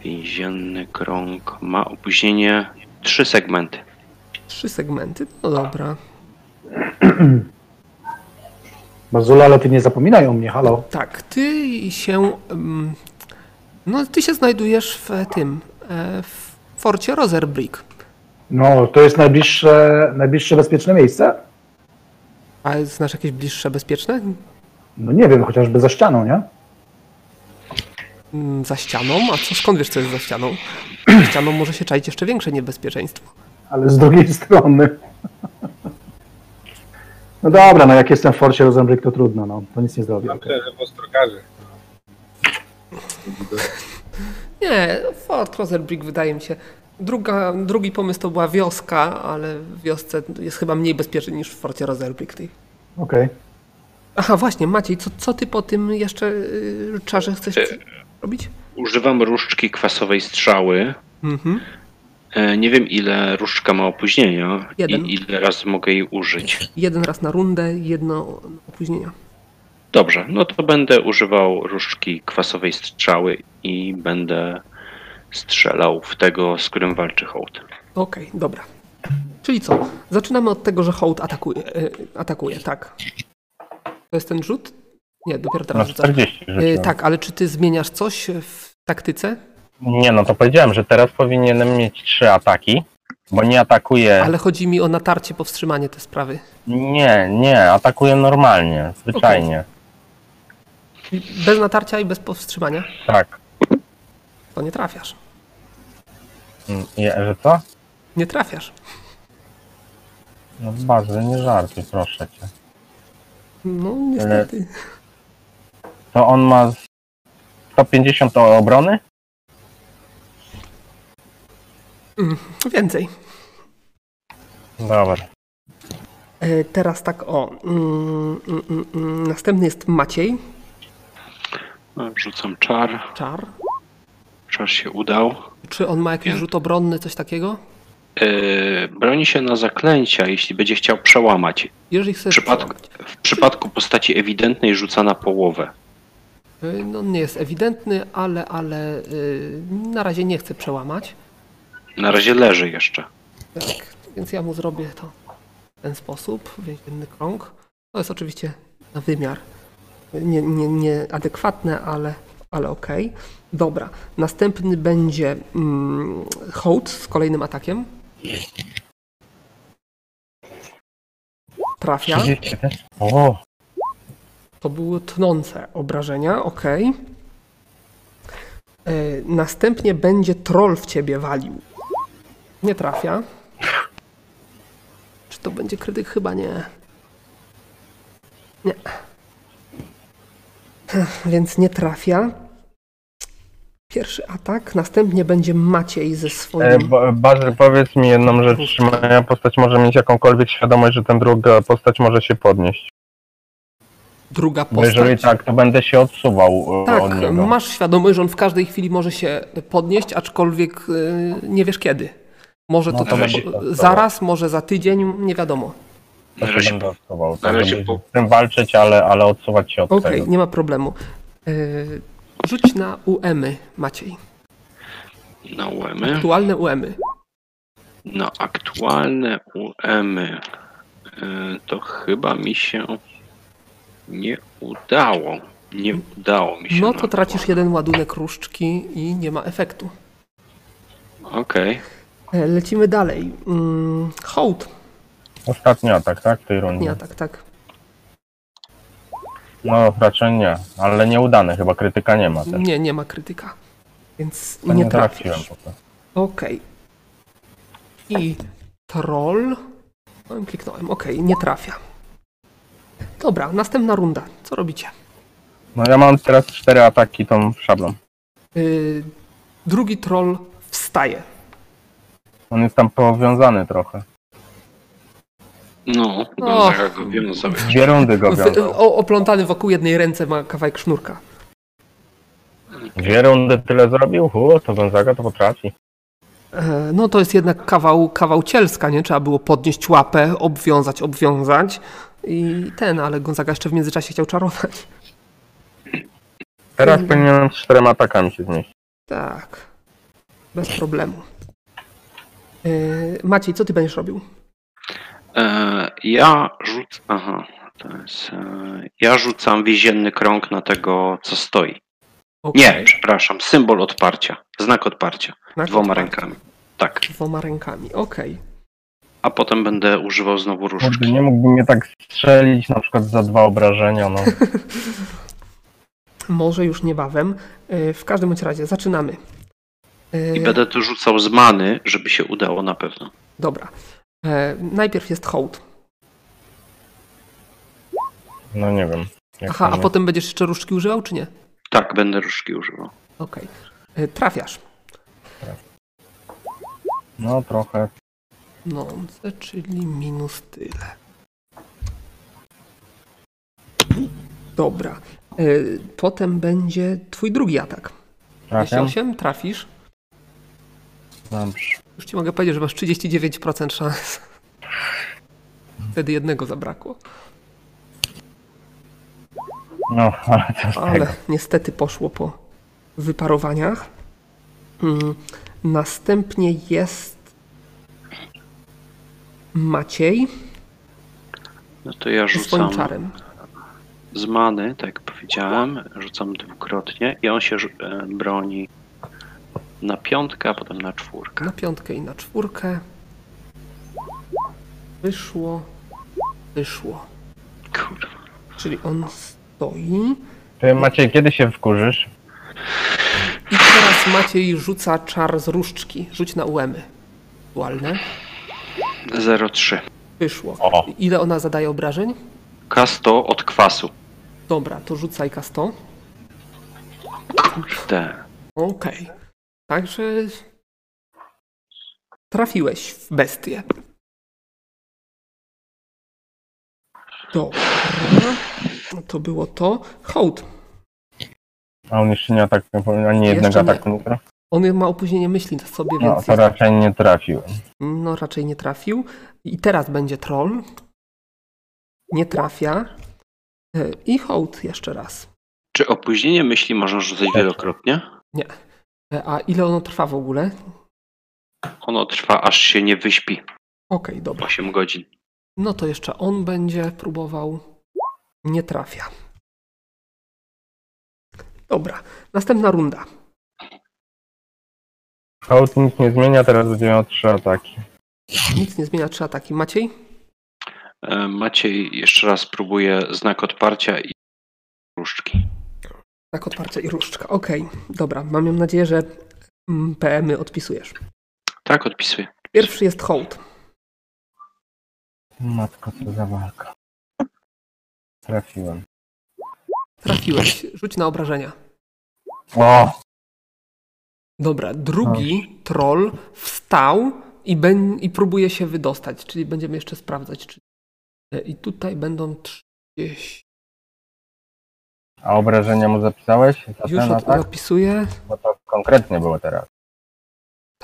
S2: Więzienny krąg ma opóźnienie trzy segmenty.
S1: Trzy segmenty, no dobra.
S4: Mazula, ale ty nie zapominaj o mnie, halo.
S1: Tak, ty się. mm, No, ty się znajdujesz w e, tym. e, W forcie Roserbrick.
S4: No, to jest najbliższe, najbliższe bezpieczne miejsce?
S1: A znasz jakieś bliższe, bezpieczne?
S4: No nie wiem, chociażby za ścianą, nie?
S1: Mm, Za ścianą? A co, skąd wiesz, co jest za ścianą? Za ścianą może się czaić jeszcze większe niebezpieczeństwo.
S4: Ale z drugiej strony. No dobra, no jak jestem w Forcie Rosenbrick, to trudno, no. To nic nie zrobię.
S3: Mam tyle, że postrokarzy.
S1: Nie, Fort Roserbrick wydaje mi się. Druga, drugi pomysł to była wioska, ale w wiosce jest chyba mniej bezpiecznie niż w Forcie Roserbrick. tej.
S4: Okej.
S1: Aha, właśnie, Maciej, co, co ty po tym jeszcze y, czarze chcesz
S2: E.
S1: robić?
S2: Używam różdżki kwasowej strzały.
S1: Mhm.
S2: E, Nie wiem, ile różdżka ma opóźnienia
S1: Jeden.
S2: i ile razy mogę jej użyć.
S1: Jeden raz na rundę, jedno opóźnienia.
S2: Dobrze, no to będę używał różdżki kwasowej strzały i będę strzelał w tego, z którym walczy hołd.
S1: Okej, dobra. Czyli co? Zaczynamy od tego, że hołd atakuje, y, atakuje, tak. To jest ten rzut? Nie, dopiero
S5: No
S1: teraz rzucasz.
S5: 40
S1: Y,
S5: rzuciłem.
S1: tak, ale czy ty zmieniasz coś w taktyce?
S5: Nie no, to powiedziałem, że teraz powinienem mieć trzy ataki, bo nie atakuję...
S1: Ale chodzi mi o natarcie, powstrzymanie tej sprawy.
S5: Nie, nie, atakuję normalnie, zwyczajnie.
S1: Bez natarcia i bez powstrzymania
S5: Tak.
S1: to nie trafiasz.
S5: Mm, Je, że co?
S1: Nie trafiasz.
S5: No bardzo, nie żartuj, proszę cię.
S1: No, niestety.
S5: To on ma 150 obrony?
S1: Więcej.
S5: Dobra.
S1: No. E, Teraz tak o. Mm, mm, mm, mm. Następny jest Maciej
S2: No, Rzucam czar,
S1: Czar.
S2: czar się udał.
S1: Czy on ma jakiś
S2: Pię-
S1: rzut obronny, coś takiego?
S2: E, broni się na zaklęcia, jeśli będzie chciał przełamać.
S1: Jeżeli chcesz.
S2: Przypadku. W przypadku postaci ewidentnej rzuca na połowę.
S1: Y, No, nie jest ewidentny, ale, ale y, na razie nie chcę przełamać.
S2: Na razie leży jeszcze.
S1: Tak, więc ja mu zrobię to w ten sposób, więzienny krąg. To jest oczywiście na wymiar nie, nie, nieadekwatne, ale, ale okej. Dobra, następny będzie mm, hołd z kolejnym atakiem. Trafia.
S5: 37? O,
S1: To były tnące obrażenia, ok. Następnie będzie troll w ciebie walił. Nie trafia. Czy to będzie krytyk? Chyba nie. Nie. Więc nie trafia. Pierwszy atak. Następnie będzie Maciej ze
S5: e,
S1: swoim.
S5: bo- Bazyl, powiedz mi jedną rzecz, czy moja postać może mieć jakąkolwiek świadomość, że ten druga postać może się podnieść?
S1: Druga
S5: Bo jeżeli
S1: postać.
S5: tak, to będę się odsuwał e, od
S1: Tak,
S5: niego.
S1: masz świadomość, że on w każdej chwili może się podnieść, aczkolwiek y, nie wiesz kiedy. Może
S5: No
S1: to,
S5: to
S1: to
S5: będzie
S1: bo-
S5: tak, dobra.
S1: zaraz, może za tydzień, nie wiadomo.
S5: To
S2: Na
S5: się
S2: razie
S5: będę odsuwał.
S2: na
S5: tak,
S2: razie
S5: żeby
S2: po-
S5: z tym walczyć, ale, ale odsuwać się od
S1: Okej, no.
S5: tego.
S1: nie ma problemu. Y, rzuć na UEMy, Maciej.
S2: Na łemy.
S1: Aktualne UEMy.
S2: Na No, aktualne UEMy y, to chyba mi się nie udało. Nie udało mi się.
S1: No
S2: na
S1: to tracisz
S2: aktualne.
S1: jeden ładunek różdżki i nie ma efektu.
S2: Okej.
S1: E, Lecimy dalej. Mm, hołd.
S5: Ostatni atak, tak? W tej rundzie.
S1: Nie, tak, tak.
S5: No raczej nie, ale nieudany chyba, krytyka nie ma. Ten.
S1: Nie, nie ma krytyka. Więc
S5: To
S1: Tak. nie
S5: trafiłem
S1: trafisz.
S5: po prostu.
S1: Okej. I troll. No, kliknąłem. Okej, nie trafia. Dobra, następna runda. Co robicie?
S5: No ja mam teraz cztery ataki tą szablą.
S1: Yy, drugi troll wstaje.
S5: On jest tam powiązany trochę.
S2: No,
S1: Och.
S2: Gonzaga go no, wiązał.
S5: Dwie rundy go
S1: W,
S5: wiązał.
S1: o, oplątany wokół jednej ręce ma kawałek sznurka.
S5: Dwie rundy tyle zrobił? Hu, to Gonzaga to potrafi.
S1: E, No to jest jednak kawał, kawał cielska, nie? Trzeba było podnieść łapę, obwiązać, obwiązać i ten, ale Gonzaga jeszcze w międzyczasie chciał czarować. Mhm.
S5: Teraz powinienem z czterema atakami się zmieścić.
S1: Tak, bez problemu. E, Maciej, co ty będziesz robił?
S2: E, ja rzucam. Aha, to jest. E, ja rzucam więzienny krąg na tego, co stoi. Nie, przepraszam, symbol odparcia. Znak odparcia.
S1: Na
S2: Dwoma
S1: kontakt.
S2: rękami. Tak.
S1: Dwoma rękami, okej.
S2: A potem będę używał znowu
S5: Kurde,
S2: różdżki.
S5: nie mógłbym mnie tak strzelić na przykład za dwa obrażenia, no.
S1: Może już niebawem. E, W każdym bądź razie zaczynamy. E,
S2: I będę tu rzucał z many, żeby się udało na pewno.
S1: Dobra. E, Najpierw jest hołd.
S5: No nie wiem. Jak
S1: Aha, a
S5: może.
S1: potem będziesz jeszcze różdżki używał, czy nie?
S2: Tak, będę różdżki używał.
S1: Okej. E, Trafiasz.
S5: No trochę.
S1: No, czyli minus tyle. Dobra. Y, Potem będzie twój drugi atak. Jeśli
S5: Trafiam?
S1: 8 trafisz,
S5: Dobrze.
S1: już ci mogę powiedzieć, że masz 39% szans. Wtedy jednego zabrakło.
S5: No, ale co z tego?
S1: Ale niestety poszło po wyparowaniach. Mm, Następnie jest Maciej
S2: No to ja
S1: ze swoim
S2: rzucam
S1: czarem.
S2: z many, tak jak powiedziałem. Rzucam dwukrotnie i on się rzu- e, broni na piątkę, a potem na czwórkę.
S1: Na piątkę i na czwórkę. Wyszło. Wyszło. No
S2: Kurwa.
S1: Czyli on stoi.
S5: Ty Maciej, kiedy się wkurzysz?
S1: I teraz Maciej rzuca czar z różdżki. Rzuć na uemy. Dualne.
S2: 0,3.
S1: Wyszło.
S5: O.
S1: Ile ona zadaje obrażeń?
S2: K100 od kwasu.
S1: Dobra, to rzucaj K100.
S2: Kurde.
S1: Okej. Także... Trafiłeś w bestię. Dobra. No To było to. Hołd.
S5: A on jeszcze nie atakuje, ani jednego
S1: Jeszcze nie.
S5: ataku nie trafił.
S1: On ma opóźnienie myśli na sobie, więc
S5: No,
S1: jest
S5: to raczej nie trafiłem.
S1: No, raczej nie trafił. I teraz będzie troll. Nie trafia. E, I hołd jeszcze raz.
S2: Czy opóźnienie myśli można rzucać wielokrotnie?
S1: Nie. E, A ile ono trwa w ogóle?
S2: Ono trwa aż się nie wyśpi.
S1: Okej, dobra.
S2: 8 godzin.
S1: No to jeszcze on będzie próbował. Nie trafia. Dobra, następna runda.
S5: Hołd nic nie zmienia, teraz będzie miał trzy ataki.
S1: Nic nie zmienia, trzy ataki. Maciej?
S2: E, Maciej jeszcze raz próbuje znak odparcia i różdżki.
S1: Tak, otwarcie i różdżka. Okej, dobra. Mam nadzieję, że mm, PM-y odpisujesz.
S2: Tak, odpisuję.
S1: Pierwszy jest hołd.
S5: Matko, co za walka. Trafiłem.
S1: Trafiłeś. Rzuć na obrażenia.
S5: O!
S1: Dobra, drugi
S5: Tak.
S1: troll wstał i, ben, i próbuje się wydostać, czyli będziemy jeszcze sprawdzać. Czy... E, I tutaj będą 30.
S5: A obrażenia mu zapisałeś? Za
S1: Już
S5: ten
S1: od,
S5: atak?
S1: opisuję.
S5: Bo to konkretnie było teraz.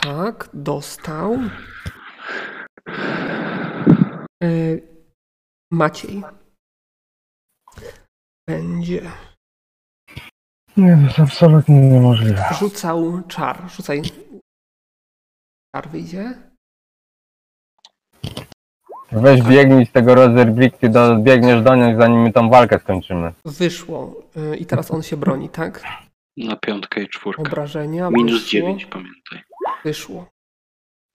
S1: Tak, dostał. E, Maciej. Będzie
S5: Nie, to jest absolutnie niemożliwe.
S1: rzucał czar. Rzucaj. Czar wyjdzie.
S5: Weź biegnij z tego rozerwik, ty do, biegniesz do nich, zanim my tą walkę skończymy.
S1: Wyszło. E, I teraz on się broni, tak?
S2: Na piątkę i czwórkę.
S1: Obrażenia.
S2: Tak. Minus
S1: wyszło,
S2: 9, pamiętaj.
S1: Wyszło.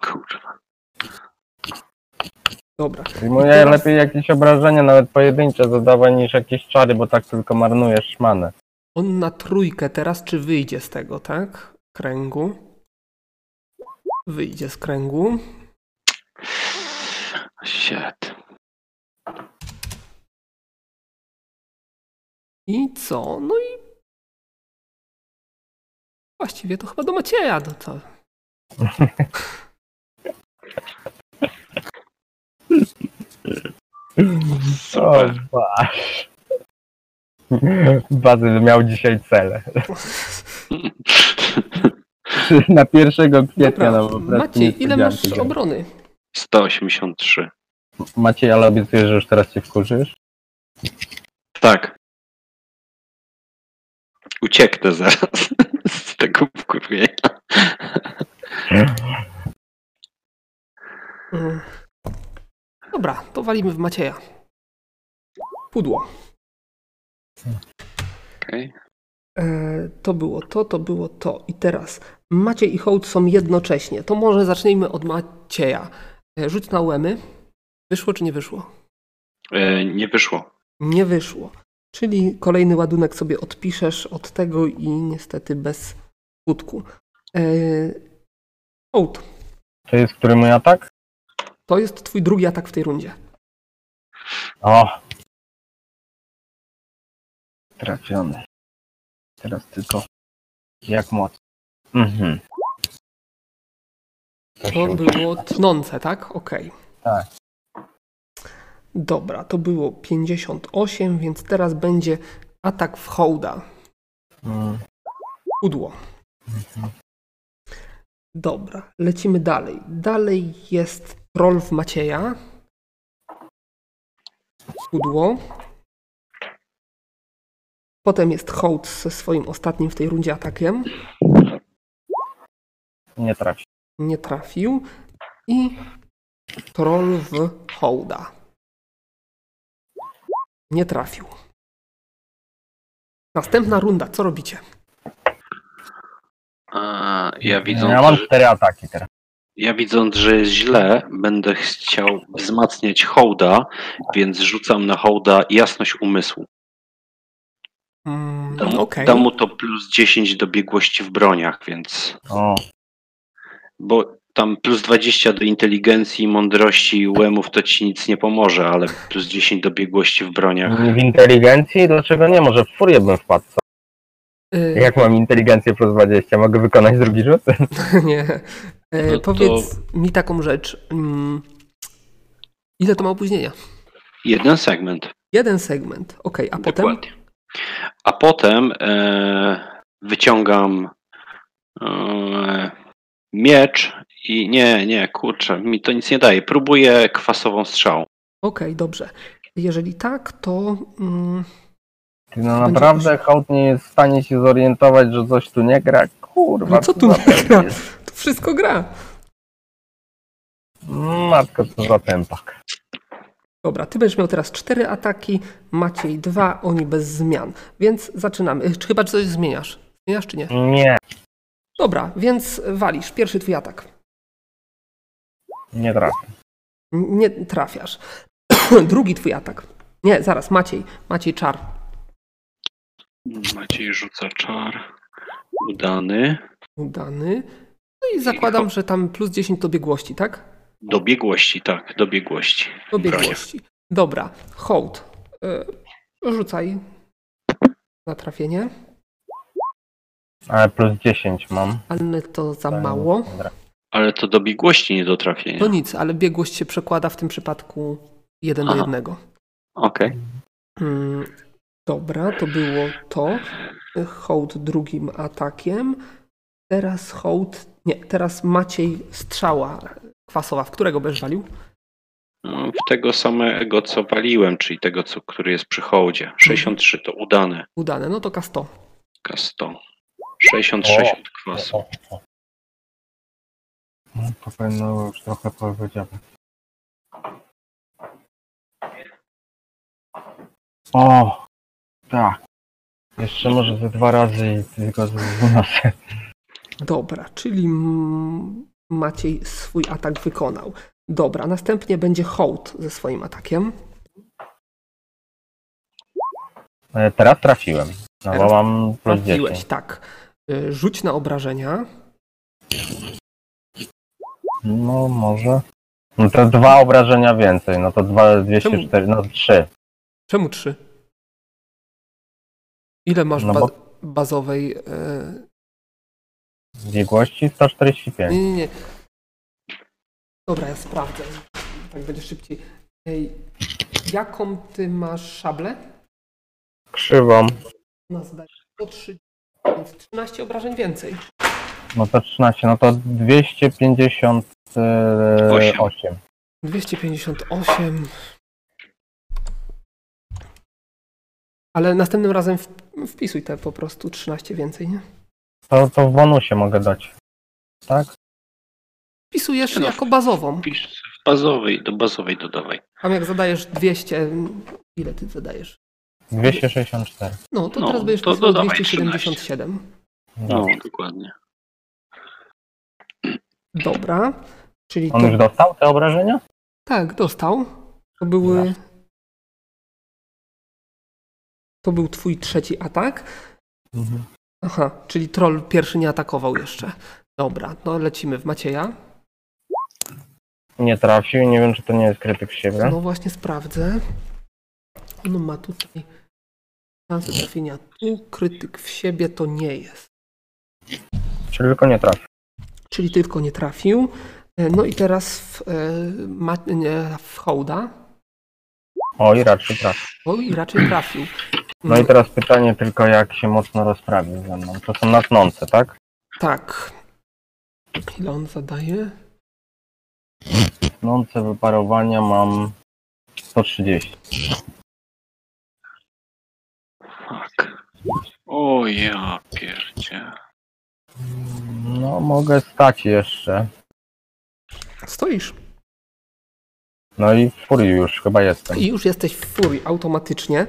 S2: Kurwa.
S1: Dobra.
S5: Przyjmuję
S1: I teraz-
S5: lepiej jakieś obrażenia, nawet pojedyncze zadawaj niż jakieś czary, bo tak tylko marnujesz szmanę.
S1: On na trójkę teraz, czy wyjdzie z tego, tak? kręgu. Wyjdzie z kręgu.
S2: Shit.
S1: I co? No i. Właściwie to chyba do Macieja, no to.
S5: O, Basz. Bazyl miał dzisiaj cele. Na 1
S1: Dobra,
S5: kwietnia no, po prostu
S1: Maciej, ile masz
S5: niespodzianki.
S1: obrony?
S2: 183.
S5: Maciej, ale obiecuję, że już teraz się wkurzysz.
S2: Tak. Ucieknę zaraz z tego wkurwienia.
S1: Mm. Dobra, to walimy w Macieja. Pudło.
S2: Okej.
S1: E, to było to, to było to. I teraz Maciej i Hołd są jednocześnie. To może zacznijmy od Macieja. E, Rzuć na łemy. Wyszło czy nie wyszło?
S2: E, Nie wyszło.
S1: Nie wyszło. Czyli kolejny ładunek sobie odpiszesz od tego i niestety bez skutku. E, Hołd,
S5: To jest tak? który mój atak?
S1: to jest twój drugi atak w tej rundzie.
S5: O! Trafiony. Teraz tylko jak moc. Mhm. To się
S1: To
S5: uda.
S1: było tnące, tak? Okej.
S5: Tak.
S1: Dobra, to było 58, więc teraz będzie atak w hołda.
S5: Mm. Mhm.
S1: Udło. Dobra, lecimy dalej. Dalej jest troll w Macieja. Udło. Potem jest hołd ze swoim ostatnim w tej rundzie atakiem.
S5: Nie trafi.
S1: nie trafił i troll w hołda. Nie trafił. Następna runda, co robicie?
S2: A, ja widząc,
S5: Ja mam
S2: że,
S5: cztery ataki teraz.
S2: ja widząc, że jest źle, będę chciał wzmacniać hołda, więc rzucam na hołda jasność umysłu.
S1: Mm,
S2: Dam,
S1: Okej.
S2: dam mu to plus 10 do biegłości w broniach, więc.
S5: O,
S2: Bo tam plus 20 do inteligencji, mądrości i łemów to ci nic nie pomoże, ale plus 10 do biegłości w broniach.
S5: w inteligencji? Dlaczego nie? Może w furię bym wpadł. co?
S1: Y,
S5: Jak mam inteligencję plus 20, mogę wykonać drugi rzut?
S1: nie. Y,
S2: No to-
S1: Powiedz mi taką rzecz. Mm, ile to ma opóźnienia?
S2: Jeden segment.
S1: Jeden segment. Okej, a potem?
S2: Dokładnie. A potem e, wyciągam e, miecz i nie, nie, kurczę, mi to nic nie daje. Próbuję kwasową strzałą.
S1: Okej, dobrze. Jeżeli tak, to mm,
S5: Ty no
S1: Będzie
S5: naprawdę hołd nie jest w stanie się zorientować, że coś tu nie gra. Kurwa.
S1: No co tu
S5: za
S1: nie
S5: pęd
S1: gra?
S5: jest.
S1: to wszystko gra.
S5: Matko, co za tempak.
S1: Dobra, ty będziesz miał teraz cztery ataki, Maciej dwa, oni bez zmian. Więc zaczynamy. Y, Czy chyba coś zmieniasz? Zmieniasz czy nie?
S5: Nie,
S1: Dobra, więc walisz. Pierwszy twój atak.
S5: nie trafi.
S1: N- Nie trafiasz. Drugi twój atak. Nie, zaraz, Maciej. Maciej czar.
S2: Maciej rzuca czar. Udany.
S1: Udany. No i zakładam, że tam plus 10 do biegłości, tak?
S2: Do biegłości, tak, do biegłości.
S1: Do
S2: Bronię.
S1: biegłości. Dobra, hołd. Y, Rzucaj na trafienie,
S5: Ale plus 10 mam.
S1: ale to za mało.
S5: Dobra.
S2: Ale to do biegłości, nie do trafienia.
S1: To nic, ale biegłość się przekłada w tym przypadku 1 do
S2: Aha.
S1: 1.
S2: Okej.
S1: Mm, Dobra, to było to. Hołd drugim atakiem. Teraz hołd. Nie, teraz Maciej strzała kwasowa. W którego będziesz walił?
S2: No, W tego samego, co waliłem, czyli tego, co, który jest przy hołdzie.
S1: Mhm.
S2: 63 to udane.
S1: Udane, no to K100.
S2: K100. 66
S5: O.
S2: od kwasu.
S5: O, o. No, to pewno już trochę powiedziałem. O! Tak. Jeszcze może ze dwa razy i tylko z dwunastu.
S1: Dobra, czyli mm, Maciej swój atak wykonał. Dobra, następnie będzie hołd ze swoim atakiem.
S5: E, Teraz trafiłem. No
S1: Teraz
S5: bo mam plus
S1: Trafiłeś,
S5: 10.
S1: tak. Y, Rzuć na obrażenia.
S5: No może. No to dwa obrażenia więcej, no to dwa, 204, no trzy.
S1: Czemu trzy? Ile masz
S5: No
S1: ba-
S5: bo-
S1: bazowej. y,
S5: Biegłości 145.
S1: Nie, nie, nie. Dobra, ja sprawdzę. Tak będzie szybciej. Ej, jaką ty masz szablę?
S5: Krzywą,
S1: Na zdanie. To trzy- więc 13 obrażeń więcej.
S5: no to 13, no to 258.
S1: 258. Ale następnym razem w- wpisuj te po prostu 13 więcej, nie?
S5: To, to w bonusie mogę dać. Tak?
S1: Wpisujesz
S2: No.
S1: jako bazową.
S2: Pisz w bazowej, do bazowej dodawaj.
S1: A jak zadajesz 200, ile ty zadajesz?
S5: 264.
S1: No, to
S2: No,
S1: teraz będziesz
S2: to
S1: wpisywał
S2: dodawaj
S1: 277.
S5: No.
S2: No, dokładnie.
S1: Dobra. Czyli
S5: On
S1: to-
S5: już dostał te obrażenia?
S1: Tak, dostał. To były. To był twój trzeci atak.
S5: Mhm.
S1: Aha, czyli troll pierwszy nie atakował jeszcze. Dobra, no lecimy w Macieja.
S5: Nie trafił, nie wiem czy to nie jest krytyk siebie.
S1: No właśnie sprawdzę. On ma tutaj szansę trafienia. Tu krytyk w siebie to nie jest.
S5: Czy tylko nie trafił?
S1: Czyli tylko nie trafił. E, No i teraz w, e, ma, nie, w hołda.
S5: O i raczej trafił.
S1: O i raczej trafił.
S5: No i teraz pytanie tylko jak się mocno rozprawił ze mną. To są natnące, tak?
S1: Tak. Ile on zadaje?
S5: Natnące wyparowania mam 130.
S2: Fuck. Tak. O ja pierdzie.
S5: No mogę stać jeszcze.
S1: Stoisz.
S5: No i w furii już chyba jestem.
S1: I już jesteś w furii automatycznie.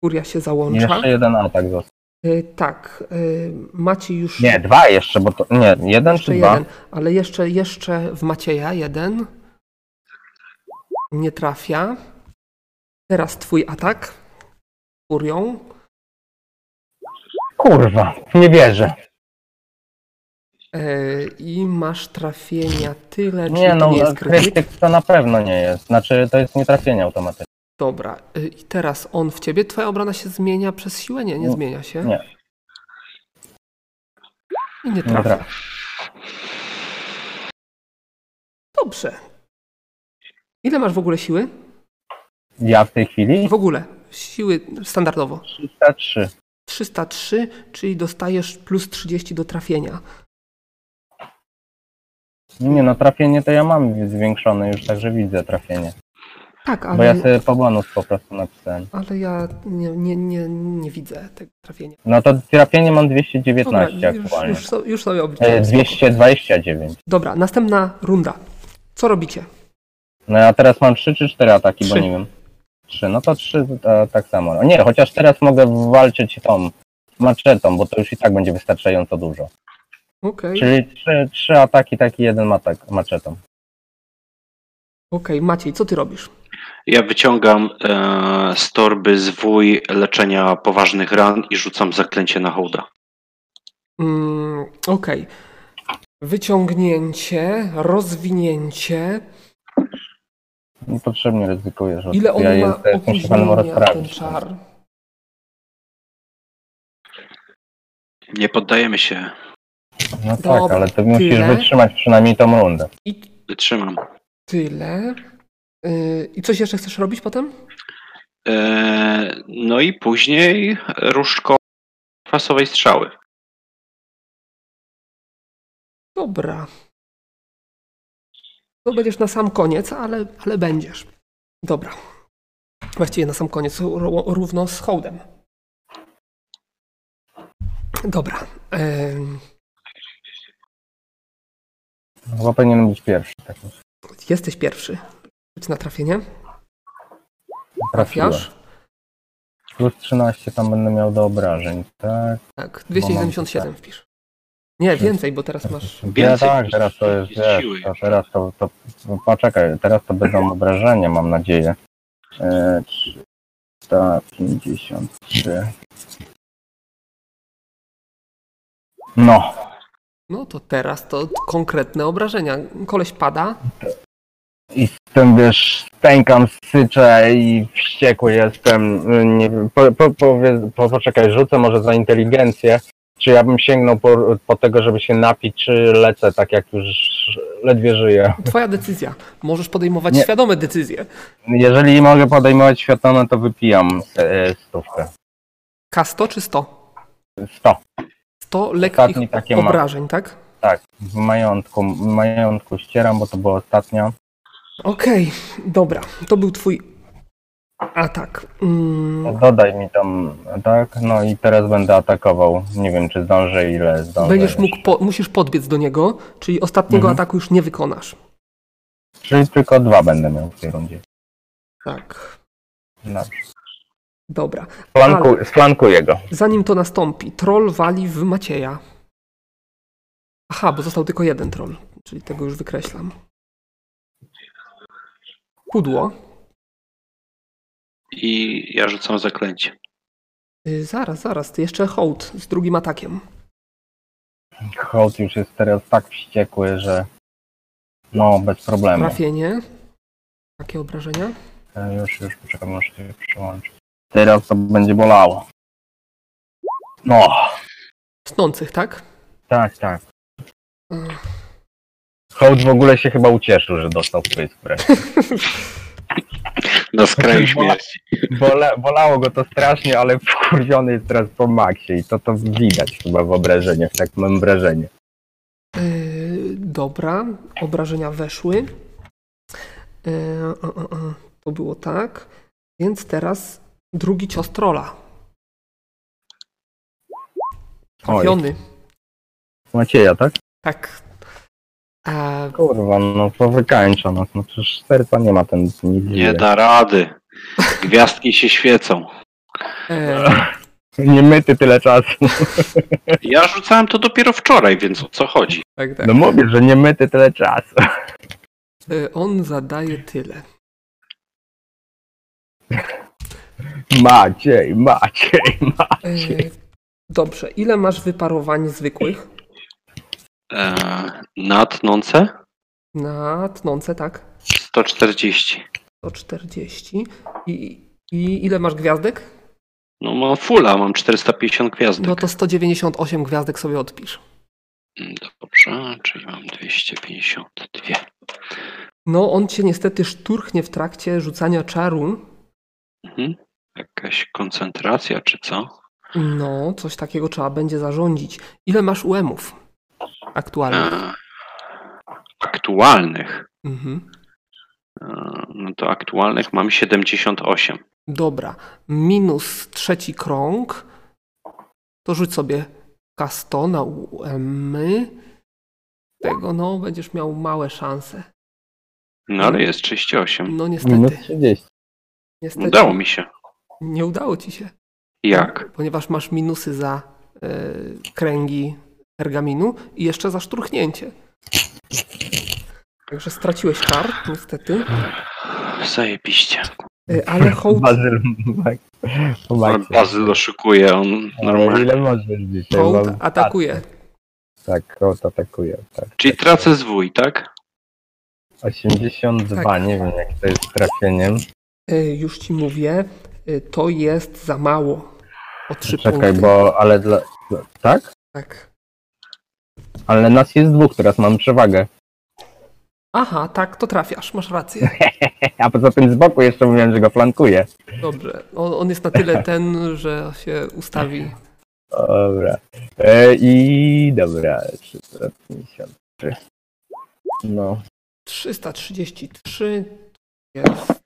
S1: Furia się załącza.
S5: Jeszcze jeden atak został.
S1: Y, tak, y, Maciej już.
S5: Nie, dwa jeszcze, bo to... Nie, jeden
S1: jeszcze
S5: czy dwa?
S1: jeden, ale jeszcze, jeszcze w Macieja jeden. Nie trafia. Teraz twój atak. Furią.
S5: Kurwa, nie wierzę.
S1: Y, I masz trafienia tyle, czyli
S5: Nie
S1: to
S5: no,
S1: nie jest krytyk.
S5: krytyk to na pewno nie jest. Znaczy, to jest nietrafienie automatycznie.
S1: Dobra, y, i teraz on w ciebie. Twoja obrona się zmienia przez siłę? Nie, nie
S5: Nie.
S1: zmienia się.
S5: Nie.
S1: I nie
S5: Nie
S1: trafia.
S5: trafia.
S1: Dobrze. Ile masz w ogóle siły?
S5: Ja w tej chwili?
S1: W ogóle. Siły standardowo.
S5: 303.
S1: 303, czyli dostajesz plus 30 do trafienia.
S5: Nie no, trafienie to ja mam zwiększone już, także widzę trafienie.
S1: Tak,
S5: Bo ja
S1: ale,
S5: sobie po bonus po prostu napisałem.
S1: ale ja nie, nie, nie, nie widzę tego trafienia.
S5: No to trafienie mam 219
S1: Dobra, już,
S5: aktualnie.
S1: już, so- już sobie
S5: E,
S1: obliczyłem.
S5: 229.
S1: Dobra, następna runda. Co robicie?
S5: No a teraz mam 3 czy 4 ataki,
S1: Trzy.
S5: bo nie wiem. 3, no to 3 to, tak samo. O Nie, chociaż teraz mogę walczyć tą maczetą, bo to już i tak będzie wystarczająco dużo.
S1: Okej,
S5: Czyli 3, 3 ataki, taki jeden atak maczetą.
S1: okej, Maciej, co ty robisz?
S2: Ja wyciągam e, z torby zwój leczenia poważnych ran i rzucam zaklęcie na hołda.
S1: Mm, Okej. Wyciągnięcie, rozwinięcie.
S5: Niepotrzebnie ryzykujesz.
S1: Ile on
S5: No, ja
S1: ma
S5: jestem się panem
S1: opóźnienia ten
S5: rozprawić.
S1: czar?
S2: Nie poddajemy się.
S5: No tak,
S1: Dobra,
S5: ale ty musisz
S1: tyle.
S5: wytrzymać przynajmniej tą rundę.
S1: I
S2: Wytrzymam.
S1: tyle. Yy, I coś jeszcze chcesz robić potem?
S2: E, no i później różdżką kwasowej strzały.
S1: Dobra. To będziesz na sam koniec, ale, ale będziesz. Dobra. Właściwie na sam koniec, ró- równo z hołdem. Dobra. Em,
S5: Chyba powinienem być pierwszy. Tak.
S1: jesteś pierwszy. Rzuć na trafienie.
S5: Trafiłem.
S1: Trafiasz?
S5: Plus 13 tam będę miał do obrażeń, tak?
S1: Tak, 277 wpisz. Nie, więcej, bo teraz masz.
S5: Ja
S2: Więcej
S5: tak,
S2: plus
S5: teraz to jest,
S2: jest siły
S5: wiesz, to
S2: jeszcze.
S5: teraz to, to, poczekaj, teraz to będą obrażenia, mam nadzieję. E, 353.
S4: No.
S1: No to teraz to konkretne obrażenia. Koleś pada.
S5: I ten wiesz, stękam, syczę i wściekły jestem. y, Nie, wiem, po, po, powiedz, po, poczekaj, rzucę może za inteligencję. Czy ja bym sięgnął po, po tego, żeby się napić, czy lecę tak jak już ledwie żyję?
S1: Twoja decyzja. Możesz podejmować
S5: Nie.
S1: świadome decyzje.
S5: Jeżeli mogę podejmować światone, to wypijam e, stówkę.
S1: K100 czy 100?
S5: Sto.
S1: 100 lekkich
S5: Ostatni takie mam.
S1: obrażeń, tak?
S5: Tak, w majątku, w majątku ścieram, bo to była ostatnia.
S1: Okej, dobra. To był twój atak. Mm,
S5: Dodaj mi tam, tak? No i teraz będę atakował. Nie wiem, czy zdążę, ile zdążę.
S1: będziesz
S5: jeszcze.
S1: mógł, po, musisz podbiec do niego, czyli ostatniego
S5: Mhm.
S1: ataku już nie wykonasz.
S5: Czyli tylko dwa będę miał w tej rundzie.
S1: Tak.
S5: Dobrze.
S1: Dobra.
S5: No, Flanku, Flankuję go.
S1: Zanim to nastąpi, troll wali w Macieja. Aha, bo został tylko jeden troll, czyli tego już wykreślam. Kudło.
S2: I ja rzucam zaklęcie.
S1: Y, zaraz, zaraz, ty jeszcze hołd z drugim atakiem.
S5: Hołd już jest teraz tak wściekły, że no, bez problemu.
S1: Trafienie. Takie obrażenia.
S5: E, Już, już, poczekam, muszę się przyłączyć. Teraz to będzie bolało. No,
S1: Snących, tak?
S5: tak, tak.
S1: Mm.
S5: Hołd w ogóle się chyba ucieszył, że dostał pysk wreszcie.
S2: Na skraju śmierci.
S5: Bola, bolało go to strasznie, ale wkurwiony jest teraz po maksie i to to widać chyba w obrażeniach, tak mam wrażenie.
S1: Y, dobra, obrażenia weszły. Y, o, o, o. To było tak. Więc teraz drugi cios trolla.
S5: Oj,
S1: Trafiony.
S5: Macieja, tak?
S1: Tak. A,
S5: Kurwa, no to wykańcza nas, no przecież serca nie ma ten nic
S2: Nie da rady. Gwiazdki się świecą.
S1: e,
S5: nie myty tyle czasu.
S2: Ja rzucałem to dopiero wczoraj, więc o co chodzi?
S1: tak, tak.
S5: No mówię, że nie myty tyle czasu.
S1: E, on zadaje tyle.
S5: Maciej, Maciej, Maciej.
S1: E, dobrze, ile masz wyparowań zwykłych?
S2: Eee, na tnące?
S1: Na tnące, tak?
S2: 140.
S1: 140. I, I ile masz gwiazdek?
S2: No mam fulla, mam 450 gwiazdek.
S1: No to 198 gwiazdek sobie odpisz.
S2: Mm, Dobrze, czyli mam 252.
S1: No, on cię niestety szturchnie w trakcie rzucania czaru.
S2: Mhm. Jakaś koncentracja czy co?
S1: No, coś takiego trzeba będzie zarządzić. Ile masz UM-ów aktualnie?
S2: Eee, aktualnych.
S1: Mhm.
S2: Eee, no to aktualnych mam 78.
S1: Dobra, minus trzeci krąg. To rzuć sobie K100 na UM. Tego no, będziesz miał małe szanse.
S2: No
S1: Mm.
S2: ale jest 38.
S1: No
S5: Minus
S1: niestety,
S5: 30.
S1: niestety.
S2: Udało mi się.
S1: Nie udało ci się.
S2: Jak?
S1: Ponieważ masz minusy za y, kręgi pergaminu i jeszcze za szturchnięcie. Także straciłeś czar, niestety. Tak.
S2: Zajebiście.
S1: Y, ale hołd,
S5: Bazyl, po Maciej.
S2: Bazyl oszukuje, on normalnie.
S5: Ile możesz dzisiaj?
S1: hołd
S5: Mam-
S1: atakuje.
S5: Tak, hołd atakuje. Tak.
S2: Czyli tracę zwój, tak?
S5: 82,
S1: Tak.
S5: nie wiem jak to jest z trafieniem.
S1: Y, już ci mówię, y, to jest za mało. O trzy
S5: Czekaj,
S1: punkty.
S5: bo, ale dla... Tak?
S1: Tak.
S5: Ale nas jest dwóch, teraz mam przewagę.
S1: Aha, tak, to trafiasz, masz rację.
S5: A poza tym z boku jeszcze mówiłem, że go flankuję.
S1: Dobrze. On, on jest na tyle ten, że się ustawi.
S5: Dobra. E, I dobra, 353. No.
S1: 333 jest.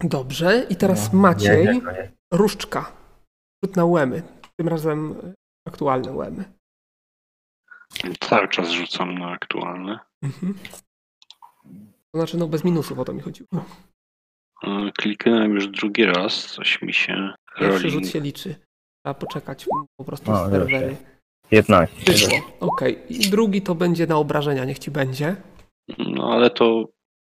S1: Dobrze. I teraz Maciej,
S5: No, Nie, nie, nie.
S1: różdżka. Rzut na łemy. Tym razem aktualne łemy.
S2: Cały czas rzucam na aktualne.
S1: Mhm. To znaczy, no bez minusów o to mi chodziło.
S2: E, Kliknąłem już drugi raz, coś mi się
S1: Pierwszy
S2: rolling.
S1: rzut się liczy. Trzeba poczekać po prostu
S5: No,
S1: z serwery.
S5: 15.
S1: Przyszło. Okej. I drugi to będzie na obrażenia, niech ci będzie.
S2: No ale to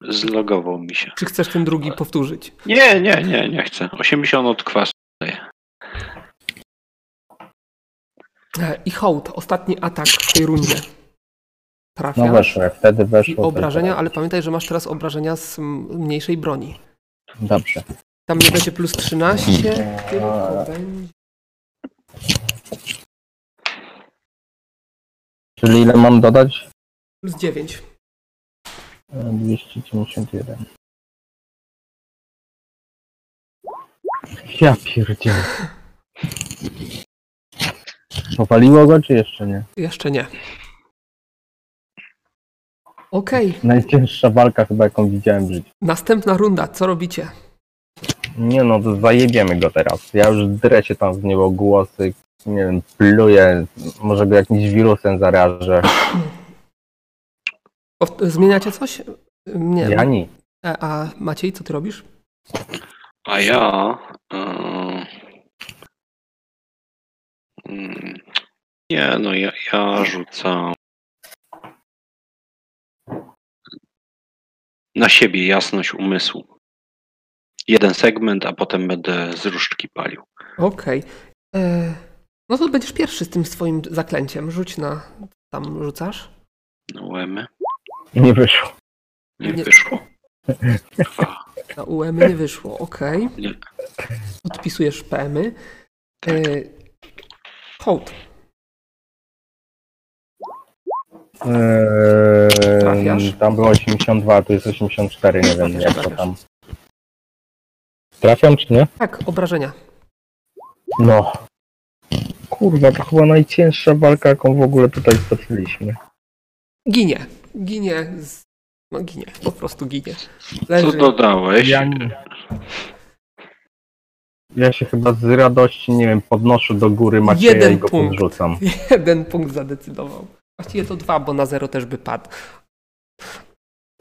S2: zlogował mi się.
S1: Czy chcesz ten drugi powtórzyć?
S2: Nie, nie, nie, nie chcę. 80 od kwasu.
S1: E, I hołd, ostatni atak w tej rundzie. Trafia
S5: No weszło, jak wtedy
S1: i
S5: weszło. to-
S1: obrażenia, ale pamiętaj, że masz teraz obrażenia z m- mniejszej broni.
S5: Dobrze.
S1: Tam nie będzie plus 13,
S5: Hmm.
S1: tylko będzie...
S5: Czyli ile mam dodać?
S1: Plus 9.
S5: E, 291. Ja pierdzielę. Popaliło go, czy jeszcze nie?
S1: Jeszcze nie. Okej,
S5: Najcięższa walka chyba, jaką widziałem w życiu.
S1: następna runda, co robicie?
S5: Nie no, to zajebiemy go teraz. Ja już drę się tam z niego głosy, nie wiem, pluję, może go jakimś wirusem zarażę.
S1: O- Zmieniacie coś? Nie.
S5: Ja nic.
S1: E, A Maciej, co ty robisz?
S2: A ja. e, mm, Nie, no ja, ja rzucam. Na siebie jasność umysłu. Jeden segment, a potem będę z różdżki palił.
S1: Okej. E, No to będziesz pierwszy z tym swoim zaklęciem. Rzuć na... Tam rzucasz?
S2: No łemy.
S5: Nie wyszło.
S2: Nie
S1: Nie.
S2: wyszło. Dwa.
S1: Na UM nie wyszło, okej.
S2: Nie.
S1: Odpisujesz PM-y. E, Hołd, Trafiasz?
S5: Eee, tam było 82, a tu jest 84, nie wiem
S1: Trafiasz,
S5: jak to
S1: trafiasz.
S5: tam. Trafiam czy nie?
S1: tak, obrażenia.
S5: No. Kurwa, to chyba najcięższa walka, jaką w ogóle tutaj stoczyliśmy.
S1: Ginie, ginie, z... no ginie, po prostu ginie.
S2: Co
S1: Leży.
S2: dodałeś?
S5: Ja się chyba z radości, nie wiem, podnoszę do góry Macieja
S1: Jeden
S5: i go
S1: punkt.
S5: podrzucam.
S1: Jeden punkt zadecydował. Właściwie to dwa, bo na zero też by padł.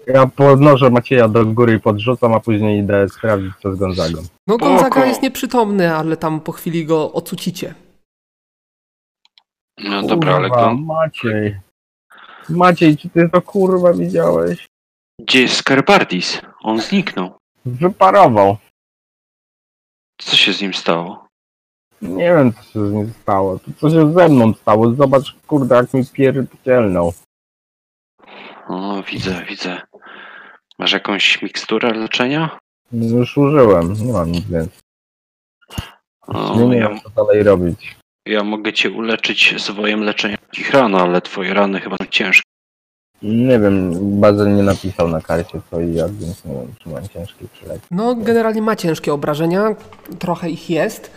S5: Ja podnoszę Macieja do góry i podrzucam, a później idę sprawdzić co z Gonzagą.
S1: No Gonzaga
S2: Spoko.
S1: jest nieprzytomny, ale tam po chwili go ocucicie.
S2: No dobra, ale
S5: Kurwa,
S2: go...
S5: Maciej. Maciej, czy ty to kurwa widziałeś?
S2: Gdzie jest Skarbardis? On zniknął.
S5: Wyparował.
S2: Co się z nim stało?
S5: Nie wiem, co się z nim stało. To co się ze mną stało? Zobacz, kurde, jak mi pierdzielnął.
S2: O, No, widzę, widzę. Masz jakąś miksturę leczenia?
S5: Już użyłem, nie mam nic więcej.
S2: O,
S5: No Nie
S2: No, ja,
S5: wiem, co dalej robić.
S2: ja mogę cię uleczyć swoim leczeniem ich ran, ale twoje rany chyba są ciężkie.
S5: Nie wiem, Bazel nie napisał na karcie co i jak, więc nie wiem, czy mam ciężki przylek.
S1: No generalnie ma ciężkie obrażenia, trochę ich jest.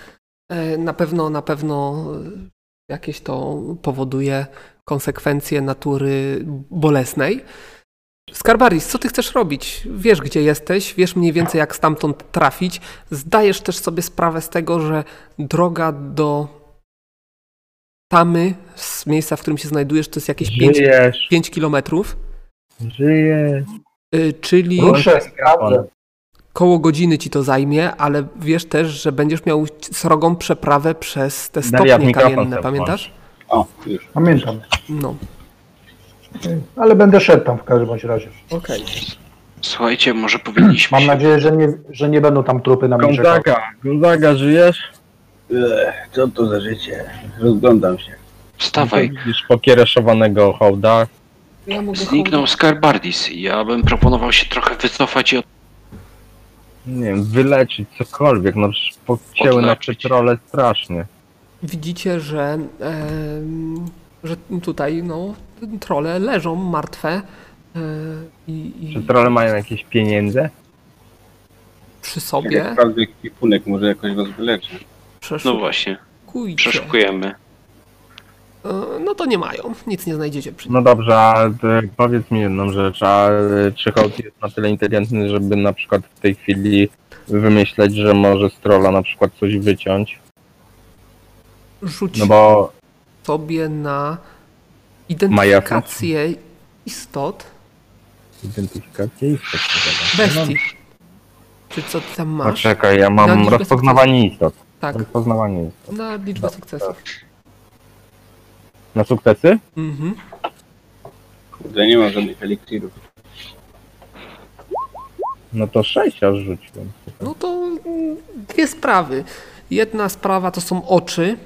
S1: E, Na pewno, na pewno e, jakieś to powoduje konsekwencje natury bolesnej. Skarbaris, co ty chcesz robić? Wiesz, gdzie jesteś, wiesz mniej więcej, jak stamtąd trafić. Zdajesz też sobie sprawę z tego, że droga do tamy, z miejsca, w którym się znajdujesz, to jest jakieś 5,
S5: Żyjesz,
S1: 5 kilometrów,
S5: żyjesz.
S1: y, czyli...
S4: Ruszę, sprawdzę.
S1: koło godziny ci to zajmie, ale wiesz też, że będziesz miał srogą przeprawę przez te stopnie
S5: Daria, mikrofon
S1: kamienne,
S5: sobie
S1: pamiętasz?
S3: O, już.
S4: Pamiętam.
S1: No,
S4: Ale będę szedł tam w każdym bądź razie.
S1: okej.
S2: Słuchajcie, może powinniśmy
S4: Mam
S2: się...
S4: nadzieję, że nie, że nie będą tam trupy na mnie czekały.
S5: Gonzaga, Gonzaga, żyjesz?
S3: Ech, co to za życie? Rozglądam się.
S2: Wstawaj,
S5: Widzisz pokiereszowanego hołda.
S1: Ja mogę
S2: zniknął Skarbardis. Ja bym proponował się trochę wycofać i od...
S5: Nie wiem, wyleczyć cokolwiek, no przecież podcięły na
S2: Odleczyć.
S5: przetrole strasznie.
S1: Widzicie, że, em, że tutaj no, trole leżą martwe e, i, i
S5: Przetrole mają jakieś pieniądze?
S1: przy
S3: Jak
S1: sobie
S3: sprawdzę kwipunek, może jakoś was wyleczy.
S2: No
S1: przeszukujcie.
S2: właśnie, przeszukujemy.
S1: E, No to nie mają, nic nie znajdziecie przy
S5: No dobrze, a e, powiedz mi jedną rzecz, a e, czy Hołd jest na tyle inteligentny, żeby na przykład w tej chwili wymyśleć, że może z trolla na przykład coś wyciąć?
S1: Rzuć
S5: No bo
S1: sobie na
S5: identyfikację
S1: identyfikację istot
S5: identyfikacja jest tak
S1: bestii. Czy co ty tam masz?
S5: Poczekaj, ja
S1: Na
S5: mam
S1: liczbę
S5: rozpoznawanie istot.
S1: Tak,
S3: No,
S5: Rozpoznawanie istot.
S1: na
S3: tak,
S1: liczbę sukcesów.
S5: Na sukcesy?
S1: Mhm.
S3: Kurde, nie mam żadnych eliksirów.
S5: No to sześć aż rzuciłem.
S1: No to mm, dwie sprawy. Jedna sprawa to są oczy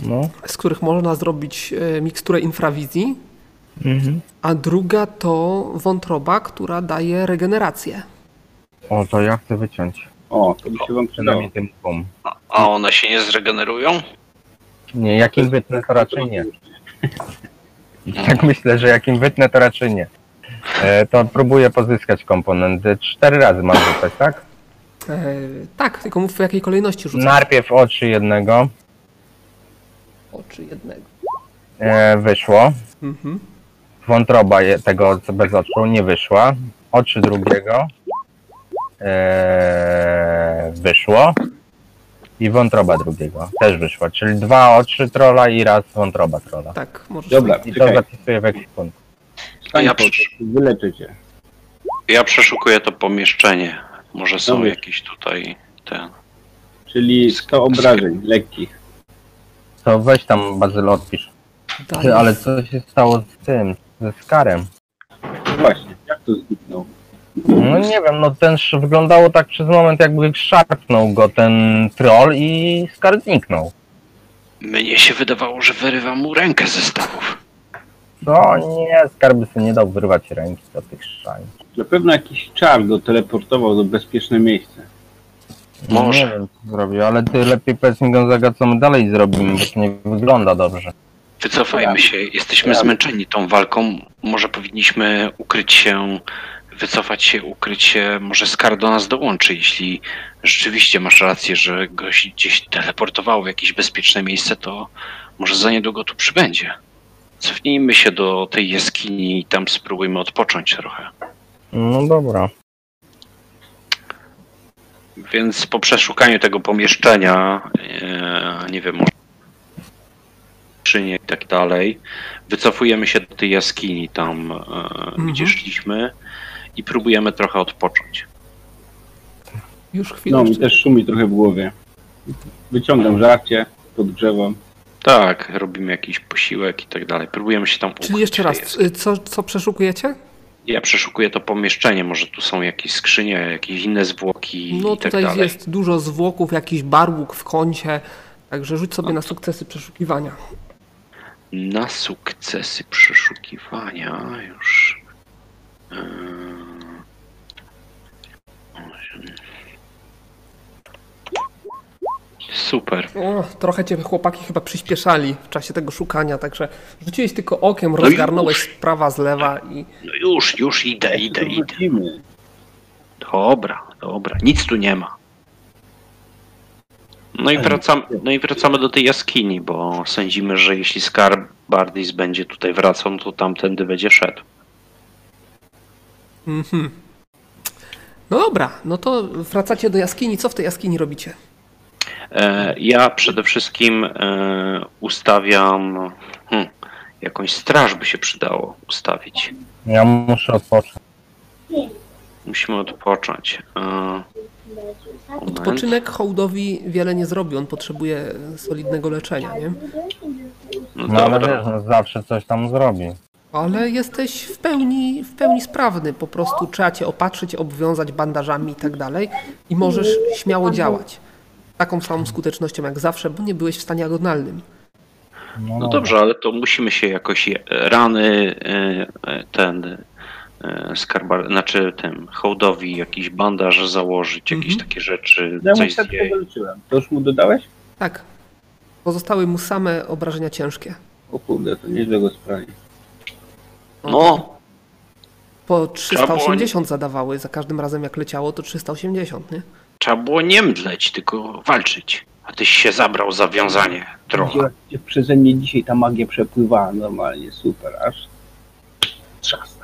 S8: No.
S1: z których można zrobić e, miksturę infrawizji,
S8: Mhm.
S1: a druga to wątroba, która daje regenerację.
S5: O, to ja chcę wyciąć.
S3: O, to by się wam przydało.
S2: No.
S5: Przynajmniej ten pum.
S2: A one się nie zregenerują?
S5: Nie, jak im wytnę, to raczej nie. Tak myślę, że jak im wytnę, to raczej nie. E, to próbuję pozyskać komponenty. Cztery razy mam rzucać, tak?
S1: E, tak, tylko mów w jakiej kolejności rzucasz
S5: Najpierw oczy jednego.
S1: oczy jednego.
S5: E, wyszło.
S1: Mhm.
S5: Wątroba je, tego co bez oczu nie wyszła. Oczy drugiego. E, wyszło. I wątroba drugiego też wyszła. Czyli dwa oczy trola i raz wątroba trola.
S1: Tak, możesz.
S3: Dobra,
S5: I to
S3: czekaj,
S5: zapisuję w ekwipunku.
S3: stań
S2: Ja
S3: po
S2: przy-
S3: to, wyleczę cię.
S2: Ja przeszukuję to pomieszczenie. Może są
S3: Dobrze.
S2: jakieś tutaj te.
S3: Czyli 100 obrażeń lekkich.
S5: To weź tam Bazyl odpisz.
S1: Daj.
S5: Ty, ale co się stało z tym? Ze Skarem?
S3: No Właśnie, jak to zniknął?
S5: No nie wiem, no ten sz- wyglądało tak przez moment jakby szarpnął go ten troll i Skar zniknął.
S2: Mnie się wydawało, że wyrywa mu rękę ze stawów.
S5: No nie, skarby sobie nie dał wyrwać ręki do tych szani.
S3: Na pewno jakiś czar go teleportował do bezpieczne miejsce.
S2: Może.
S5: Nie wiem co zrobił, ale ty lepiej powiedz mi Gonzaga co my dalej zrobimy, bo to nie wygląda dobrze.
S2: Wycofajmy się. Jesteśmy zmęczeni tą walką. Może powinniśmy ukryć się, wycofać się, ukryć się. Może Skar do nas dołączy, jeśli rzeczywiście masz rację, że goś gdzieś teleportowało w jakieś bezpieczne miejsce, to może za niedługo tu przybędzie. Cofnijmy się do tej jaskini i tam spróbujmy odpocząć trochę.
S5: No dobra.
S2: Więc po przeszukaniu tego pomieszczenia, e, nie wiem, może skrzynie i tak dalej, wycofujemy się do tej jaskini tam, e,
S1: Mhm.
S2: gdzie szliśmy i próbujemy trochę odpocząć.
S1: Już chwilę.
S3: No, mi też szumi trochę w głowie. Wyciągam żarcie, podgrzewam.
S2: Tak, robimy jakiś posiłek i tak dalej. Próbujemy się tam ukryć.
S1: Czyli jeszcze
S2: w tej
S1: raz,
S2: jaskini.
S1: y, co, co przeszukujecie?
S2: Ja przeszukuję to pomieszczenie, może tu są jakieś skrzynie, jakieś inne zwłoki
S1: No
S2: i tak
S1: tutaj
S2: dalej.
S1: jest dużo zwłoków, jakiś barłuk w kącie, także rzuć
S2: No
S1: sobie na sukcesy przeszukiwania.
S2: na sukcesy przeszukiwania już. Eee, osiem. Super.
S1: O, trochę cię chłopaki chyba przyspieszali w czasie tego szukania, także rzuciłeś tylko okiem, rozgarnąłeś z prawa, z lewa i
S2: No już, już idę, idę, idę.
S3: Wrócimy.
S2: Dobra, dobra. Nic tu nie ma. No i, wracamy, no i wracamy do tej jaskini, bo sądzimy, że jeśli Skarb Bardis będzie tutaj wracał, no to tamtędy będzie szedł.
S1: Mhm. No dobra, no to wracacie do jaskini. Co w tej jaskini robicie?
S2: E, Ja przede wszystkim e, ustawiam hm, jakąś straż by się przydało ustawić.
S5: Ja muszę odpocząć.
S2: Musimy odpocząć. E, moment.
S1: Odpoczynek hołdowi wiele nie zrobi, on potrzebuje e, solidnego leczenia, nie?
S2: No
S5: No ale
S2: dobra.
S5: wiesz, no, zawsze coś tam zrobi.
S1: Ale jesteś w pełni, w pełni sprawny, po prostu trzeba cię opatrzyć, obwiązać bandażami i tak dalej i możesz śmiało działać. Z Taką samą skutecznością jak zawsze, bo nie byłeś w stanie agonalnym.
S2: No dobrze, ale to musimy się jakoś je- rany e, e, ten e, skarbar, znaczy tym hołdowi jakiś bandaż założyć, jakieś
S1: Mhm.
S2: takie rzeczy,
S3: Ja mu
S2: coś
S3: serce
S2: zjeść.
S3: wyleczyłem. To już mu dodałeś?
S1: Tak. Pozostały mu same obrażenia ciężkie.
S3: O kurde, to nieźle go sprawi.
S2: No,
S1: Po 380 zadawały za każdym razem jak leciało, to 380, nie?
S2: trzeba było nie mdleć, tylko walczyć. A tyś się zabrał za wiązanie trochę.
S3: Gdzie przeze mnie dzisiaj ta magia przepływała normalnie, super, aż trzas.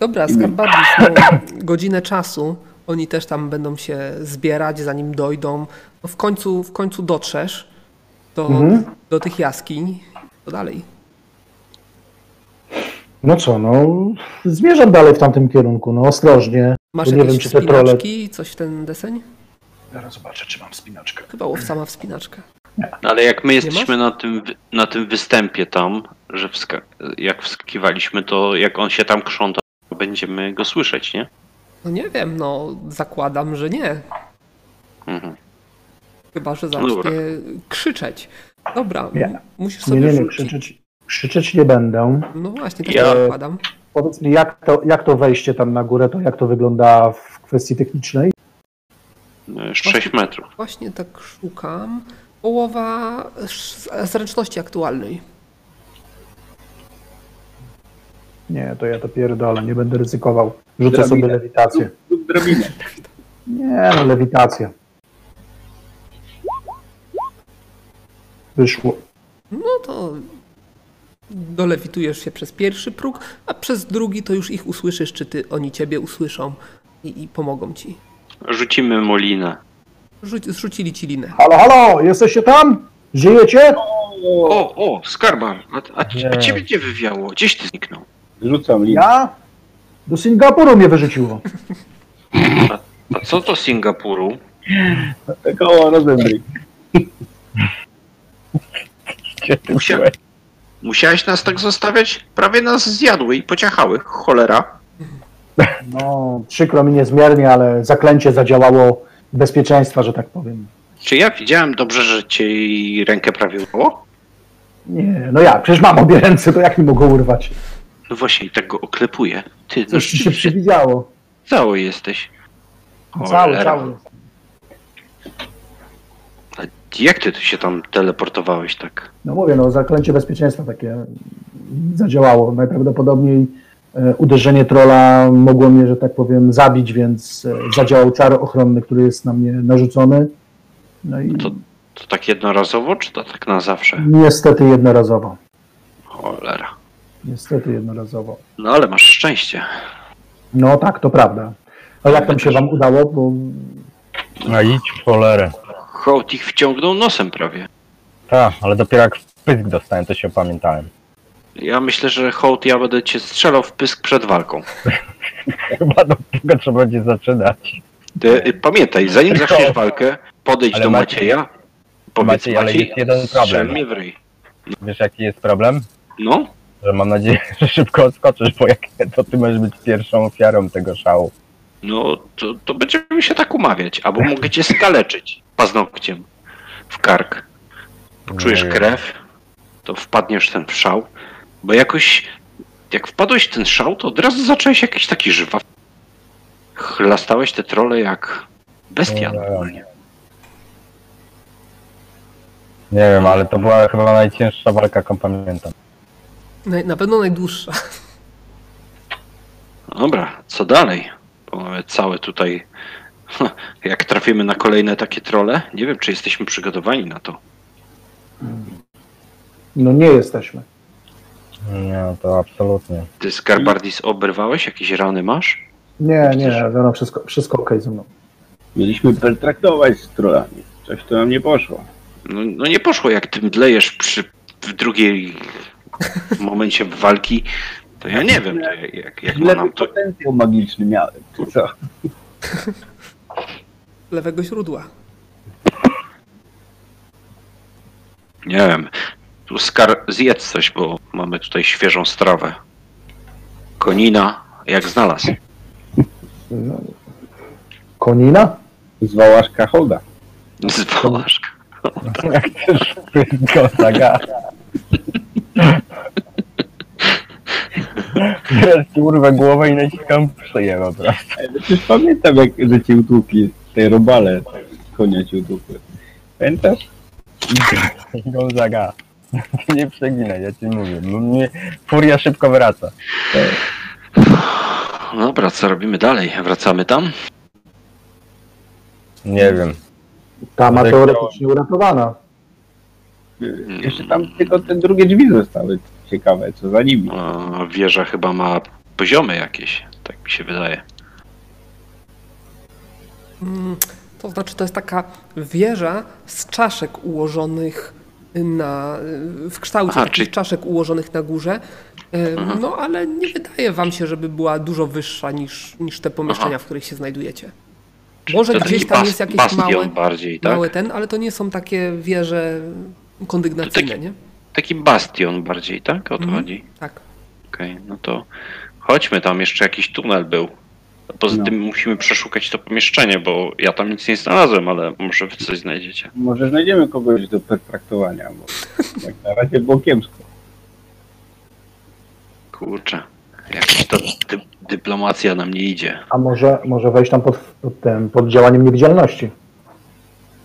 S1: Dobra, skarbadzi no, godzinę czasu. Oni też tam będą się zbierać, zanim dojdą. No w, końcu, w końcu dotrzesz do,
S4: Mhm.
S1: do tych jaskiń. To dalej.
S4: No co, no zmierzam dalej w tamtym kierunku, no ostrożnie.
S1: Masz
S4: Bo nie
S1: jakieś
S4: wiem, czy te trole-
S1: wspinaczki, coś w ten deseń?
S8: Zaraz zobaczę, czy mam spinaczkę.
S1: Chyba łowca ma wspinaczkę.
S2: No Ale jak my
S1: masz?
S2: jesteśmy na tym, wy- na tym występie tam, że wska- jak wskakiwaliśmy, to jak on się tam krząta, to będziemy go słyszeć, nie?
S1: No nie wiem, no zakładam, że nie.
S2: Mhm.
S1: Chyba, że
S2: No
S1: zacznie
S2: dobra.
S1: krzyczeć. Dobra,
S4: Nie.
S1: m- musisz
S4: Nie,
S1: sobie
S4: nie, nie,
S1: rzucić.
S4: krzyczeć, krzyczeć nie będę.
S1: No właśnie, tak
S4: Ja-
S1: ja... zakładam.
S4: Powiedz mi, jak to, jak to wejście tam na górę, to jak to wygląda w kwestii technicznej?
S2: 6 metrów.
S1: Właśnie tak szukam. Połowa sz- zręczności aktualnej.
S4: Nie, to ja to pierdolę, nie będę ryzykował. Rzucę
S3: Drabinę.
S4: sobie lewitację.
S3: Lub drabinę.
S4: Nie, no lewitacja. Wyszło.
S1: No to dolewitujesz się przez pierwszy próg, a przez drugi to już ich usłyszysz, czy ty, oni ciebie usłyszą i, i pomogą ci.
S2: Rzucimy molinę.
S1: Rzuć, zrzucili ci linę.
S4: Halo, halo, jesteście tam? Żyjecie?
S2: O, o, skarban. A, a, a ciebie gdzie wywiało? Gdzieś ty zniknął.
S3: Rzucam linę.
S4: Ja? Do Singapuru mnie wyrzuciło.
S2: A co to Singapuru?
S3: Koło rozebry.
S2: Musia... Musiałeś nas tak zostawiać? Prawie nas zjadły i pociachały. Cholera.
S4: No, przykro mi niezmiernie, ale zaklęcie zadziałało bezpieczeństwa, że tak powiem.
S2: Czy ja widziałem dobrze, że cię jej rękę prawie urwało?
S4: Nie, no ja, przecież mam obie ręce, to jak mi mogło urwać?
S2: No właśnie, i tak go oklepuję. Ty, no
S4: Coś ci się
S2: rzeczywiście,
S4: przywidziało.
S2: cały jesteś.
S4: Cały,
S2: Cholera.
S4: cały.
S2: A jak ty tu się tam teleportowałeś tak?
S4: No mówię, no zaklęcie bezpieczeństwa takie zadziałało. Najprawdopodobniej e, uderzenie trola mogło mnie, że tak powiem, zabić, więc e, zadziałał czar ochronny, który jest na mnie narzucony. No i
S2: To- To tak jednorazowo, czy to tak na zawsze?
S4: niestety jednorazowo.
S2: Cholera.
S4: Niestety jednorazowo.
S2: No ale masz szczęście.
S4: No tak, to prawda. A jak tam się wam udało, bo
S5: No idź w cholerę.
S2: Hołd ich wciągnął nosem prawie.
S5: Tak, ale dopiero jak w pysk dostałem, to się opamiętałem.
S2: Ja myślę, że Hołd, ja będę cię strzelał w pysk przed walką.
S5: Chyba do tego trzeba będzie zaczynać.
S2: Ty, y, pamiętaj, zanim zaczniesz walkę, podejdź
S5: Ale
S2: do
S5: Maciej-
S2: Macieja. Powiedz
S5: Maciej, ale jest jeden
S2: strzel
S5: problem.
S2: mnie w ryj.
S5: Wiesz jaki jest problem?
S2: No,
S5: Że mam nadzieję, że szybko odskoczysz, bo jak nie, to ty możesz być pierwszą ofiarą tego szału.
S2: no to, to będziemy się tak umawiać. Albo mogę cię skaleczyć paznokciem w kark. Poczujesz
S5: Nie wiem.
S2: krew, to wpadniesz w ten szał. Bo jakoś, jak wpadłeś w ten szał, to od razu zacząłeś jakiś taki żwaw. Chlastałeś te trole jak bestia.
S5: No, no, no.
S2: normalnie.
S5: Nie wiem, ale to była chyba najcięższa walka, jaką pamiętam.
S1: Na, na pewno najdłuższa.
S2: Dobra, co dalej? Bo mamy całe tutaj. Jak trafimy na kolejne takie trole, nie wiem, czy jesteśmy przygotowani na to.
S4: no nie jesteśmy.
S5: Nie, to absolutnie.
S2: Ty Skarbardis oberwałeś? Jakieś rany masz?
S4: Nie, nie, no wszystko, wszystko okej ze mną.
S3: Mieliśmy pertraktować z trollami. Coś to nam nie poszło.
S2: No, no nie poszło, jak ty mdlejesz przy w drugiej momencie walki, to ja nie wiem, to jak, jak, jak ma
S3: Ile
S2: nam to...
S3: potencjał magiczny miałem? Czy co?
S1: Lewego źródła.
S2: Nie wiem. Tu Skar, zjedz coś, bo mamy tutaj świeżą strawę. Konina, jak znalazł.
S4: Konina?
S3: Zwałaś kachoda.
S2: Z Polaszka.
S5: Tylko zaga. Teraz ci urwę głowę i naciskam szyję po prostu.
S3: Przecież pamiętam, jak, że cię utłukli, tej robale konia ci utłukły. Pamiętasz?
S5: Gonzaga. Nie przeginaj, ja ci mówię. No Mnie, furia szybko wraca.
S2: Dobra, co robimy dalej? Wracamy tam?
S5: Nie wiem.
S4: Ta ma
S5: Tak
S4: teoretycznie uratowana.
S3: Jeszcze tam tylko te drugie drzwi zostały. Ciekawe, co za nimi.
S2: A, Wieża chyba ma poziomy jakieś, tak mi się wydaje.
S1: Mm, To znaczy, to jest taka wieża z czaszek ułożonych na, w kształcie
S2: Aha,
S1: takich
S2: czyli- Mhm.
S1: czaszek ułożonych na górze. E,
S2: Aha.
S1: No ale nie wydaje wam się, żeby była dużo wyższa niż, niż te pomieszczenia, w których się znajdujecie. Może
S2: To
S1: gdzieś
S2: taki
S1: tam
S2: bas-
S1: jest jakieś
S2: bastion
S1: małe,
S2: bardziej, tak?
S1: małe ten, ale to nie są takie wieże kondygnacyjne,
S2: To taki-
S1: nie?
S2: Taki bastion bardziej, tak? O to
S1: Mhm.
S2: chodzi.
S1: Tak.
S2: Okej, no to chodźmy tam, jeszcze jakiś tunel był. Poza tym musimy przeszukać to pomieszczenie, bo ja tam nic nie znalazłem, ale może wy coś znajdziecie.
S3: Może znajdziemy kogoś do pertraktowania, bo jak na razie było kiepsko.
S2: Kurczę. Jakaś ta dy- dyplomacja nam nie idzie.
S4: A może, może wejść tam pod, pod, tym, pod działaniem niewidzialności.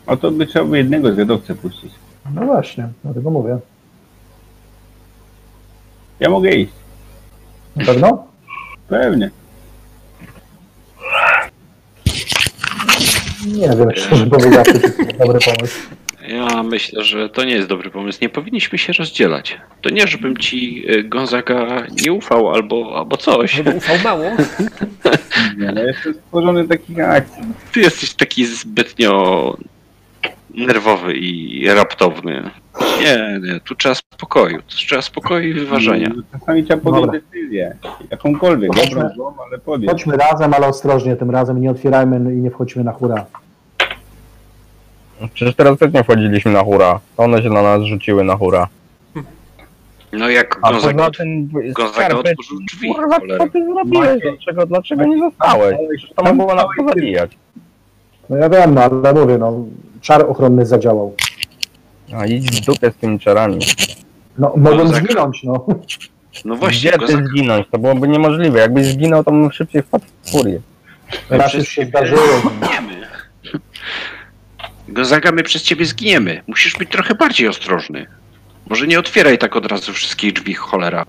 S3: A No to by trzeba by jednego zwiadowcę puścić.
S4: No właśnie, dlatego mówię.
S3: Ja mogę iść,
S4: Na pewno?
S3: pewnie.
S4: Nie wiem, szczerze powiedziawszy, czy to jest dobry pomysł.
S2: Ja myślę, że to nie jest dobry pomysł. Nie powinniśmy się rozdzielać. To nie, żebym ci y, Gonzaga nie ufał albo, albo coś.
S1: Żeby ufał mało.
S3: Nie, no jestem stworzony takich akcji.
S2: Ty jesteś taki zbytnio nerwowy i raptowny. Nie, nie, tu trzeba spokoju. Tu trzeba spokoju i wyważenia.
S3: Mm, Czasami trzeba podjąć
S4: Dobra.
S3: decyzję, jakąkolwiek,
S4: Chodźmy.
S3: dobrą, złą, ale podjąć.
S4: Chodźmy razem, ale ostrożnie tym razem. Nie otwierajmy i nie wchodźmy na hura.
S5: Przecież teraz też nie wchodziliśmy na hura. To one się na nas rzuciły na hura.
S2: No jak
S5: A poza
S2: Gonzaga,
S5: tym
S2: Gonzaga
S5: skarpet...
S2: otworzył drzwi.
S5: Kurwa, co
S2: cholera.
S5: ty zrobiłeś? Dlaczego, dlaczego nie zostałeś? Przecież to można było nas pozabijać.
S4: No ja wiem, no ale mówię, no czar ochronny zadziałał.
S5: A No, idź w dupę z tymi czarami.
S4: No mogłem
S2: Gonzaga.
S4: zginąć, no.
S2: No właśnie,
S5: Gdzie ty
S2: Gonzaga,
S5: zginąć? To byłoby niemożliwe. Jakbyś zginął, to bym szybciej wpadł w furię.
S4: Raz już się zdarzyło. no, tak,
S2: Gonzaga, my przez ciebie zginiemy. Musisz być trochę bardziej ostrożny. Może nie otwieraj tak od razu wszystkich drzwi, cholera.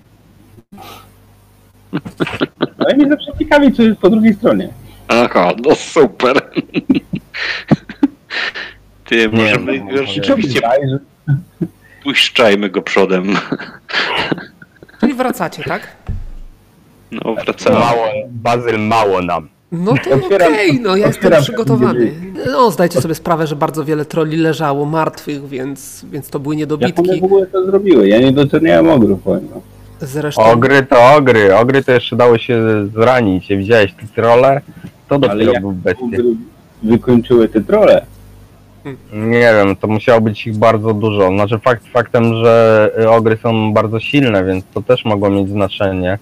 S3: Ale mnie zawsze ciekawi, co jest po drugiej stronie.
S2: Aha, no super. Ty,
S5: Nie,
S2: może my
S5: no,
S2: go
S5: no,
S2: rzeczywiście
S3: Wydaje, że
S2: puszczajmy go przodem.
S1: Czyli wracacie, tak?
S2: No, wracamy.
S5: Tak, Mało, Bazyl, mało nam.
S1: No to okej,
S3: Otwieram-
S1: no ja jestem
S3: otwieram-
S1: przygotowany. No zdajcie sobie sprawę, że bardzo wiele troli leżało martwych, więc, więc to były
S3: Jak one
S1: niedobitki.
S3: w ogóle to zrobiły? Ja nie doceniałem no, ogru, powiem. wam.
S1: Zresztą
S5: Ogry to ogry. Ogry to jeszcze dało się zranić. Widziałeś te trole? To
S3: Ale
S5: dopiero
S3: jak
S5: był bestie.
S3: ogry wykończyły te trole?
S5: Nie wiem, to musiało być ich bardzo dużo. Znaczy fakt faktem, że y, ogry są bardzo silne, więc to też mogło mieć znaczenie.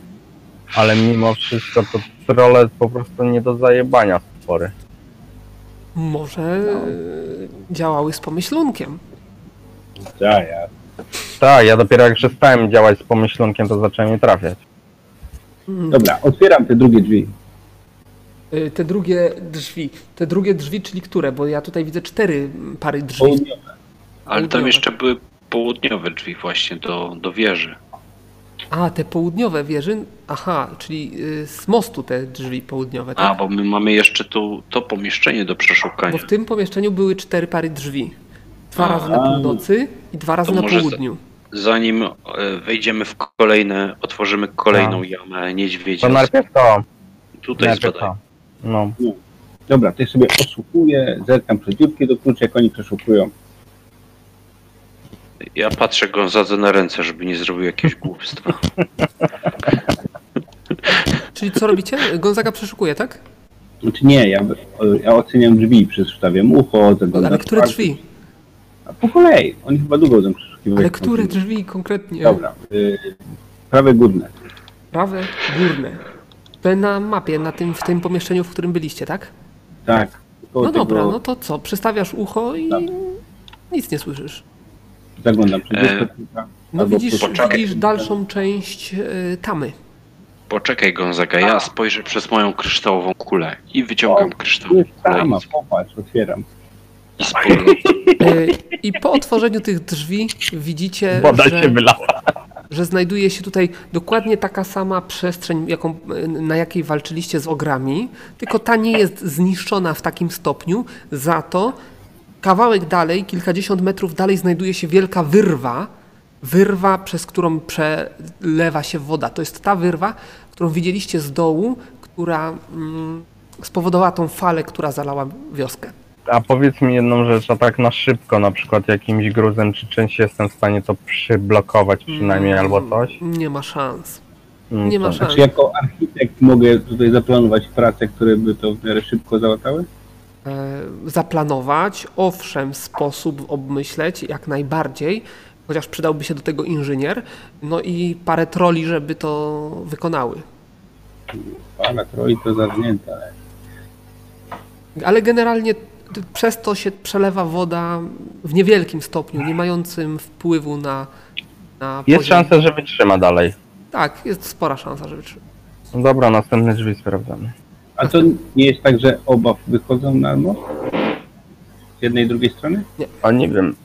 S5: Ale mimo wszystko to trolle po prostu nie do zajebania spory.
S1: może e, działały z pomyślunkiem.
S3: Ja, ja.
S5: Tak, ja dopiero jak przestałem działać z pomyślunkiem, to zacząłem je trafiać.
S3: Dobra, otwieram te drugie drzwi.
S1: E, Te drugie drzwi, te drugie drzwi, czyli które? Bo ja tutaj widzę cztery pary drzwi.
S3: Południowe.
S2: Ale tam
S1: Południowe.
S2: jeszcze były południowe drzwi właśnie do, do wieży.
S1: A, te południowe wieży, aha, czyli e, z mostu te drzwi południowe,
S2: A,
S1: tak?
S2: bo my mamy jeszcze tu to pomieszczenie do
S1: Bo
S2: przeszukania.
S1: w tym pomieszczeniu były cztery pary drzwi. Dwa
S2: A.
S1: razy na północy i dwa razy
S2: To
S1: na
S2: może za-
S1: południu.
S2: Zanim e, wejdziemy w kolejne, otworzymy kolejną jamę niedźwiedzia.
S5: Tak. To najpierw to.
S2: Tutaj
S5: Najpierw
S2: zbadaj.
S5: to. No.
S3: Dobra, to ja sobie oszukuję, zerkam przez dziurki do kluczy, jak oni przeszukują.
S2: Ja patrzę Gonzadze na ręce, żeby nie zrobił jakiegoś głupstwa.
S1: Czyli co robicie? Gonzaga przeszukuje, tak?
S3: Znaczy nie, ja, ja oceniam drzwi, przystawiam ucho, zaglądam
S1: Ale
S3: w
S1: które
S3: palce.
S1: drzwi?
S3: A po kolei, oni chyba długo będą przeszukiwać.
S1: Ale które drzwi konkretnie?
S3: Dobra, y, prawe górne.
S1: Prawe, górne. Te na mapie, na tym, w tym pomieszczeniu, w którym byliście, tak?
S3: Tak. koło
S1: No
S3: tego
S1: dobra, no to co? Przystawiasz ucho i
S3: Dobra.
S1: nic nie słyszysz.
S3: Zaglądam przez
S2: E,
S3: dziurkę klucza.
S1: No
S3: albo
S1: widzisz,
S3: przez-
S1: widzisz dalszą część y, tamy.
S2: Poczekaj Gonzaga, ja spojrzę przez moją kryształową kulę i wyciągam kryształową
S3: Jest
S2: kulę
S3: sama,
S2: i z-
S3: popatrz, otwieram.
S1: Tak.
S2: i spoglądam.
S1: Y, I po otworzeniu tych drzwi widzicie,
S5: Woda się
S1: że,
S5: wylała.
S1: że znajduje się tutaj dokładnie taka sama przestrzeń, jaką, na jakiej walczyliście z ogrami, tylko ta nie jest zniszczona w takim stopniu, za to kawałek dalej, kilkadziesiąt metrów dalej znajduje się wielka wyrwa, wyrwa, przez którą przelewa się woda. To jest ta wyrwa, którą widzieliście z dołu, która mm, spowodowała tą falę, która zalała wioskę.
S5: A powiedz mi jedną rzecz, a tak na szybko, na przykład jakimś gruzem czy czymś jestem w stanie to przyblokować przynajmniej albo coś?
S1: Nie ma szans.
S5: Mm,
S1: Nie ma
S5: to-
S1: szans.
S3: Czy Znaczy, jako architekt mogę tutaj zaplanować prace, które by to w miarę szybko załatały?
S1: e, zaplanować, owszem, sposób obmyśleć jak najbardziej, chociaż przydałby się do tego inżynier, no i parę troli, żeby to wykonały.
S3: Pana kroi to zawnięta.
S1: Ale generalnie t- przez to się przelewa woda w niewielkim stopniu, nie mającym wpływu na, na
S5: Jest szansa, że wytrzyma dalej.
S1: Tak, jest spora szansa, że wytrzyma.
S5: Dobra, następne drzwi sprawdzamy.
S3: A to nie jest tak, że oba wychodzą na most? Z jednej i drugiej strony?
S5: O, nie wiem.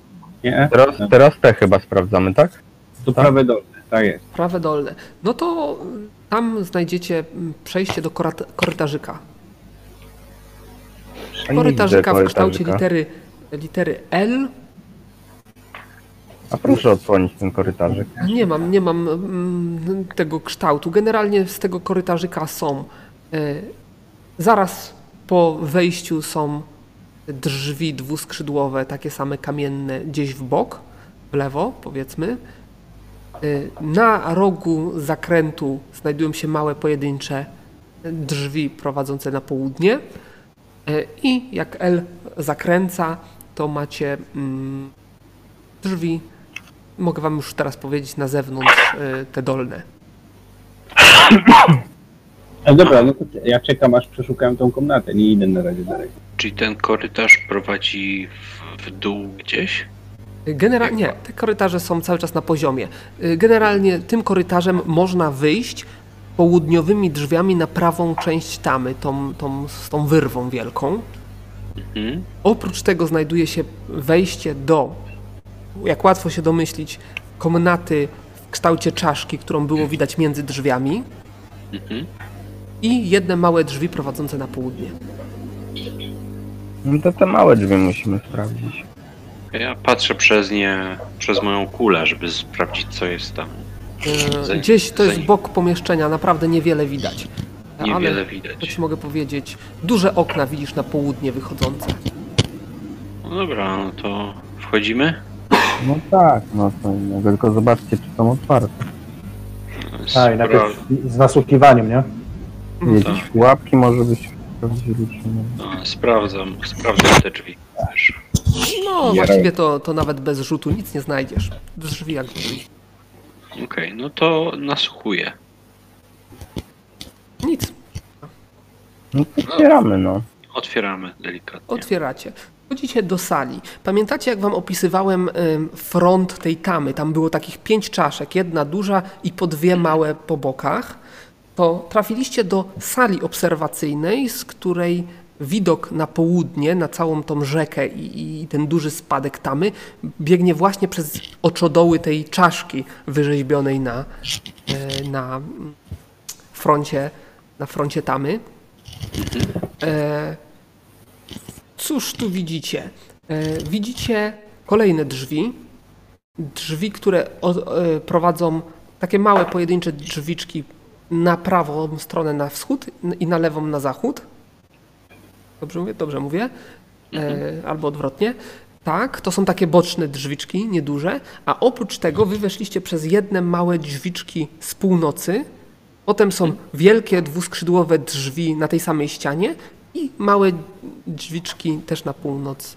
S3: Nie? No,
S5: Teraz, teraz te chyba sprawdzamy, tak?
S3: To prawe dolne, tak jest.
S1: Prawe dolne. No to mm, tam znajdziecie mm, przejście do korat- korytarzyka.
S5: A nie
S1: Korytarzyka
S5: widzę
S1: w kształcie
S5: korytarzyka.
S1: litery, litery L.
S5: A proszę odsłonić ten korytarzyk.
S1: Nie mam, nie mam mm, tego kształtu. Generalnie z tego korytarzyka są. y, Zaraz po wejściu są drzwi dwuskrzydłowe, takie same kamienne, gdzieś w bok, w lewo powiedzmy. Y, Na rogu zakrętu znajdują się małe pojedyncze drzwi prowadzące na południe. Y, I jak L zakręca, to macie mm, drzwi mogę wam już teraz powiedzieć na zewnątrz y, te dolne.
S3: A dobra, no to ja czekam aż przeszukałem tą komnatę, nie idę na razie dalej.
S2: Czyli ten korytarz prowadzi w, w dół gdzieś?
S1: Generalnie nie, te korytarze są cały czas na poziomie. Y, Generalnie tym korytarzem można wyjść południowymi drzwiami na prawą część tamy, tą, tą, z tą wyrwą wielką.
S2: Mhm.
S1: Oprócz tego znajduje się wejście do, jak łatwo się domyślić, komnaty w kształcie czaszki, którą było widać między drzwiami
S2: Mhm.
S1: i jedne małe drzwi prowadzące na południe.
S5: No to te małe drzwi musimy sprawdzić.
S2: Ja patrzę przez nie, przez moją kulę, żeby sprawdzić co jest tam.
S1: E,
S2: Zanim-
S1: Gdzieś to jest
S2: zanim-
S1: bok pomieszczenia, naprawdę niewiele widać.
S2: Niewiele
S1: To
S2: widać.
S1: ci mogę powiedzieć, duże okna widzisz na południe wychodzące.
S2: No dobra, no to wchodzimy.
S5: No tak, no co innego, tylko zobaczcie, czy są otwarte.
S4: Tak, i
S2: Skoro-
S4: najpierw z nasłuchiwaniem, nie?
S5: Jakieś pułapki może być sprawdzili, czy nie.
S2: no, Sprawdzam, sprawdzam te drzwi. też.
S1: No właściwie to, to nawet bez rzutu nic nie znajdziesz. Drzwi jak drzwi.
S2: Okej, no to nasłuchuję.
S1: Nic,
S5: No to otwieramy, no.
S2: Otwieramy delikatnie.
S1: otwieracie. Wchodzicie do sali. Pamiętacie, jak wam opisywałem em, front tej tamy? Tam było takich pięć czaszek, jedna duża i po dwie małe po bokach. To trafiliście do sali obserwacyjnej, z której widok na południe, na całą tą rzekę i, i ten duży spadek tamy biegnie właśnie przez oczodoły tej czaszki wyrzeźbionej na, e, na mm, froncie, na froncie tamy. E, Cóż tu widzicie? E, Widzicie kolejne drzwi. Drzwi, które o- e, prowadzą takie małe, pojedyncze drzwiczki na prawą stronę na wschód n- i na lewą na zachód. Dobrze mówię? Dobrze mówię. E, albo odwrotnie. Tak, to są takie boczne drzwiczki, nieduże. A oprócz tego wy weszliście przez jedne małe drzwiczki z północy. Potem są wielkie dwuskrzydłowe drzwi na tej samej ścianie i małe drzwiczki też na północ.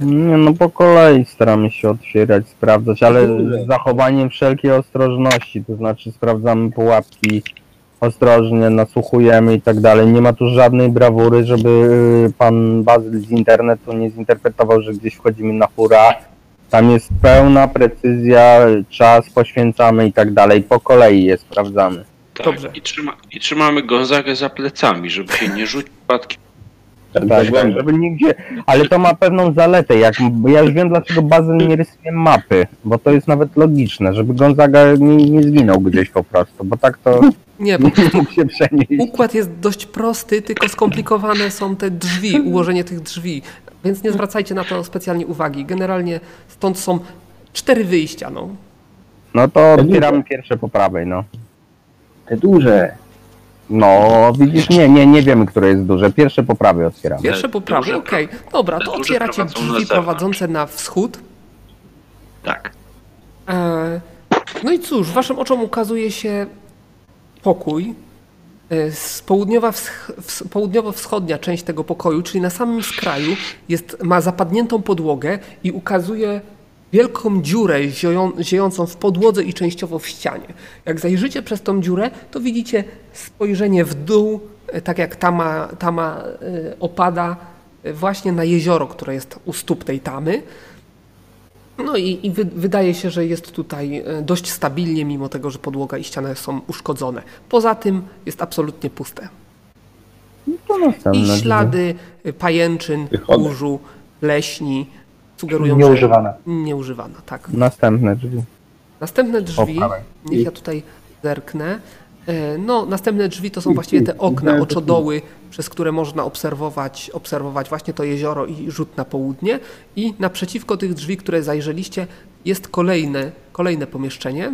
S5: Nie, no po kolei staramy się otwierać, sprawdzać, ale z zachowaniem wszelkiej ostrożności, to znaczy sprawdzamy pułapki ostrożnie, nasłuchujemy i tak dalej. Nie ma tu żadnej brawury, żeby y, pan Bazyl z internetu nie zinterpretował, że gdzieś wchodzimy na hura. Tam jest pełna precyzja, czas poświęcamy i tak dalej. Po kolei je sprawdzamy.
S2: Tak,
S1: Dobrze.
S2: I, trzyma, I trzymamy Gonzagę za plecami, żeby się nie rzucił padki.
S3: Tam
S5: Tak,
S3: tak,
S5: tak, żeby nigdzie, ale to ma pewną zaletę. Jak, bo ja już wiem, dlaczego Bazyl nie rysuje mapy, bo to jest nawet logiczne, żeby Gonzaga nie, nie zginął gdzieś po prostu, bo tak to
S1: Nie, bo
S5: nie mógł się przenieść.
S1: układ jest dość prosty, tylko skomplikowane są te drzwi, ułożenie tych drzwi, więc nie zwracajcie na to specjalnie uwagi. Generalnie stąd są cztery wyjścia. No.
S5: No to otwieramy pierwsze po prawej, no.
S3: Te duże.
S5: No, widzisz, nie, nie, nie wiemy, które jest duże. Pierwsze po prawej otwieramy.
S1: Pierwsze po prawej,
S2: duże
S1: okej. Dobra,
S2: te
S1: to
S2: duże
S1: otwieracie
S2: prowadzą na
S1: drzwi
S2: zewnątrz.
S1: prowadzące na wschód.
S2: Tak.
S1: E, No i cóż, waszym oczom ukazuje się pokój. E, Z południowa wsch- ws- południowo-wschodnia część tego pokoju, czyli na samym skraju, jest, ma zapadniętą podłogę i ukazuje wielką dziurę zioją, ziejącą w podłodze i częściowo w ścianie. Jak zajrzycie przez tą dziurę, to widzicie spojrzenie w dół, e, tak jak tama, tama e, opada e, właśnie na jezioro, które jest u stóp tej tamy. No i, i wy, wydaje się, że jest tutaj e, dość stabilnie, mimo tego, że podłoga i ściana są uszkodzone. Poza tym jest absolutnie puste.
S5: To następne.
S1: I ślady y, pajęczyn,
S3: Wychodzę.
S1: kurzu, leśni sugerują, że
S4: Nieużywane.
S1: nieużywana. Tak.
S5: Następne drzwi.
S1: Następne drzwi,
S5: prawej.
S1: niech ja tutaj zerknę. E, No, następne drzwi to są właściwie te okna, oczodoły, przez które można obserwować, obserwować właśnie to jezioro i rzut na południe. I naprzeciwko tych drzwi, które zajrzeliście, jest kolejne, kolejne pomieszczenie.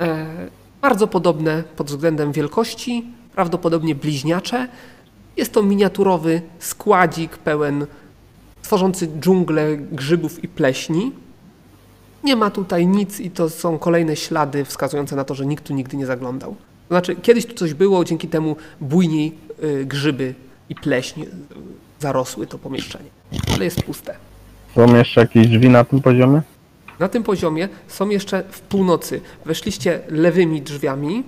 S1: E, Bardzo podobne pod względem wielkości, prawdopodobnie bliźniacze. Jest to miniaturowy składzik pełen tworzący dżunglę grzybów i pleśni. Nie ma tutaj nic i to są kolejne ślady wskazujące na to, że nikt tu nigdy nie zaglądał. To znaczy, kiedyś tu coś było, dzięki temu bujniej y, grzyby i pleśń y, zarosły to pomieszczenie, ale jest puste.
S5: Są jeszcze jakieś drzwi na tym poziomie?
S1: Na tym poziomie są jeszcze w północy. Weszliście lewymi drzwiami,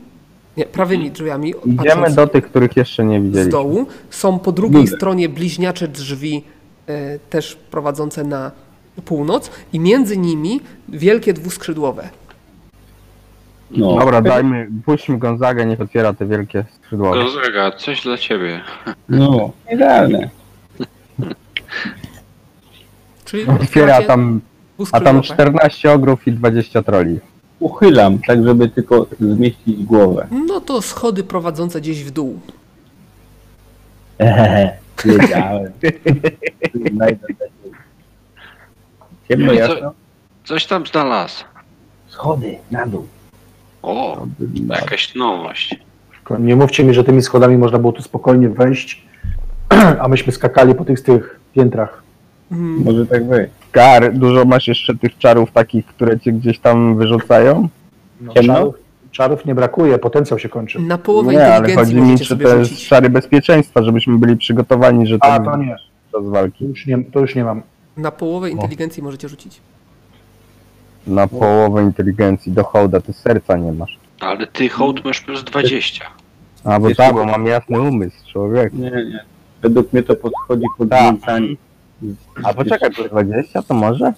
S1: nie, prawymi drzwiami,
S5: Idziemy
S1: patrząc
S5: do tych, których jeszcze nie
S1: z
S5: widzieliśmy.
S1: dołu. Są po drugiej stronie bliźniacze drzwi, y, też prowadzące na północ i między nimi wielkie dwuskrzydłowe.
S3: No.
S5: Dobra, dajmy, puśćmy Gonzagę, niech otwiera te wielkie skrzydłowe.
S2: Gonzaga, coś dla ciebie.
S3: No, idealne.
S1: Czyli
S5: Otwiera
S1: macie
S5: tam, a tam
S1: dwuskrzydłowe.
S5: 14 ogrów i 20 troli.
S3: Uchylam, tak żeby tylko zmieścić głowę.
S1: No to schody prowadzące gdzieś w dół.
S3: Ehehe, wiedziałem. Znajdę takie. Ciemno, jasno?
S2: Coś tam znalazł.
S3: Schody, na dół.
S2: O,
S5: Tak.
S2: jakaś nowość.
S4: Tylko Nie mówcie mi, że tymi schodami można było tu spokojnie wejść, a myśmy skakali po tych, tych piętrach.
S1: Mm,
S3: Może tak być.
S5: Kar, dużo masz jeszcze tych czarów takich, które cię gdzieś tam wyrzucają?
S4: No,
S3: Ciemno?
S4: czarów, czarów nie brakuje, potencjał się kończy.
S1: Na połowę
S5: Nie, ale chodzi
S1: inteligencji
S5: mi,
S1: możecie
S5: czy
S1: sobie
S5: to jest
S1: rzucić.
S5: czary bezpieczeństwa, żebyśmy byli przygotowani, że
S4: A, to nie.
S5: to z walki.
S4: Już nie, to już nie mam.
S1: Na połowę inteligencji możecie rzucić.
S5: Na połowę inteligencji do hołda, ty serca nie masz.
S2: Ale ty hołd masz plus 20.
S5: A bo
S3: Wiesz,
S5: tak,
S3: co?
S5: bo mam jasny umysł, człowiek.
S3: Nie, nie. Według mnie to podchodzi pod
S5: Tak.
S3: znęcanie.
S5: A poczekaj, plus 20 to może?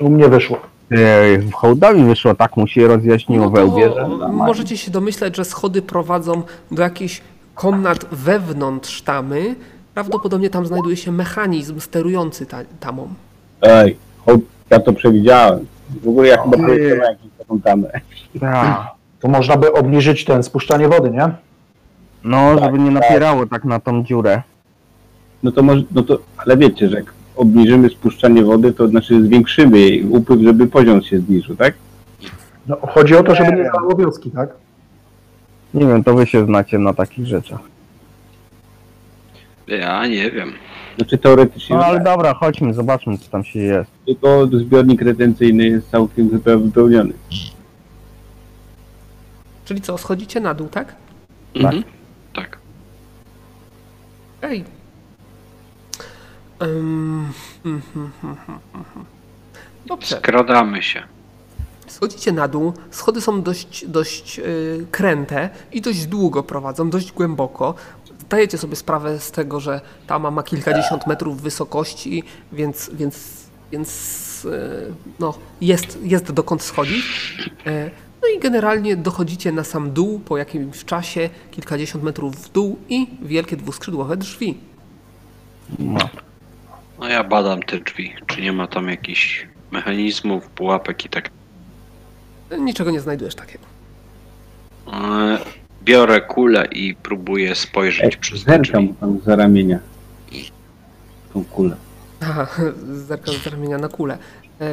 S4: U mnie wyszło.
S5: Ej, w hołdowi wyszło, tak mu się rozjaśniło
S1: No to
S5: wełbie, że...
S1: możecie się domyślać, że schody prowadzą do jakichś komnat wewnątrz tamy. Prawdopodobnie tam znajduje się mechanizm sterujący ta, tamą.
S3: Ej, chodź, ja to przewidziałem. W ogóle ja chyba
S5: Nie.
S3: projektowałem jakąś taką tamę.
S5: Tak.
S4: Hmm. To można by obniżyć ten spuszczanie wody, nie?
S5: No, żeby nie napierało tak na tą dziurę.
S3: No to może, no to, ale wiecie, że jak obniżymy spuszczanie wody, to znaczy zwiększymy jej upływ, żeby poziom się zniżył, tak?
S4: No, chodzi o to, żeby nie stało wioski, tak?
S5: Nie wiem, to wy się znacie na takich rzeczach.
S2: Ja nie wiem.
S3: Znaczy teoretycznie,
S5: No ale
S3: ale...
S5: dobra, chodźmy, zobaczmy co tam się jest.
S3: tylko zbiornik retencyjny jest całkiem zupełnie wypełniony.
S1: Czyli co, schodzicie na dół, tak?
S2: Mhm. Tak.
S1: Ej. Ym, mhm, mhm, mhm.
S4: Tak.
S1: Dobrze.
S2: Skradamy się.
S1: Schodzicie na dół, schody są dość, dość y, kręte i dość długo prowadzą, dość głęboko. Zdajecie sobie sprawę z tego, że tama ma kilkadziesiąt metrów wysokości, więc, więc, więc y, no, jest, jest dokąd schodzić. E, no i generalnie dochodzicie na sam dół po jakimś czasie, kilkadziesiąt metrów w dół i wielkie dwuskrzydłowe drzwi.
S2: No ja badam te drzwi. Czy nie ma tam jakichś mechanizmów, pułapek i tak.
S1: E, Niczego nie znajdujesz takiego.
S2: E, Biorę kulę i próbuję spojrzeć przez te
S3: Zerkam
S2: drzwi.
S3: mu tam za ramienia. Tą kulę.
S1: Aha, zerkam z ramienia na kulę. E,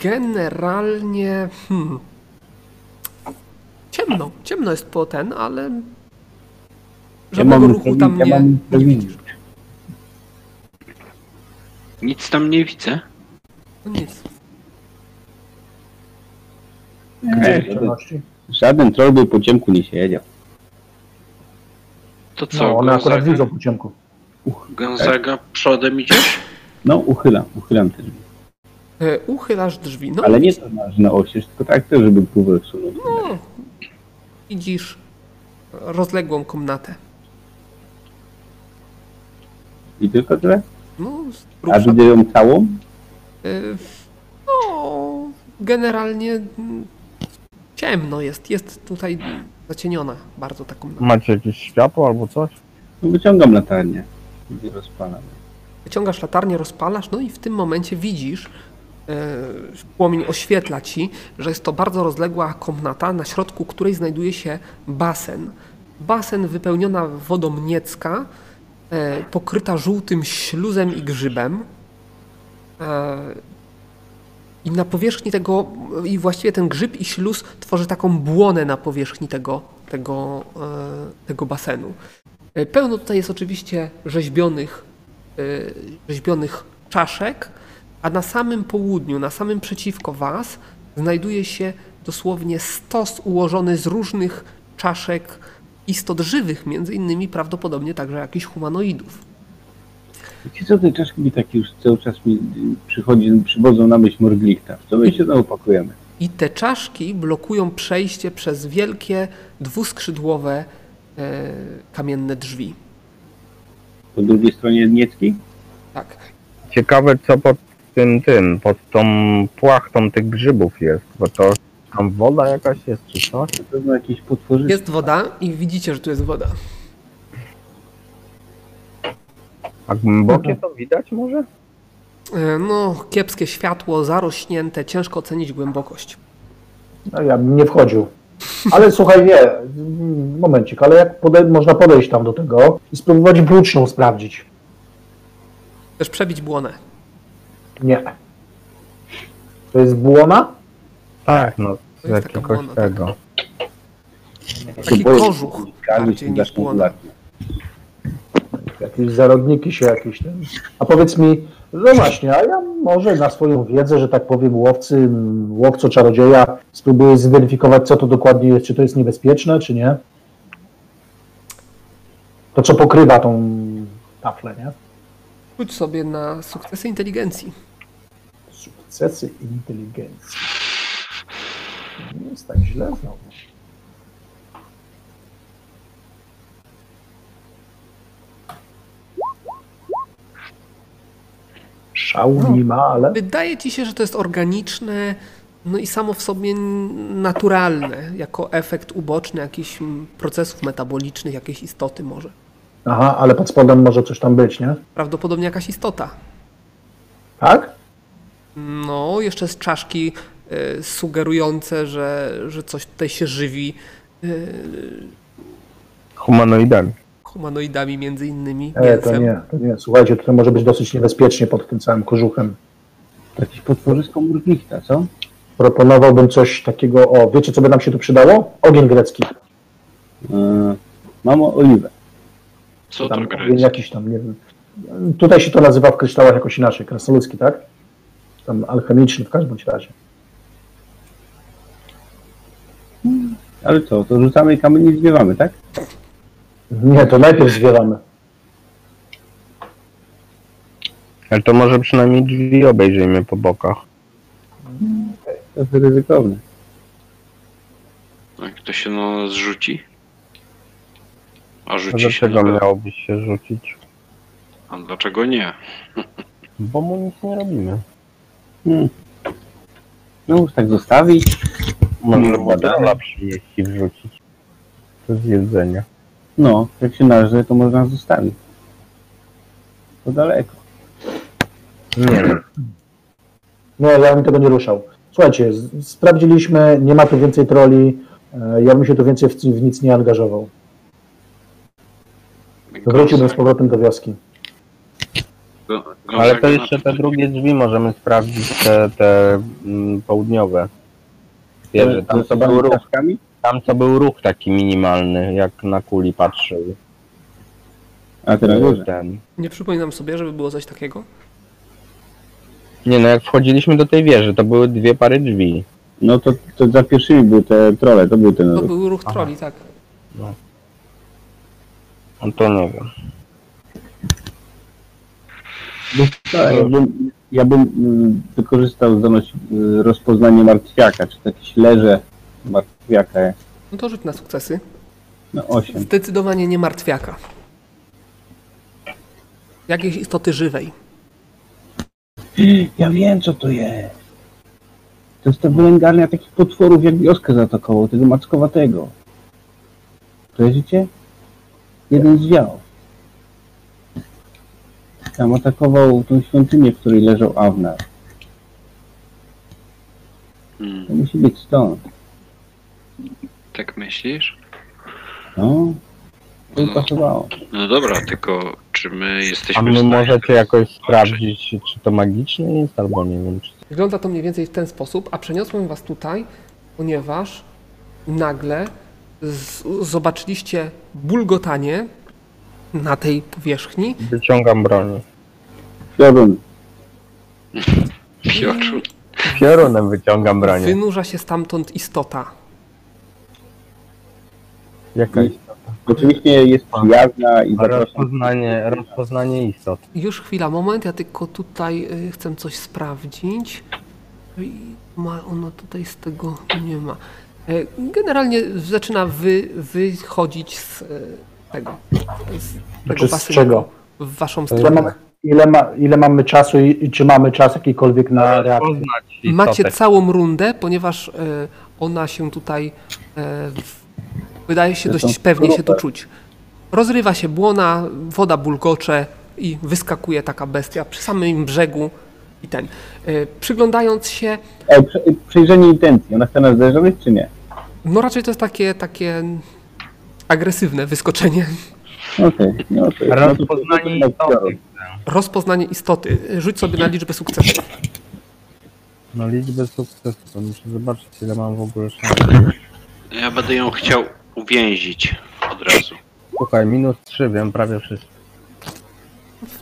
S1: Generalnie. Hmm, ciemno, ciemno jest po ten, ale. Żadnego ruchu tam
S3: ja
S1: nie.
S3: mam to widzieć.
S2: Nic tam nie widzę.
S1: No nic.
S3: Ej, żaden, żaden troll był po ciemku nie siedział.
S2: To co,
S4: No, one akurat
S2: Gonzaga,
S4: widzą po ciemku.
S2: Gonzaga przodem idziesz?
S3: No, uchylam, uchylam te drzwi.
S1: E, uchylasz drzwi. No,
S3: Ale nie to masz na oścież, tylko tak też, żeby głowę wsunąć.
S1: no, widzisz rozległą komnatę.
S3: I tylko tyle?
S1: No, z
S3: A
S1: grubsza.
S3: widzę ją całą?
S1: Y, No, generalnie mm, ciemno jest. Jest tutaj zacieniona bardzo ta komnata.
S5: Macie jakieś światło albo coś?
S3: No wyciągam latarnię. I rozpalam.
S1: Wyciągasz latarnię, rozpalasz, no i w tym momencie widzisz, yy, płomień oświetla ci, że jest to bardzo rozległa komnata, na środku której znajduje się basen. Basen wypełniona wodą niecka, e, pokryta żółtym śluzem i grzybem. E, I na powierzchni tego, i właściwie ten grzyb i śluz tworzy taką błonę na powierzchni tego, tego, e, tego basenu. E, Pełno tutaj jest oczywiście rzeźbionych y, rzeźbionych czaszek, a na samym południu, na samym przeciwko Was, znajduje się dosłownie stos ułożony z różnych czaszek istot żywych, między innymi prawdopodobnie także jakichś humanoidów.
S3: Wiecie co, te czaszki mi takie już cały czas mi y, przychodzi, przywodzą na myśl Morglichta. W co my się znowu pakujemy?
S1: I te czaszki blokują przejście przez wielkie, dwuskrzydłowe e, kamienne drzwi.
S3: Po drugiej stronie Niecki?
S1: Tak.
S5: Ciekawe co pod tym, tym, pod tą płachtą tych grzybów jest, bo to tam woda jakaś jest czy coś?
S3: Na pewno jakieś potworzysko.
S1: Jest woda i widzicie, że tu jest woda.
S5: A głębokie to widać może?
S1: E, no, kiepskie światło, zarośnięte, ciężko ocenić głębokość.
S4: No ja bym nie wchodził. Ale słuchaj, nie, mm, momencik, ale jak pode- można podejść tam do tego i spróbować bluczną sprawdzić?
S1: Chcesz przebić błonę.
S4: Nie. To jest błona?
S5: Tak, no z
S1: To jest taka
S5: jakiegoś
S1: błona, tak.
S5: tego.
S1: Taki kożuch bardziej niż błona.
S4: Jakieś zarodniki się jakieś ten. A powiedz mi, no właśnie, a ja może na swoją wiedzę, że tak powiem, łowcy, łowco czarodzieja, spróbuję zidentyfikować, co to dokładnie jest, czy to jest niebezpieczne, czy nie. To, co pokrywa tą taflę, nie?
S1: Rzuć sobie na sukcesy inteligencji.
S4: Sukcesy inteligencji. Nie jest tak źle znowu. Szału nie ma, ale
S1: Wydaje ci się, że to jest organiczne, no i samo w sobie naturalne, jako efekt uboczny jakichś mm, procesów metabolicznych, jakiejś istoty może.
S4: Aha, ale pod spodem może coś tam być, nie?
S1: Prawdopodobnie jakaś istota.
S4: Tak?
S1: No, jeszcze z czaszki y, sugerujące, że, że coś tutaj się żywi y,
S5: Humanoidami.
S1: humanoidami między innymi,
S4: E, to
S1: mięsem.
S4: nie, to nie. Słuchajcie, tutaj może być dosyć niebezpiecznie pod tym całym kożuchem.
S3: Jakieś potworzysko Morglichta, co?
S4: Proponowałbym coś takiego, o, wiecie co by nam się tu przydało? Ogień grecki.
S3: Yy, mamo oliwę.
S2: Co to
S4: Tam,
S2: gra?
S4: ogień jakiś tam, nie wiem. Tutaj się to nazywa w kryształach jakoś inaczej, krasnoludzki, tak? Tam alchemiczny w każdym bądź razie.
S3: Ale co, to rzucamy i kamienie zbiewamy, tak?
S4: Nie, to najpierw zwiewamy.
S5: Ale to może przynajmniej drzwi obejrzyjmy po bokach.
S3: To jest ryzykowne.
S2: Jak to się no zrzuci? A
S5: A
S2: rzuci
S4: No,
S2: się.
S5: Dlaczego
S2: na-
S5: miałoby się rzucić?
S2: A dlaczego nie?
S5: Bo mu nic nie robimy.
S3: Hmm. No już tak zostawić.
S5: Może
S3: No,
S5: badala przynieść i wrzucić. To z jedzenia.
S3: No, jak się należy, to można zostawić. To daleko.
S5: Nie wiem.
S4: Nie, ja bym tego nie ruszał. Słuchajcie, z- sprawdziliśmy, nie ma tu więcej troli, e, ja bym się tu więcej w, w nic nie angażował. Wróciłbym z powrotem do wioski.
S2: Go- go-
S5: Ale to
S2: go-
S5: jeszcze te drugie drzwi możemy sprawdzić, te, te mm, południowe. Wieże, tam, co był ruch,
S3: czaszkami?
S5: tam co był ruch taki minimalny, jak na kuli patrzył.
S3: A teraz górze.
S5: Ten.
S1: Nie przypominam sobie, żeby było coś takiego.
S5: Nie no, jak wchodziliśmy do tej wieży, to były dwie pary drzwi.
S3: No to, to za pierwszymi były te trole, to był ten
S1: To
S3: ruch.
S1: był ruch troli, tak.
S5: No to nie wiem.
S3: Ja bym, ja bym mm, wykorzystał zdolność y, rozpoznania martwiaka, czy to jakieś leże martwiaka, jak-
S1: No to rzut na sukcesy.
S3: no 8.
S1: Zdecydowanie nie martwiaka. Jakiejś istoty żywej.
S3: Ja wiem, co to jest. To jest ta wylęgarnia takich potworów, jak wioskę zaatakował, tego mackowatego. Kojarzycie? Jeden z wiał. Tam atakował tą świątynię, w której leżał Awnar.
S2: Mm,
S3: To musi być stąd,
S2: tak myślisz?
S3: no. To by pasowało.
S2: No dobra, tylko czy my jesteśmy
S5: A my
S2: w stanie
S5: możecie
S2: teraz
S5: jakoś
S2: zobaczyć?
S5: sprawdzić, czy to magiczne jest, albo nie wiem, czy
S1: Wygląda to mniej więcej w ten sposób, a przeniosłem was tutaj, ponieważ nagle z- zobaczyliście bulgotanie na tej powierzchni
S5: wyciągam broń.
S3: Ja bym,
S2: Piotr,
S5: Piorunem wyciągam broń.
S1: Wynurza się stamtąd istota.
S5: Jaka jest?
S3: oczywiście jest przyjazna i zapraszam.
S5: Rozpoznanie, rozpoznanie istot.
S1: Już chwila, moment, ja tylko tutaj y, chcę coś sprawdzić. No I Ma ono tutaj z tego nie ma. Y, Generalnie zaczyna wy, wychodzić z y, tego. Z,
S4: Znaczy z
S1: basenu
S4: czego? Y,
S1: W waszą
S4: Ile
S1: stronę.
S4: mamy, ile ma, ile mamy czasu i, i czy mamy czas jakikolwiek na reakcję?
S5: Poznać
S1: Macie
S5: istotę.
S1: całą rundę, ponieważ y, ona się tutaj y, w- wydaje się dość pewnie się tu czuć. Rozrywa się błona, woda bulgocze i wyskakuje taka bestia przy samym brzegu i ten. Y, Przyglądając się,
S3: E, prze, przejrzenie intencji, ona chce nas zderzyć, czy nie?
S1: no raczej to jest takie, takie agresywne wyskoczenie.
S3: Okej, no to no to-
S5: Rozpoznanie
S3: to- to- to-
S5: istoty.
S1: Rozpoznanie istoty. E, Rzuć sobie na liczbę sukcesów.
S5: No liczbę sukcesów, to muszę zobaczyć ile mam w ogóle szans.
S2: No ja będę ją chciał uwięzić od razu.
S5: Słuchaj, minus 3, wiem prawie wszystko.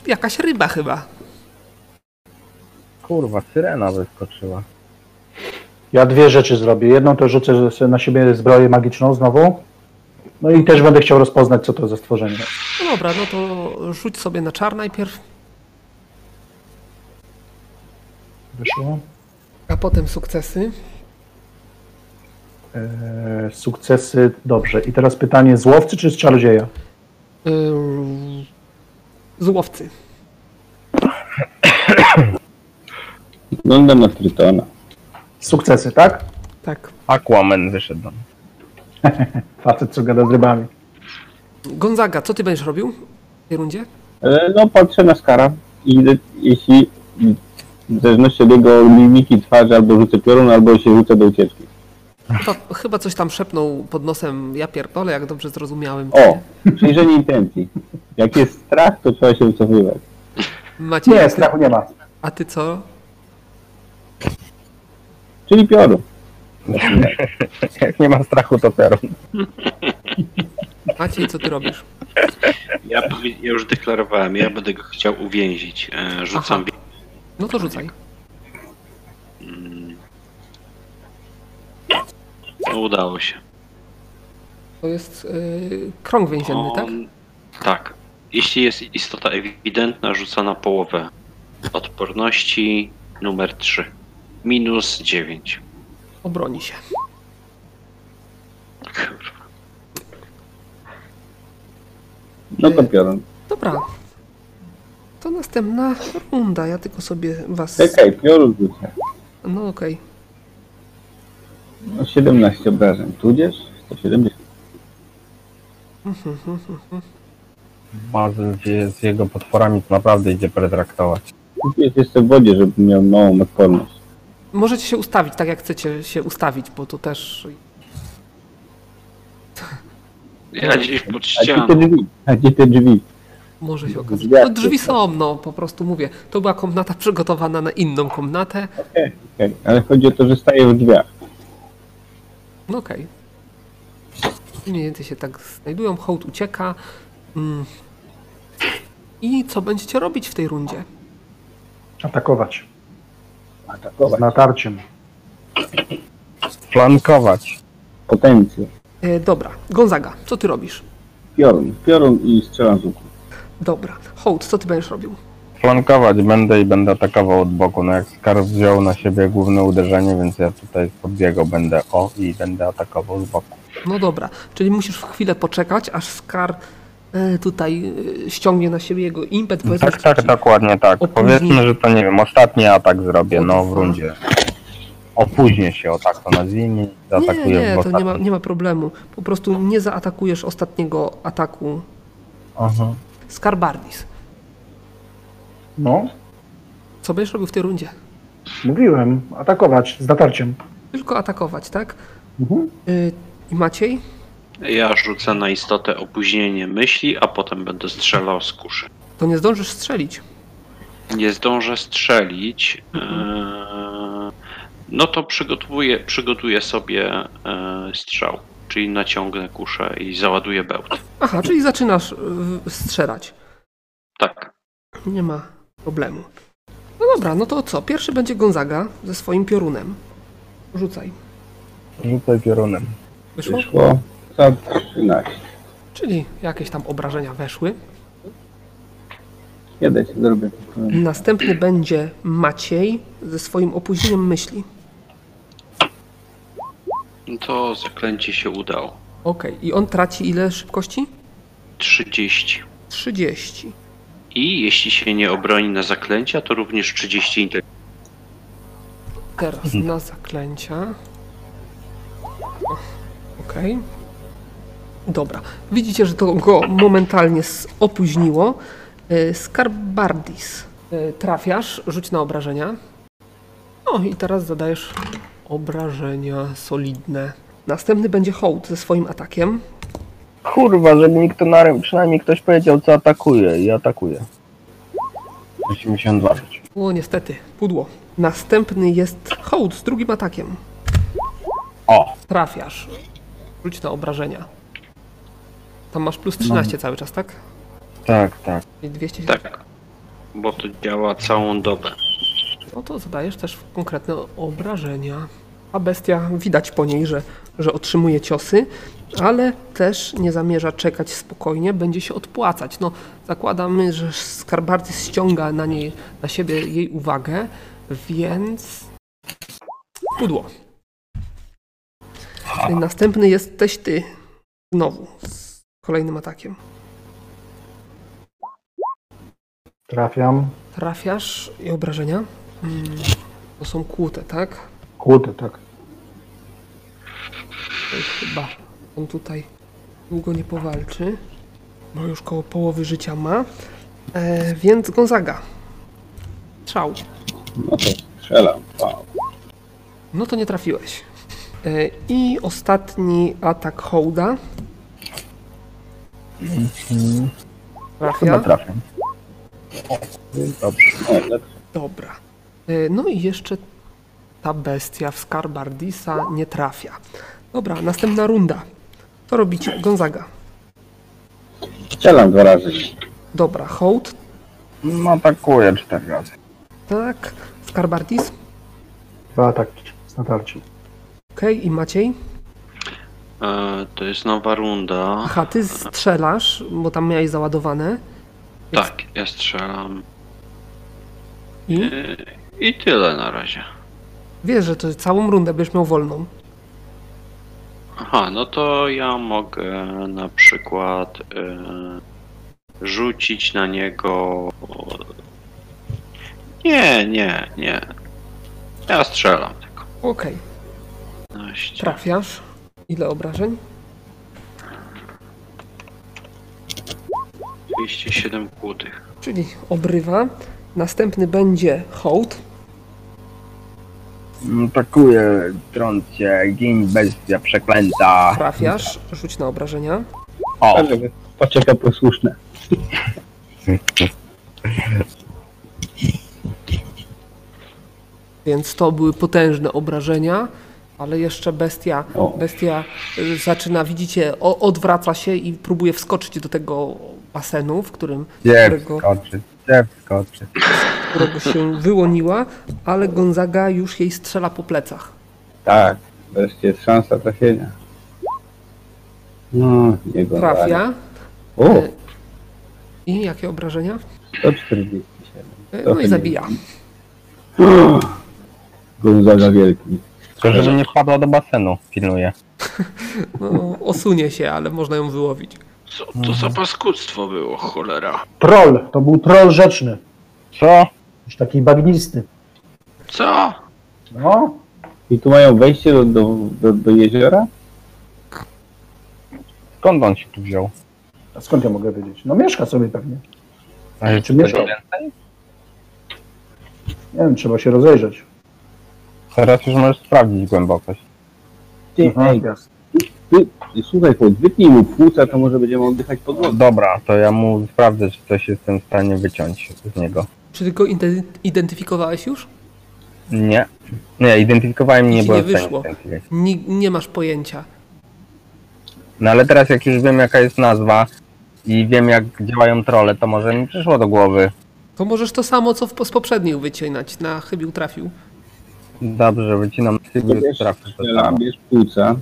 S1: Jakaś ryba chyba.
S5: Kurwa, syrena wyskoczyła.
S4: Ja dwie rzeczy zrobię. Jedną to rzucę sobie na siebie zbroję magiczną znowu. No i też będę chciał rozpoznać, co to za stworzenie.
S1: No dobra, no to rzuć sobie na czar najpierw,
S4: Wyszło.
S1: a potem sukcesy.
S4: Eee, sukcesy, dobrze. I teraz pytanie z łowcy czy z czarodzieja?
S1: Ym, Złowcy.
S3: Wyglądam No, na Trytona.
S4: Sukcesy, tak?
S1: Tak.
S5: Aquaman wyszedł.
S4: Facet, co gada z rybami.
S1: Gonzaga, co ty będziesz robił w tej rundzie?
S3: E, No, patrzę na Skara i idę- jeśli w zależności od jego mimiki twarzy albo rzucę piorun, albo się rzucę do ucieczki.
S1: To chyba coś tam szepnął pod nosem, ja pierdolę, jak dobrze zrozumiałem.
S3: O, przyjrzenie intencji. Jak jest strach, to trzeba się wycofywać.
S1: Macie,
S4: Nie, strachu nie ma.
S1: a ty co?
S3: Czyli piorun.
S5: Jak nie ma strachu, to teraz.
S1: Maciej, co ty robisz?
S2: Ja, powie- ja już deklarowałem, ja będę go chciał uwięzić. E, Rzucam
S1: Aha. No to
S3: Tak.
S1: rzucaj.
S2: No, udało się.
S1: To jest yy, krąg więzienny, tak?
S2: On- Tak. Jeśli jest istota ewidentna, rzuca na połowę odporności numer 3. Minus 9.
S1: Obroni się.
S3: No to piorun.
S1: Dobra. To następna runda, ja tylko sobie was...
S3: Czekaj, piorun rzucę.
S1: No okej.
S3: No, 17 obrażeń. Tudzież? 170.
S5: Bazyl wie- z jego potworami to naprawdę idzie pretraktować.
S3: Jest jeszcze w wodzie, żeby miał małą odporność.
S1: Możecie się ustawić tak, jak chcecie się ustawić, bo to też...
S2: Ja gdzieś pod
S3: A gdzie
S2: ścianą.
S3: te drzwi? A gdzie te drzwi?
S1: Może się okazać.
S3: Drzwiach
S1: No drzwi
S3: jest,
S1: są, no po prostu mówię. To była komnata przygotowana na inną komnatę.
S3: Okej, Ale chodzi o to, że staję w drzwiach.
S1: No okej. Mniej więcej się tak znajdują, hołd ucieka. Mm. I co będziecie robić w tej rundzie?
S4: Atakować. Z
S3: Atakować.
S4: natarciem.
S5: Flankować.
S3: Potencję.
S1: E, dobra, Gonzaga, co ty robisz?
S3: Piorun. Piorun i strzelam z łuku.
S1: Dobra, hołd, co ty będziesz robił?
S5: Flankować będę i będę atakował od boku. No jak Skarb wziął na siebie główne uderzenie, więc ja tutaj podbiegał będę o i będę atakował z boku.
S1: No dobra, czyli musisz chwilę poczekać, aż Skar e, tutaj e, ściągnie na siebie jego impet. powiedzmy,
S5: Tak, tak,
S1: że-
S5: dokładnie tak.
S1: Opóźni-
S5: Powiedzmy, że to nie wiem, ostatni atak zrobię, no w
S1: Opóźni-
S5: rundzie. Opóźnię się o tak to nazwijmy i zaatakuję
S1: Nie, nie,
S5: w
S1: to nie ma,
S5: ostatnim.
S1: nie ma problemu. Po prostu nie zaatakujesz ostatniego ataku
S5: Aha.
S1: Skarbardis.
S4: No,
S1: Co będziesz robił w tej rundzie?
S4: mówiłem, atakować z natarciem.
S1: Tylko atakować, tak?
S4: Mhm.
S1: Y, I Maciej?
S2: Ja rzucę na istotę opóźnienie myśli, a potem będę strzelał z kuszy.
S1: To nie zdążysz strzelić.
S2: Nie zdążę strzelić. eee, No to przygotowuję, przygotuję sobie eee, strzał, czyli naciągnę kuszę i załaduję bełt.
S1: Aha, czyli zaczynasz y, strzelać.
S2: Tak.
S1: Nie ma problemu. No dobra, no to co? Pierwszy będzie Gonzaga ze swoim piorunem. Rzucaj.
S5: Rzucaj piorunem.
S1: Wyszło?
S3: Wyszło za 13.
S1: Czyli jakieś tam obrażenia weszły.
S3: Jadę się zrobię.
S1: Następny będzie Maciej ze swoim opóźnieniem myśli.
S2: No To zaklęcie się udało.
S1: Okej, i on traci ile szybkości?
S2: 30.
S1: 30.
S2: I jeśli się nie obroni na zaklęcia, to również 30 intelektu.
S1: Teraz na zaklęcia. O, Okej. Dobra. Widzicie, że to go momentalnie s- opóźniło. Y, Skarbardis. y, Trafiasz, rzuć na obrażenia. No i teraz zadajesz obrażenia solidne. Następny będzie hołd ze swoim atakiem.
S5: Kurwa, żeby mi kto na rę- przynajmniej ktoś powiedział co atakuje i atakuje. 82 rzucił.
S1: O, niestety, pudło. Następny jest hołd z drugim atakiem.
S5: O!
S1: Trafiasz. Rzuć na obrażenia. Tam masz plus 13 cały czas, tak?
S5: Tak, tak.
S1: Czyli 200
S2: Tak. Bo to działa całą dobę.
S1: No to zadajesz też konkretne obrażenia. A bestia, widać po niej, że, że otrzymuje ciosy, ale też nie zamierza czekać spokojnie, będzie się odpłacać. No, zakładamy, że skarbarty ściąga na niej, na siebie jej uwagę, więc... Pudło. Następny jesteś ty. Znowu. Z kolejnym atakiem.
S4: Trafiam.
S1: Trafiasz i obrażenia? Mm, To są kłute, tak?
S4: Kłóty, tak.
S1: Ej, Chyba on tutaj długo nie powalczy, bo już koło połowy życia ma. E, więc Gonzaga. Strzał.
S3: No to strzelam. Wow.
S1: No to nie trafiłeś. E, I ostatni atak Hołda.
S5: Chyba
S1: Trafia.
S5: trafię. Dobrze.
S3: O, no, lecz
S1: Dobra. E, No i jeszcze ta bestia w Skarbardisa nie trafia. Dobra, następna runda. Co robicie? Gonzaga.
S3: strzelam dwa razy.
S1: Dobra, Hołd.
S5: No atakuję cztery razy.
S1: Tak. Skarbardis.
S4: Dwa ataki z natarciem.
S1: Okej, i Maciej.
S2: E, to jest nowa runda.
S1: Aha, ty strzelasz, bo tam miałeś załadowane.
S2: Tak, ja strzelam.
S1: I
S2: I tyle na razie.
S1: wiesz, że to całą rundę będziesz miał wolną.
S2: Aha, no to ja mogę na przykład e, rzucić na niego. Nie, nie, nie. Ja strzelam tylko.
S1: Okej,
S2: 15.
S1: trafiasz. Ile obrażeń?
S2: 207 kłutych.
S1: Czyli obrywa. Następny będzie hołd.
S5: Atakuję, trącę, gin bestia przeklęta.
S1: Trafiasz, rzuć na obrażenia.
S5: O!
S3: Tak, Żeby Poczeka posłuszne.
S1: Więc to były potężne obrażenia, ale jeszcze bestia,
S3: O.
S1: bestia y, zaczyna, widzicie, o, odwraca się i próbuje wskoczyć do tego basenu, w którym
S5: Gdzie
S1: którego-
S5: wskoczy? Gdzie wskoczy?
S1: którego się wyłoniła, ale Gonzaga już jej strzela po plecach.
S3: Tak, wreszcie jest szansa trafienia. No, nie go.
S1: Trafia.
S3: O,
S1: I jakie obrażenia?
S3: 147.
S1: E, No i zabija.
S3: Gonzaga Wielki.
S5: Tylko, żeby nie wpadła do basenu, pilnuję.
S1: No, osunie się, ale można ją wyłowić.
S7: Co to za paskudztwo było, cholera?
S4: Troll, to był troll rzeczny.
S5: Co?
S4: Już taki bagnisty.
S7: Co?
S4: No,
S3: I tu mają wejście do, do, do, do jeziora?
S5: Skąd on się tu wziął?
S4: a skąd ja mogę wiedzieć? No mieszka sobie pewnie.
S5: A jeszcze
S4: mieszał?
S5: tego więcej?
S4: Nie wiem, trzeba się rozejrzeć.
S5: Teraz już możesz sprawdzić głębokość.
S3: Ty, ej, ty, słuchaj, chłop, wytnij mu płuca, to może będziemy oddychać pod wodą.
S5: Dobra, to ja mu sprawdzę, czy coś jestem w stanie wyciąć z niego.
S1: Czy tylko inte- identyfikowałeś już?
S5: Nie. Nie, identyfikowałem nie
S1: Jeśli
S5: byłem
S1: nie
S5: w stanie
S1: wyszło.
S5: identyfikować.
S1: Nie, nie masz pojęcia.
S5: No ale teraz jak już wiem jaka jest nazwa i wiem jak działają trole, to może mi przyszło do głowy.
S1: To możesz to samo, co w, po- z poprzednich wycinać. Na chybił trafił.
S5: Dobrze, wycinam
S3: To
S5: sobie
S3: wiesz,
S5: trafię to
S3: Strzela,
S5: tam.
S3: Bierz płuca.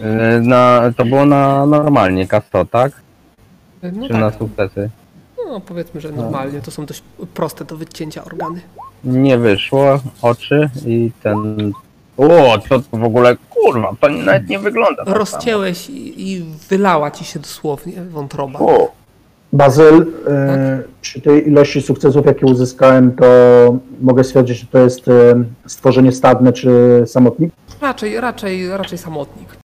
S5: Yy, Na, to było na normalnie kasto, tak?
S1: E, No
S5: Czy na
S1: tak,
S5: sukcesy?
S1: no powiedzmy, że normalnie. To są dość proste do wycięcia organy.
S5: Nie wyszło, oczy i ten... O, co to w ogóle, kurwa, to nawet nie wygląda tak samo.
S1: Rozcięłeś i, i wylała ci się dosłownie wątroba.
S5: O,
S4: Bazyl, e, przy tej ilości sukcesów, jakie uzyskałem, to mogę stwierdzić, że to jest e, stworzenie stadne y, czy samotnik?
S1: Raczej, raczej, raczej samotnik.